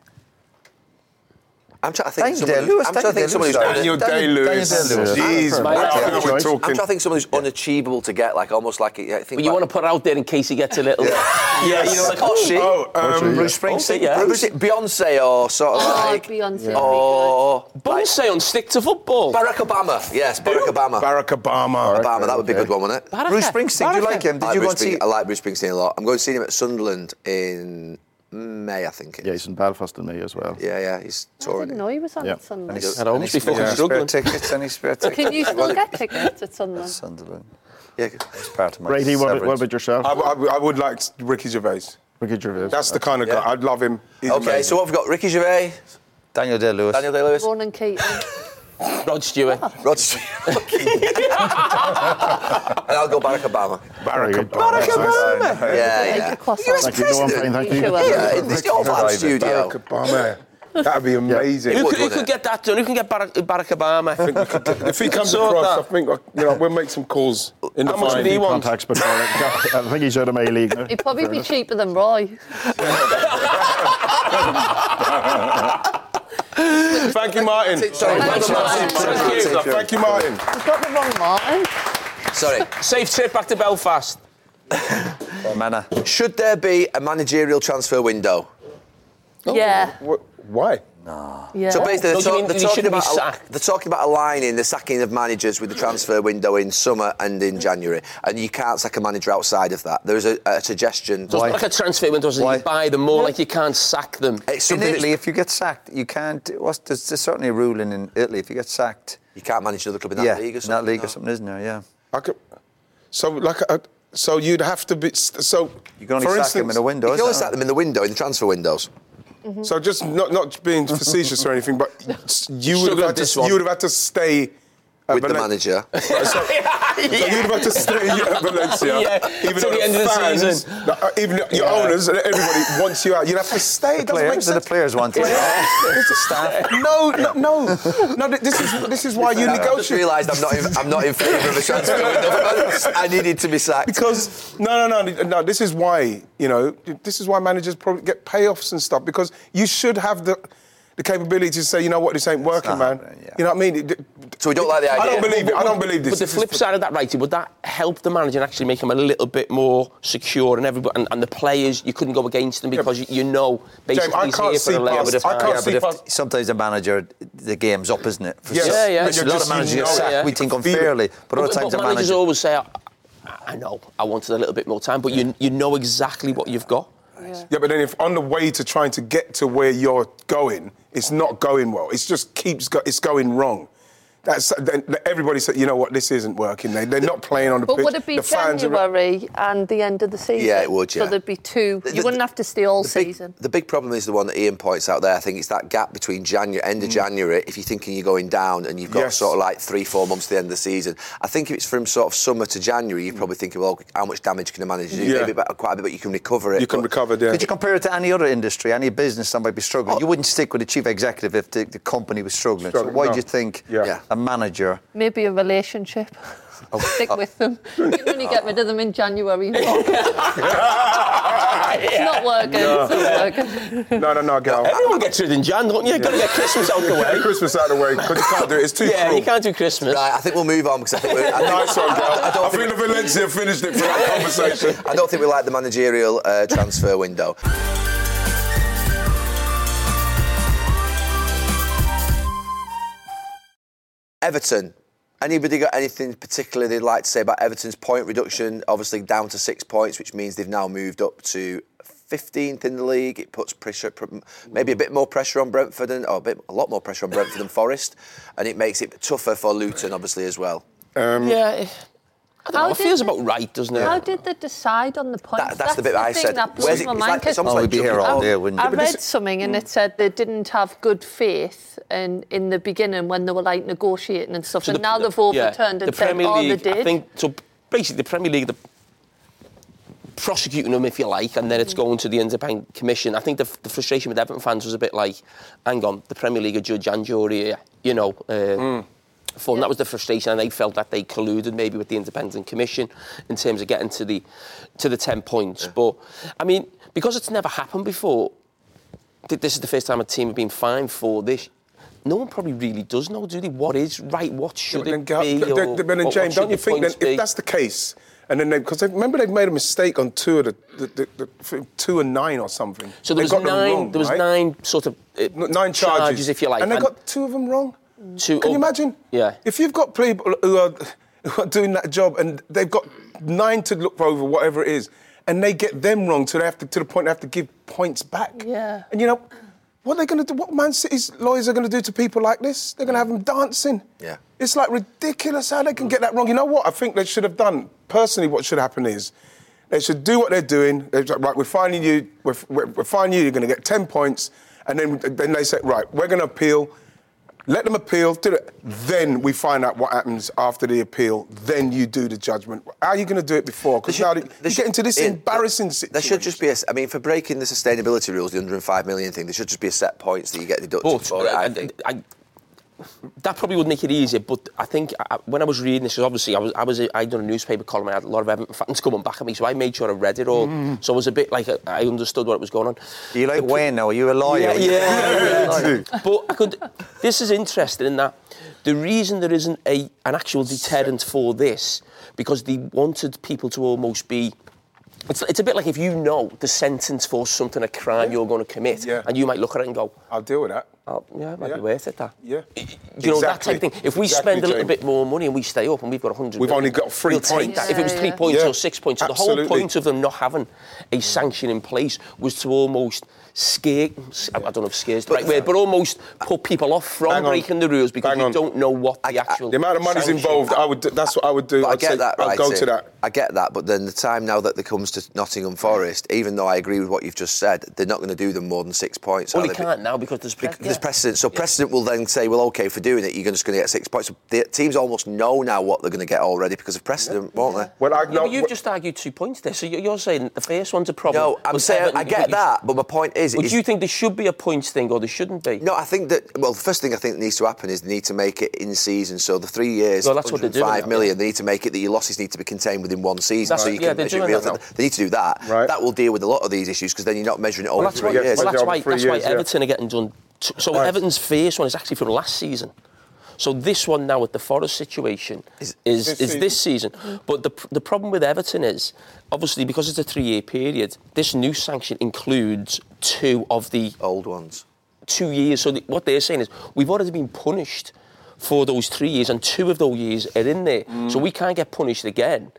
Speaker 3: I'm trying to think. of someone-
Speaker 4: Daniel Day-Lewis,
Speaker 3: I'm trying to think of someone
Speaker 4: Daniel
Speaker 3: who's
Speaker 4: Day-Lewis.
Speaker 5: Daniel Day Lewis.
Speaker 4: Daniel Day-Lewis.
Speaker 5: Jeez, man.
Speaker 7: That's
Speaker 5: I
Speaker 7: a
Speaker 5: know we're
Speaker 15: choice. I'm
Speaker 3: I'm
Speaker 5: talking.
Speaker 3: trying to think of someone who's unachievable to get, like almost like it. I think
Speaker 7: But you
Speaker 3: like,
Speaker 7: want to put her out there in case he gets a little. <laughs> yeah, you know, like,
Speaker 3: Oshie.
Speaker 5: Oh, um,
Speaker 4: Bruce
Speaker 7: Springsteen, yeah. Ah.
Speaker 3: Was it Beyonce or sort of
Speaker 6: Oh,
Speaker 3: like
Speaker 6: Beyonce. would be
Speaker 3: or
Speaker 7: Oh. Bonsai on stick to football.
Speaker 3: Barack Obama? Yes, Barack Obama.
Speaker 5: Barack Obama.
Speaker 3: Obama, that would be a good one, wouldn't it?
Speaker 7: Baraka.
Speaker 4: Bruce Springsteen, do you like
Speaker 3: I
Speaker 4: him? Did
Speaker 3: like
Speaker 4: you go
Speaker 3: Bruce
Speaker 4: and see?
Speaker 3: Springsteen- I like Bruce Springsteen a lot. I'm going to see him at Sunderland in May, I think. It
Speaker 15: Yeah,
Speaker 3: is.
Speaker 15: he's in Belfast and me as well.
Speaker 3: Yeah, yeah, he's
Speaker 6: good. I
Speaker 3: touring.
Speaker 6: didn't
Speaker 3: it.
Speaker 6: know he was on
Speaker 15: Yeah.
Speaker 6: at Sunderland.
Speaker 4: Any,
Speaker 7: I'd almost be fucking
Speaker 4: any spare
Speaker 7: struggling.
Speaker 4: tickets? Any spare tickets?
Speaker 6: Can you still get tickets at Sunderland?
Speaker 4: Sunderland.
Speaker 3: Yeah.
Speaker 4: It's part of my
Speaker 15: Brady, what, about-
Speaker 4: severance.
Speaker 15: what about yourself?
Speaker 5: I, I- I would like Ricky Gervais.
Speaker 15: Ricky Gervais.
Speaker 5: That's the kind of guy. I'd love him. He's
Speaker 3: Okay, so
Speaker 5: amazing.
Speaker 3: what have we got? Ricky Gervais,
Speaker 4: Daniel Day Lewis.
Speaker 3: Daniel Day <laughs> Lewis, <laughs>
Speaker 6: Ronan Keating.
Speaker 7: Rod Stewart.
Speaker 3: Rod Stewart. <laughs> and I'll go Barack Obama.
Speaker 5: Barack
Speaker 15: Very good.
Speaker 5: Obama.
Speaker 15: Barack
Speaker 3: Yeah,
Speaker 4: Obama.
Speaker 6: Like
Speaker 3: yeah.
Speaker 6: a croissant.
Speaker 3: He was
Speaker 15: Thank you, no, I'm fine,
Speaker 3: president.
Speaker 15: thank you.
Speaker 3: Yeah, in this old
Speaker 4: Barack
Speaker 3: studio.
Speaker 5: Barack Obama. That'd be amazing.
Speaker 7: Who, could, who
Speaker 3: wouldn't
Speaker 7: could
Speaker 3: it?
Speaker 7: get that done? Who can get Barack, Barack
Speaker 5: <laughs>
Speaker 7: Obama?
Speaker 5: If he comes
Speaker 7: Sort
Speaker 5: across,
Speaker 7: that.
Speaker 5: I think you know we'll make some calls. In the
Speaker 7: How much
Speaker 5: fine.
Speaker 7: do you want?
Speaker 15: Contacts, but I think he's out of my league now.
Speaker 6: It'd probably be cheaper than Roy.
Speaker 5: Thank you, Martin.
Speaker 3: Sorry,
Speaker 6: Thank you, Martin.
Speaker 7: Thank you.
Speaker 5: Thank you, Martin.
Speaker 6: You've got the wrong Martin.
Speaker 3: Sorry.
Speaker 7: Safe trip back to Belfast.
Speaker 4: Manor.
Speaker 3: Should there be a managerial transfer window?
Speaker 6: Yeah.
Speaker 5: Wh- Why?
Speaker 6: Yeah.
Speaker 3: So basically,
Speaker 7: No,
Speaker 3: they're,
Speaker 7: do you
Speaker 3: talk-
Speaker 7: mean
Speaker 3: they're
Speaker 7: he
Speaker 3: talking
Speaker 7: shouldn't be
Speaker 3: about al-
Speaker 7: sacked?
Speaker 3: they're talking about aligning the sacking of managers with the transfer window in summer and in January, and you can't sack a manager outside of that. There is a, a suggestion.
Speaker 7: So it's like a transfer window, so
Speaker 4: Why?
Speaker 7: you buy them more, like you can't sack them.
Speaker 3: It's
Speaker 4: In
Speaker 3: something
Speaker 4: Italy,
Speaker 3: that's,
Speaker 4: if you get sacked, you can't. What's, there's, there's certainly a rule in, in Italy if you get sacked.
Speaker 3: you can't manage another club in that
Speaker 4: yeah,
Speaker 3: league or
Speaker 4: in that
Speaker 3: something.
Speaker 4: league
Speaker 3: no.
Speaker 4: or something, isn't there? Yeah.
Speaker 5: I could, so like, uh, so you'd have to be so.
Speaker 4: You can only
Speaker 5: for
Speaker 4: sack
Speaker 5: instance,
Speaker 4: him in a window.
Speaker 3: You can only
Speaker 4: isn't it?
Speaker 3: sack them in the window, in the transfer windows.
Speaker 6: Mm-hmm.
Speaker 5: So just not not being facetious or anything, but you
Speaker 7: Should
Speaker 5: would
Speaker 7: have
Speaker 5: have had
Speaker 7: this
Speaker 5: to
Speaker 7: one.
Speaker 5: you would have had to stay
Speaker 3: with the manager.
Speaker 5: so, so you're about
Speaker 3: <laughs>
Speaker 5: to stay at Valencia,
Speaker 3: Yeah,
Speaker 5: even
Speaker 3: till
Speaker 5: though
Speaker 3: the end of the
Speaker 5: fans,
Speaker 3: season.
Speaker 5: like, uh, even your
Speaker 4: Yeah.
Speaker 5: owners and everybody wants you out. You have to stay. It
Speaker 4: The
Speaker 5: doesn't make
Speaker 4: players and the
Speaker 5: sense.
Speaker 4: players want you.
Speaker 5: It's the staff. No, no, no, no. th- This is this is why you
Speaker 3: I just
Speaker 5: negotiate.
Speaker 3: realised I'm not in- I'm not in favour of a transfer window. I needed to be sacked
Speaker 5: because no, no, no, no. This is why you know. This is why managers probably get payoffs and stuff because you should have the. The capability to say, you know what, this ain't working, man. You know what I mean? It-
Speaker 3: So we don't like the
Speaker 5: I don't
Speaker 3: idea.
Speaker 5: believe it. I don't believe this.
Speaker 7: But the
Speaker 5: This is
Speaker 7: flip side of that, righty, would that help the manager and actually make him a little bit more secure and everybody and, and the players? You couldn't go against them because you, you know basically he's here for a little bit of time.
Speaker 4: Yeah, but if- sometimes the manager, the game's up, isn't it? For
Speaker 7: Yeah,
Speaker 4: some-
Speaker 7: yeah, yeah.
Speaker 4: which A lot of managers get sacked. We think unfairly, but other
Speaker 7: But-
Speaker 4: times
Speaker 7: but
Speaker 4: the
Speaker 7: managers
Speaker 4: manager.
Speaker 7: always say, "I- "I know, I wanted a little bit more time," but you you know exactly what you've got.
Speaker 5: Yeah, but then if on the way to trying to get to where you're going, it's not going well. It's just keeps go- it's going wrong. That's then everybody said, you know what, this isn't working. They they're not playing on the
Speaker 6: But
Speaker 5: pitch.
Speaker 6: would it be
Speaker 5: the fans are-
Speaker 6: January and the end of the season?
Speaker 3: Yeah, it would, yeah.
Speaker 6: So there'd be two. You wouldn't have to stay all season.
Speaker 3: The big problem is the one that Ian points out there. I think it's that gap between January, end of January, if you're thinking you're going down and you've got
Speaker 5: Yes.
Speaker 3: sort of like three, four months to the end of the season. I think if it's from sort of summer to January, you're probably thinking, well, how much damage can a manager do?
Speaker 4: Yeah.
Speaker 3: Maybe about quite a bit, but you can recover it. But-
Speaker 4: <laughs> Could you compare it to any other industry, any business that might be struggling?
Speaker 5: Oh.
Speaker 4: You wouldn't stick with the chief executive if the, the company was struggling.
Speaker 6: Struggling,
Speaker 4: so why
Speaker 6: no.
Speaker 4: do you think
Speaker 6: Yeah.
Speaker 4: a manager? Oh.
Speaker 6: Maybe a relationship. Stick with them. You can only get rid of them
Speaker 7: <laughs>
Speaker 6: in January. It's not working. It's not working.
Speaker 5: No, no, no, girl.
Speaker 7: Everyone gets rid in Jan, don't you? You've got to get Christmas out
Speaker 4: <laughs>
Speaker 7: the
Speaker 5: Get
Speaker 7: way.
Speaker 5: Christmas out the way because you can't do it. It's too
Speaker 7: Yeah,
Speaker 5: cruel.
Speaker 7: you can't do Christmas.
Speaker 3: Right, <laughs> I think we'll move on because I think we're. I think,
Speaker 5: Nice one, girl.
Speaker 3: <laughs> I, don't
Speaker 5: I think the Valencia finished it for
Speaker 3: <laughs>
Speaker 5: that conversation.
Speaker 3: I don't think we like the managerial uh, transfer window. Everton. Anybody got anything particular they'd like to say about Everton's point reduction? Obviously down to six points, which means they've now moved up to 15th in the league. It puts pressure, pr- maybe a bit more pressure on Brentford, and, or a, bit, a lot more pressure on Brentford than Forest, and it makes it tougher for Luton, obviously as well.
Speaker 7: yeah, it- I don't
Speaker 6: How
Speaker 7: know. It
Speaker 6: did
Speaker 7: feels
Speaker 6: the-
Speaker 7: about right, doesn't it?
Speaker 6: How did they decide on the points?
Speaker 7: That- that's the bit I
Speaker 6: thing
Speaker 7: said.
Speaker 6: That
Speaker 7: Where's
Speaker 6: blows
Speaker 7: it-
Speaker 6: my
Speaker 7: it's
Speaker 6: mind,
Speaker 7: like-
Speaker 6: 'cause
Speaker 7: it's almost Oh, like we'd be here jumping all
Speaker 6: I-
Speaker 7: day, wouldn't
Speaker 6: I
Speaker 7: it? But
Speaker 6: read
Speaker 7: this- Hmm.
Speaker 6: something and it said they didn't have good faith in, in the beginning when they were like negotiating and stuff,
Speaker 7: So
Speaker 6: and
Speaker 7: the-
Speaker 6: now they've
Speaker 7: the- yeah,
Speaker 6: overturned and
Speaker 7: the Premier
Speaker 6: said,
Speaker 7: League,
Speaker 6: "Oh, they
Speaker 7: I
Speaker 6: did."
Speaker 7: think so. Basically, the Premier League, the prosecuting them if you like, and
Speaker 6: Mm.
Speaker 7: then it's going to the independent commission. I think the, the frustration with Everton fans was a bit like, hang on, the Premier League are judge and jury, here, you know. Uh,
Speaker 4: Mm.
Speaker 7: For them. That was the frustration, and they felt that they colluded maybe with the independent commission in terms of getting to the to the ten points. But I mean, because it's never happened before, th- this is the first time a team have been fined for this. No one probably really does know, do they? What is right? What should
Speaker 5: But then,
Speaker 7: it
Speaker 5: Gav-
Speaker 7: be?
Speaker 5: but then-
Speaker 7: or
Speaker 5: but then,
Speaker 7: what-
Speaker 5: James,
Speaker 7: what
Speaker 5: don't you
Speaker 7: should the
Speaker 5: think then,
Speaker 7: points be?
Speaker 5: if that's the case, and then because they, remember they've made a mistake on two of the, the, the, the f- two and nine or something.
Speaker 7: So
Speaker 5: They
Speaker 7: there was
Speaker 5: got them
Speaker 7: nine.
Speaker 5: wrong,
Speaker 7: there was
Speaker 5: right?
Speaker 7: nine sort of uh,
Speaker 5: N- nine charges.
Speaker 7: if you like,
Speaker 5: and they got two of them wrong.
Speaker 7: Two-
Speaker 5: Can you
Speaker 7: oh,
Speaker 5: imagine?
Speaker 7: yeah.
Speaker 5: If you've got people who are, who are doing that job and they've got nine to look over, whatever it is, and they get them wrong, so they have to to the point they have to give points back.
Speaker 6: Yeah.
Speaker 5: And you know, what are they going to do? What Man City's lawyers are going to do to people like this? They're going to have them dancing.
Speaker 3: Yeah.
Speaker 5: It's like ridiculous how they can get that wrong. You know what? I think they should have done. Personally, what should happen is they should do what they're doing. They're like, right, we're finding you. We're, we're, we're finding you. You're going to get ten points, and then then they say, right, we're going to appeal. Let them appeal. Do it. Then we find out what happens after the appeal. Then you do the judgment. How are you going to do it before? Because now they, you get into this
Speaker 3: Ian,
Speaker 5: embarrassing situation.
Speaker 3: There should just be a. s- I mean, for breaking the sustainability rules, the 105 million thing, there should just be a set points that you get deducted
Speaker 7: But,
Speaker 3: for it. I
Speaker 7: uh,
Speaker 3: think.
Speaker 7: I- that probably would make it easier, but I think I, when I was reading this, 'cause obviously I was I was I done a newspaper column and I had a lot of Everton fans coming back at me, so I made sure I read it all.
Speaker 4: Mm.
Speaker 7: So I was a bit like I I understood what was going on.
Speaker 4: Are you like Wayne now? Are you a lawyer?
Speaker 7: Yeah, yeah.
Speaker 4: Yeah.
Speaker 7: but I could. This is interesting in that the reason there isn't a an actual deterrent for this because they wanted people to almost be. It's, it's a bit like if you know the sentence for something, a crime you're going to commit, and you might look at it and go, "Oh,
Speaker 5: "I'll deal with that."
Speaker 7: yeah, it might be worth it. That.
Speaker 5: Yeah.
Speaker 7: You know that type of thing. If
Speaker 5: Exactly,
Speaker 7: we spend a little
Speaker 5: James.
Speaker 7: bit more money and we stay up and we've got 100,
Speaker 5: We've
Speaker 7: million,
Speaker 5: only got three
Speaker 7: we'll Take
Speaker 5: points.
Speaker 7: that. if it was
Speaker 5: Yeah,
Speaker 7: three
Speaker 5: yeah.
Speaker 7: points
Speaker 5: Yeah.
Speaker 7: or six points, so the
Speaker 5: Absolutely.
Speaker 7: whole point of them not having a sanction in place was to almost scare. I don't know if scares the right word, but almost put people off from
Speaker 5: Bang on.
Speaker 7: breaking the rules because
Speaker 5: Bang
Speaker 7: you
Speaker 5: on.
Speaker 7: don't know what the actual
Speaker 5: The amount of money's
Speaker 7: sanction-
Speaker 5: involved, I would. That's what I would do.
Speaker 3: But I
Speaker 5: I'd
Speaker 3: get
Speaker 5: say,
Speaker 3: that.
Speaker 5: I'll
Speaker 3: right,
Speaker 5: go
Speaker 3: Tim.
Speaker 5: to that.
Speaker 3: I get that, but then the time now that it comes to Nottingham Forest, even though I agree with what you've just said, they're not going to do them more than six points.
Speaker 7: Well,
Speaker 3: are
Speaker 7: they
Speaker 3: Be-
Speaker 7: can't now because there's press.
Speaker 3: There's there's precedent. So precedent will then say, well, okay, for doing it, you're just going to get six points. So the teams almost know now what they're going to get already because of precedent, won't they?
Speaker 7: Well, I know. you've just argued two points there. So you- you're saying the first one's a problem.
Speaker 3: No, I'm
Speaker 7: but
Speaker 3: saying
Speaker 7: Everton-
Speaker 3: I get that, but my point is,
Speaker 7: But
Speaker 3: is-
Speaker 7: do you think there should be a points thing or there shouldn't be?
Speaker 3: No, I think that. Well, the first thing I think that needs to happen is they need to make it in season. So the three years,
Speaker 7: Well, that's what they're doing
Speaker 3: $105
Speaker 7: now,
Speaker 3: million, They need to make it that your losses need to be contained within one season.
Speaker 7: That's-
Speaker 3: so you
Speaker 7: yeah,
Speaker 3: can
Speaker 7: they're
Speaker 3: measure it
Speaker 7: doing
Speaker 3: real
Speaker 7: that
Speaker 3: time. They need to do that. That will deal with a lot of these issues because then you're not measuring it over
Speaker 7: Well, that's
Speaker 3: three
Speaker 7: why,
Speaker 3: years.
Speaker 7: well, that's why, that's why Everton are getting done. t- So
Speaker 3: Right.
Speaker 7: Everton's first one is actually from last season. So this one now with the Forest situation is is
Speaker 16: This
Speaker 7: this season. But the, pr- the problem with Everton is, obviously, because it's a three-year period, this new sanction includes two of the
Speaker 3: old ones.
Speaker 7: Two years. So the, what they're saying is, we've already been punished for those three years, and two of those years are in there. So we can't get punished again.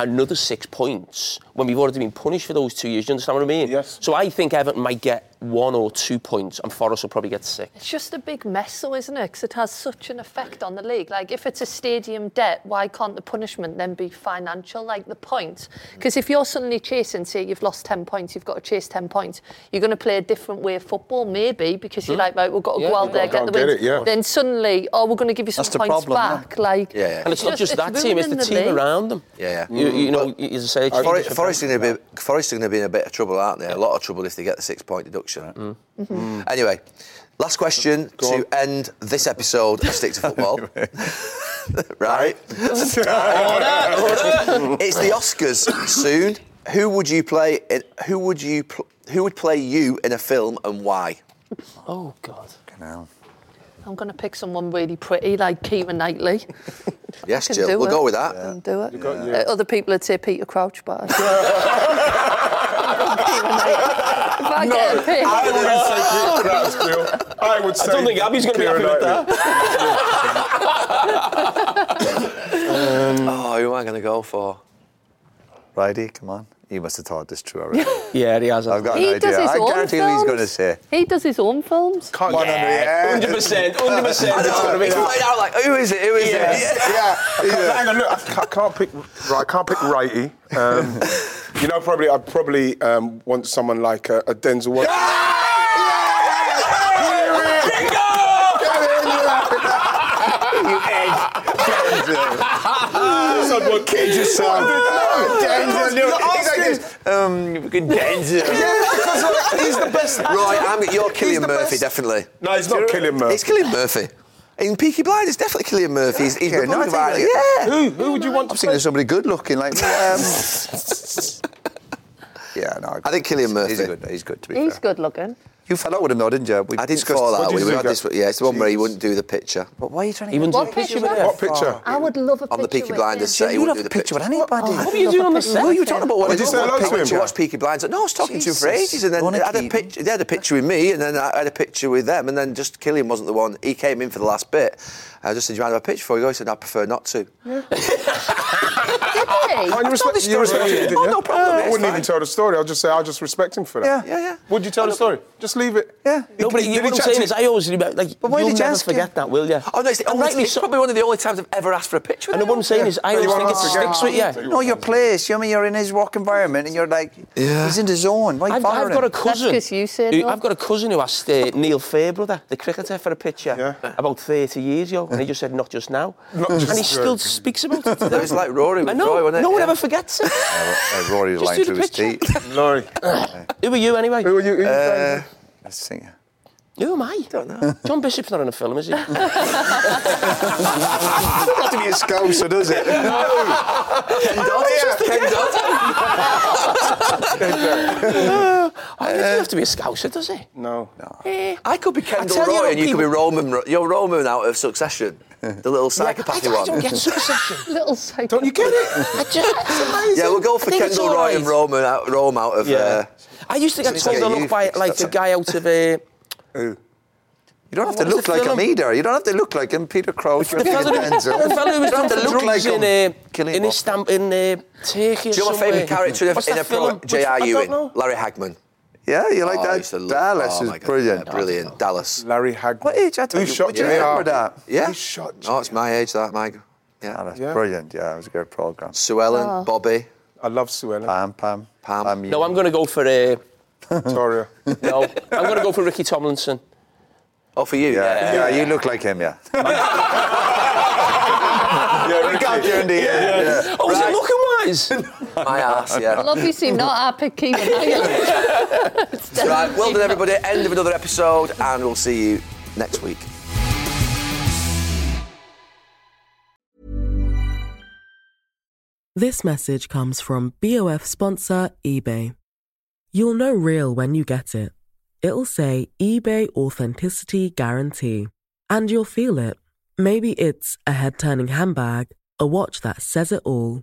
Speaker 7: Another six points when we've already been punished for those two years. Do you understand what I mean? Yes. So I think Everton might get one or two points, and Forest will probably get six.
Speaker 6: It's just a big mess, though, isn't it? Because it has such an effect on the league. Like, if it's a stadium debt, why can't the punishment then be financial, like the points? Because if you're suddenly chasing, say, you've lost 10 points, you've got to chase 10 points, you're going to play a different way of football, maybe, because you're
Speaker 7: Mm.
Speaker 6: like, right, we've got to
Speaker 7: Yeah,
Speaker 6: go out
Speaker 7: we've
Speaker 6: there,
Speaker 7: got
Speaker 6: get
Speaker 7: to
Speaker 6: the
Speaker 7: go and
Speaker 6: wins.
Speaker 7: get it, yeah.
Speaker 6: Then suddenly, oh, we're going to give you some
Speaker 7: That's the
Speaker 6: points
Speaker 7: problem, yeah.
Speaker 6: back. Like,
Speaker 7: And it's, not just that team; it's the
Speaker 6: ruining
Speaker 7: team
Speaker 6: league.
Speaker 7: around them.
Speaker 3: Yeah, yeah.
Speaker 7: You, you know, you as I say,
Speaker 3: Forest,
Speaker 7: it's-
Speaker 3: Forest are going to be Forest are going to be in a bit of trouble, aren't they? A lot of trouble if they get the six point deduction. Mm-hmm.
Speaker 7: Mhm.
Speaker 3: Anyway, last question to end this episode of Stick to Football. <laughs> right? <laughs> it's the Oscars soon. Who would you play? In, who would you? Pl- who would play you in a film and why?
Speaker 6: Oh, God. I'm going to pick someone really pretty, like Keira
Speaker 7: <laughs>
Speaker 6: Knightley.
Speaker 3: Yes,
Speaker 6: Can
Speaker 3: Jill.
Speaker 6: do
Speaker 3: We'll
Speaker 6: it.
Speaker 3: go with that.
Speaker 6: Can do it.
Speaker 3: got-
Speaker 6: Uh, other people would say Peter Crouch, but I
Speaker 7: <laughs>
Speaker 6: if I get a pick,
Speaker 5: I wouldn't say Peter Crouch, Bill. I would say. I don't think Abby's going to be happy with that.
Speaker 3: oh, who am I going to go for?
Speaker 4: Righty, Um, come on. You must have thought this through already.
Speaker 7: yeah, he has.
Speaker 4: I've got
Speaker 6: He
Speaker 4: an
Speaker 6: does
Speaker 4: idea.
Speaker 6: his
Speaker 4: I
Speaker 6: own
Speaker 4: guarantee who he's
Speaker 6: films. Oh,
Speaker 4: going to say.
Speaker 6: he does his own films.
Speaker 3: <laughs> out like, who is it? Who is
Speaker 5: yeah. <laughs>
Speaker 3: it?
Speaker 5: Yeah. Hang on, look, I ca- can't pick. Right, I can't pick righty. <laughs> Um, you know, probably I probably um, want someone like a, a Denzel Washington. <laughs>
Speaker 16: You egg.
Speaker 5: Someone kid yourself.
Speaker 16: Denzel, no, he's like this.
Speaker 4: Um, Denzel.
Speaker 16: he's the best.
Speaker 3: Right, I'm, you're Killian Murphy, definitely.
Speaker 5: No, it's not Killian Murphy.
Speaker 3: It's Killian Murphy. In Peaky Blind, it's definitely Killian Murphy. He's, he's
Speaker 4: Yeah,
Speaker 3: the
Speaker 4: no, I
Speaker 3: good
Speaker 4: think
Speaker 3: guy. Yeah.
Speaker 4: that- Who? Who would you want? I'm thinking of somebody good looking like me. Um, <laughs> yeah, no.
Speaker 3: I think Killian Murphy.
Speaker 4: He's good. He's good to be
Speaker 6: He's
Speaker 4: fair.
Speaker 6: good looking.
Speaker 4: You fell out with him though, didn't you?
Speaker 3: I didn't fall out with him. We had this, yeah, it's the one where he wouldn't do the picture.
Speaker 4: But why are you trying
Speaker 3: He
Speaker 4: to?
Speaker 3: wouldn't
Speaker 4: get
Speaker 3: do What the picture picture? with him? What picture?
Speaker 6: I would love a
Speaker 3: On the
Speaker 6: picture
Speaker 3: Peaky
Speaker 6: with
Speaker 3: Blinders
Speaker 6: him.
Speaker 3: set, he wouldn't do the picture.
Speaker 4: with anybody.
Speaker 3: What
Speaker 6: were you doing on the set?
Speaker 3: Who were you talking about?
Speaker 6: What,
Speaker 3: When
Speaker 6: did
Speaker 3: I
Speaker 6: you say
Speaker 3: went
Speaker 6: hello to
Speaker 3: back
Speaker 6: him?
Speaker 3: To watch Peaky Blinders. No, I was talking to him for
Speaker 4: Jesus.
Speaker 3: ages, and then
Speaker 4: Wanna
Speaker 3: I had a
Speaker 4: keep
Speaker 3: picture. They had a picture with me, and then I had a picture with them, and then just Killian wasn't the one. He came in for the last bit. I just said, "Do you mind if I have a picture for you?" He said, "I prefer not to."
Speaker 5: <laughs> And Oh, you respect, you respect him, didn't you?
Speaker 3: no problem.
Speaker 5: I wouldn't even tell the story. I'll just say I just respect him for that.
Speaker 7: Yeah. Yeah, yeah.
Speaker 5: Would you tell the story? Just leave it. Yeah.
Speaker 7: No, but you, what I'm saying is, I always remember, like,
Speaker 5: But why
Speaker 7: you'll
Speaker 5: did you
Speaker 7: never
Speaker 5: ask him?
Speaker 7: forget that,
Speaker 5: <laughs>
Speaker 7: will you?
Speaker 3: Oh no, it's, the
Speaker 7: And
Speaker 3: only,
Speaker 7: rightly
Speaker 3: it's
Speaker 7: so.
Speaker 3: probably one of the only times I've ever asked for a picture. with
Speaker 7: And what
Speaker 3: him.
Speaker 7: I'm saying is,
Speaker 3: But
Speaker 7: I
Speaker 3: you
Speaker 7: always
Speaker 3: won't
Speaker 7: think it
Speaker 3: ask
Speaker 7: sticks with you.
Speaker 4: No, your place. You know, I mean, you're in his work environment, and you're like, he's in the zone. Why <laughs>
Speaker 7: I've,
Speaker 4: bother
Speaker 7: I've got
Speaker 4: him?
Speaker 7: a cousin. who- I've got a cousin who asked uh, Neil Fairbrother, the cricketer, for a picture about 30 years ago, and he just said, "Not just now,"
Speaker 4: Not
Speaker 7: and
Speaker 4: just
Speaker 7: he still
Speaker 4: now.
Speaker 7: speaks about it.
Speaker 4: It was like Rory
Speaker 7: I
Speaker 4: with
Speaker 7: know.
Speaker 4: Roy, wasn't it?
Speaker 7: No one
Speaker 4: Yeah.
Speaker 7: ever forgets it.
Speaker 4: Uh, Rory
Speaker 7: Just
Speaker 4: lying
Speaker 7: do
Speaker 4: through
Speaker 7: the
Speaker 4: his
Speaker 7: picture. <laughs>
Speaker 4: teeth.
Speaker 5: Rory.
Speaker 7: Who are you anyway?
Speaker 5: Who are you? Who
Speaker 4: Uh, let's see.
Speaker 7: Who am I? Don't know. John Bishop's not in a film, is he?
Speaker 4: Doesn't have to be a scouser, does
Speaker 7: <laughs>
Speaker 4: it?
Speaker 7: Oh, it doesn't have to be a scouser, does it?
Speaker 5: No.
Speaker 7: Eh.
Speaker 3: I could be
Speaker 7: I
Speaker 3: Kendall
Speaker 7: tell you
Speaker 3: Roy,
Speaker 7: what
Speaker 3: and you could be
Speaker 7: people-
Speaker 3: Roman. Ro- You're Roman out of Succession, the little psychopathy
Speaker 7: I, I
Speaker 3: one.
Speaker 7: don't get succession.
Speaker 6: <laughs> Little psycho.
Speaker 5: Don't you get it?
Speaker 7: I just, it's amazing.
Speaker 3: yeah, we'll go for
Speaker 7: I think it's
Speaker 3: Kendall
Speaker 7: all
Speaker 3: Roy
Speaker 7: right.
Speaker 3: and Rome out, Rome out of.
Speaker 7: Yeah.
Speaker 3: Uh,
Speaker 7: I used to get
Speaker 3: Just
Speaker 7: told
Speaker 3: get
Speaker 7: I
Speaker 3: you
Speaker 7: look by
Speaker 3: fixed
Speaker 7: like
Speaker 3: up.
Speaker 7: the guy out of uh,
Speaker 5: Who?
Speaker 4: You don't have
Speaker 7: What
Speaker 4: to
Speaker 7: was
Speaker 4: look
Speaker 7: the
Speaker 4: like
Speaker 7: film?
Speaker 4: him either. You don't have to look like him, Peter Crouch. or
Speaker 7: the fellow who-
Speaker 4: Denzel.
Speaker 7: the fellow who
Speaker 4: You
Speaker 7: was
Speaker 4: don't
Speaker 7: done
Speaker 4: have
Speaker 7: for
Speaker 4: to look like
Speaker 7: drugs
Speaker 4: him.
Speaker 7: in, uh,
Speaker 4: Killing
Speaker 7: in
Speaker 4: him.
Speaker 7: his stamp in uh,
Speaker 3: do
Speaker 7: Turkey.
Speaker 3: you know my favourite character in a, in a pro? J.R. Ewing, Larry Hagman.
Speaker 4: Yeah, you like
Speaker 3: Oh, I
Speaker 4: that?
Speaker 3: used to love-
Speaker 4: Dallas
Speaker 3: oh,
Speaker 4: is
Speaker 3: my God,
Speaker 4: brilliant.
Speaker 3: yeah, brilliant. Dallas.
Speaker 5: Larry Hagman.
Speaker 4: What age? I
Speaker 3: Who
Speaker 4: don't
Speaker 3: shot
Speaker 4: would you
Speaker 3: JR?
Speaker 4: remember that?
Speaker 3: Yeah.
Speaker 4: Who
Speaker 5: shot
Speaker 3: Oh, it's my age, that, Mike. Yeah.
Speaker 4: that's brilliant. Yeah, it was a great program.
Speaker 3: Sue Ellen,
Speaker 4: Oh.
Speaker 3: Bobby.
Speaker 5: I love Sue Ellen.
Speaker 4: Pam, Pam, Pam. Pam
Speaker 7: <laughs> No, I'm going to go for. Uh,
Speaker 5: Victoria.
Speaker 7: no, I'm going to go for Ricky Tomlinson.
Speaker 3: Oh, for you? Yeah.
Speaker 4: Yeah, you look like him, yeah.
Speaker 3: yeah,
Speaker 4: Look out during the
Speaker 3: Yeah, yeah.
Speaker 4: Oh,
Speaker 3: was
Speaker 4: it looking
Speaker 3: wise? <laughs> My ass, yeah.
Speaker 17: Obviously not our picky.
Speaker 6: <laughs>
Speaker 3: Right, well done, everybody. End of another episode, and we'll see you next week.
Speaker 1: This message comes from BOF sponsor eBay. You'll know real when you get it. It'll say eBay Authenticity Guarantee. And you'll feel it. Maybe it's a head turning handbag, a watch that says it all,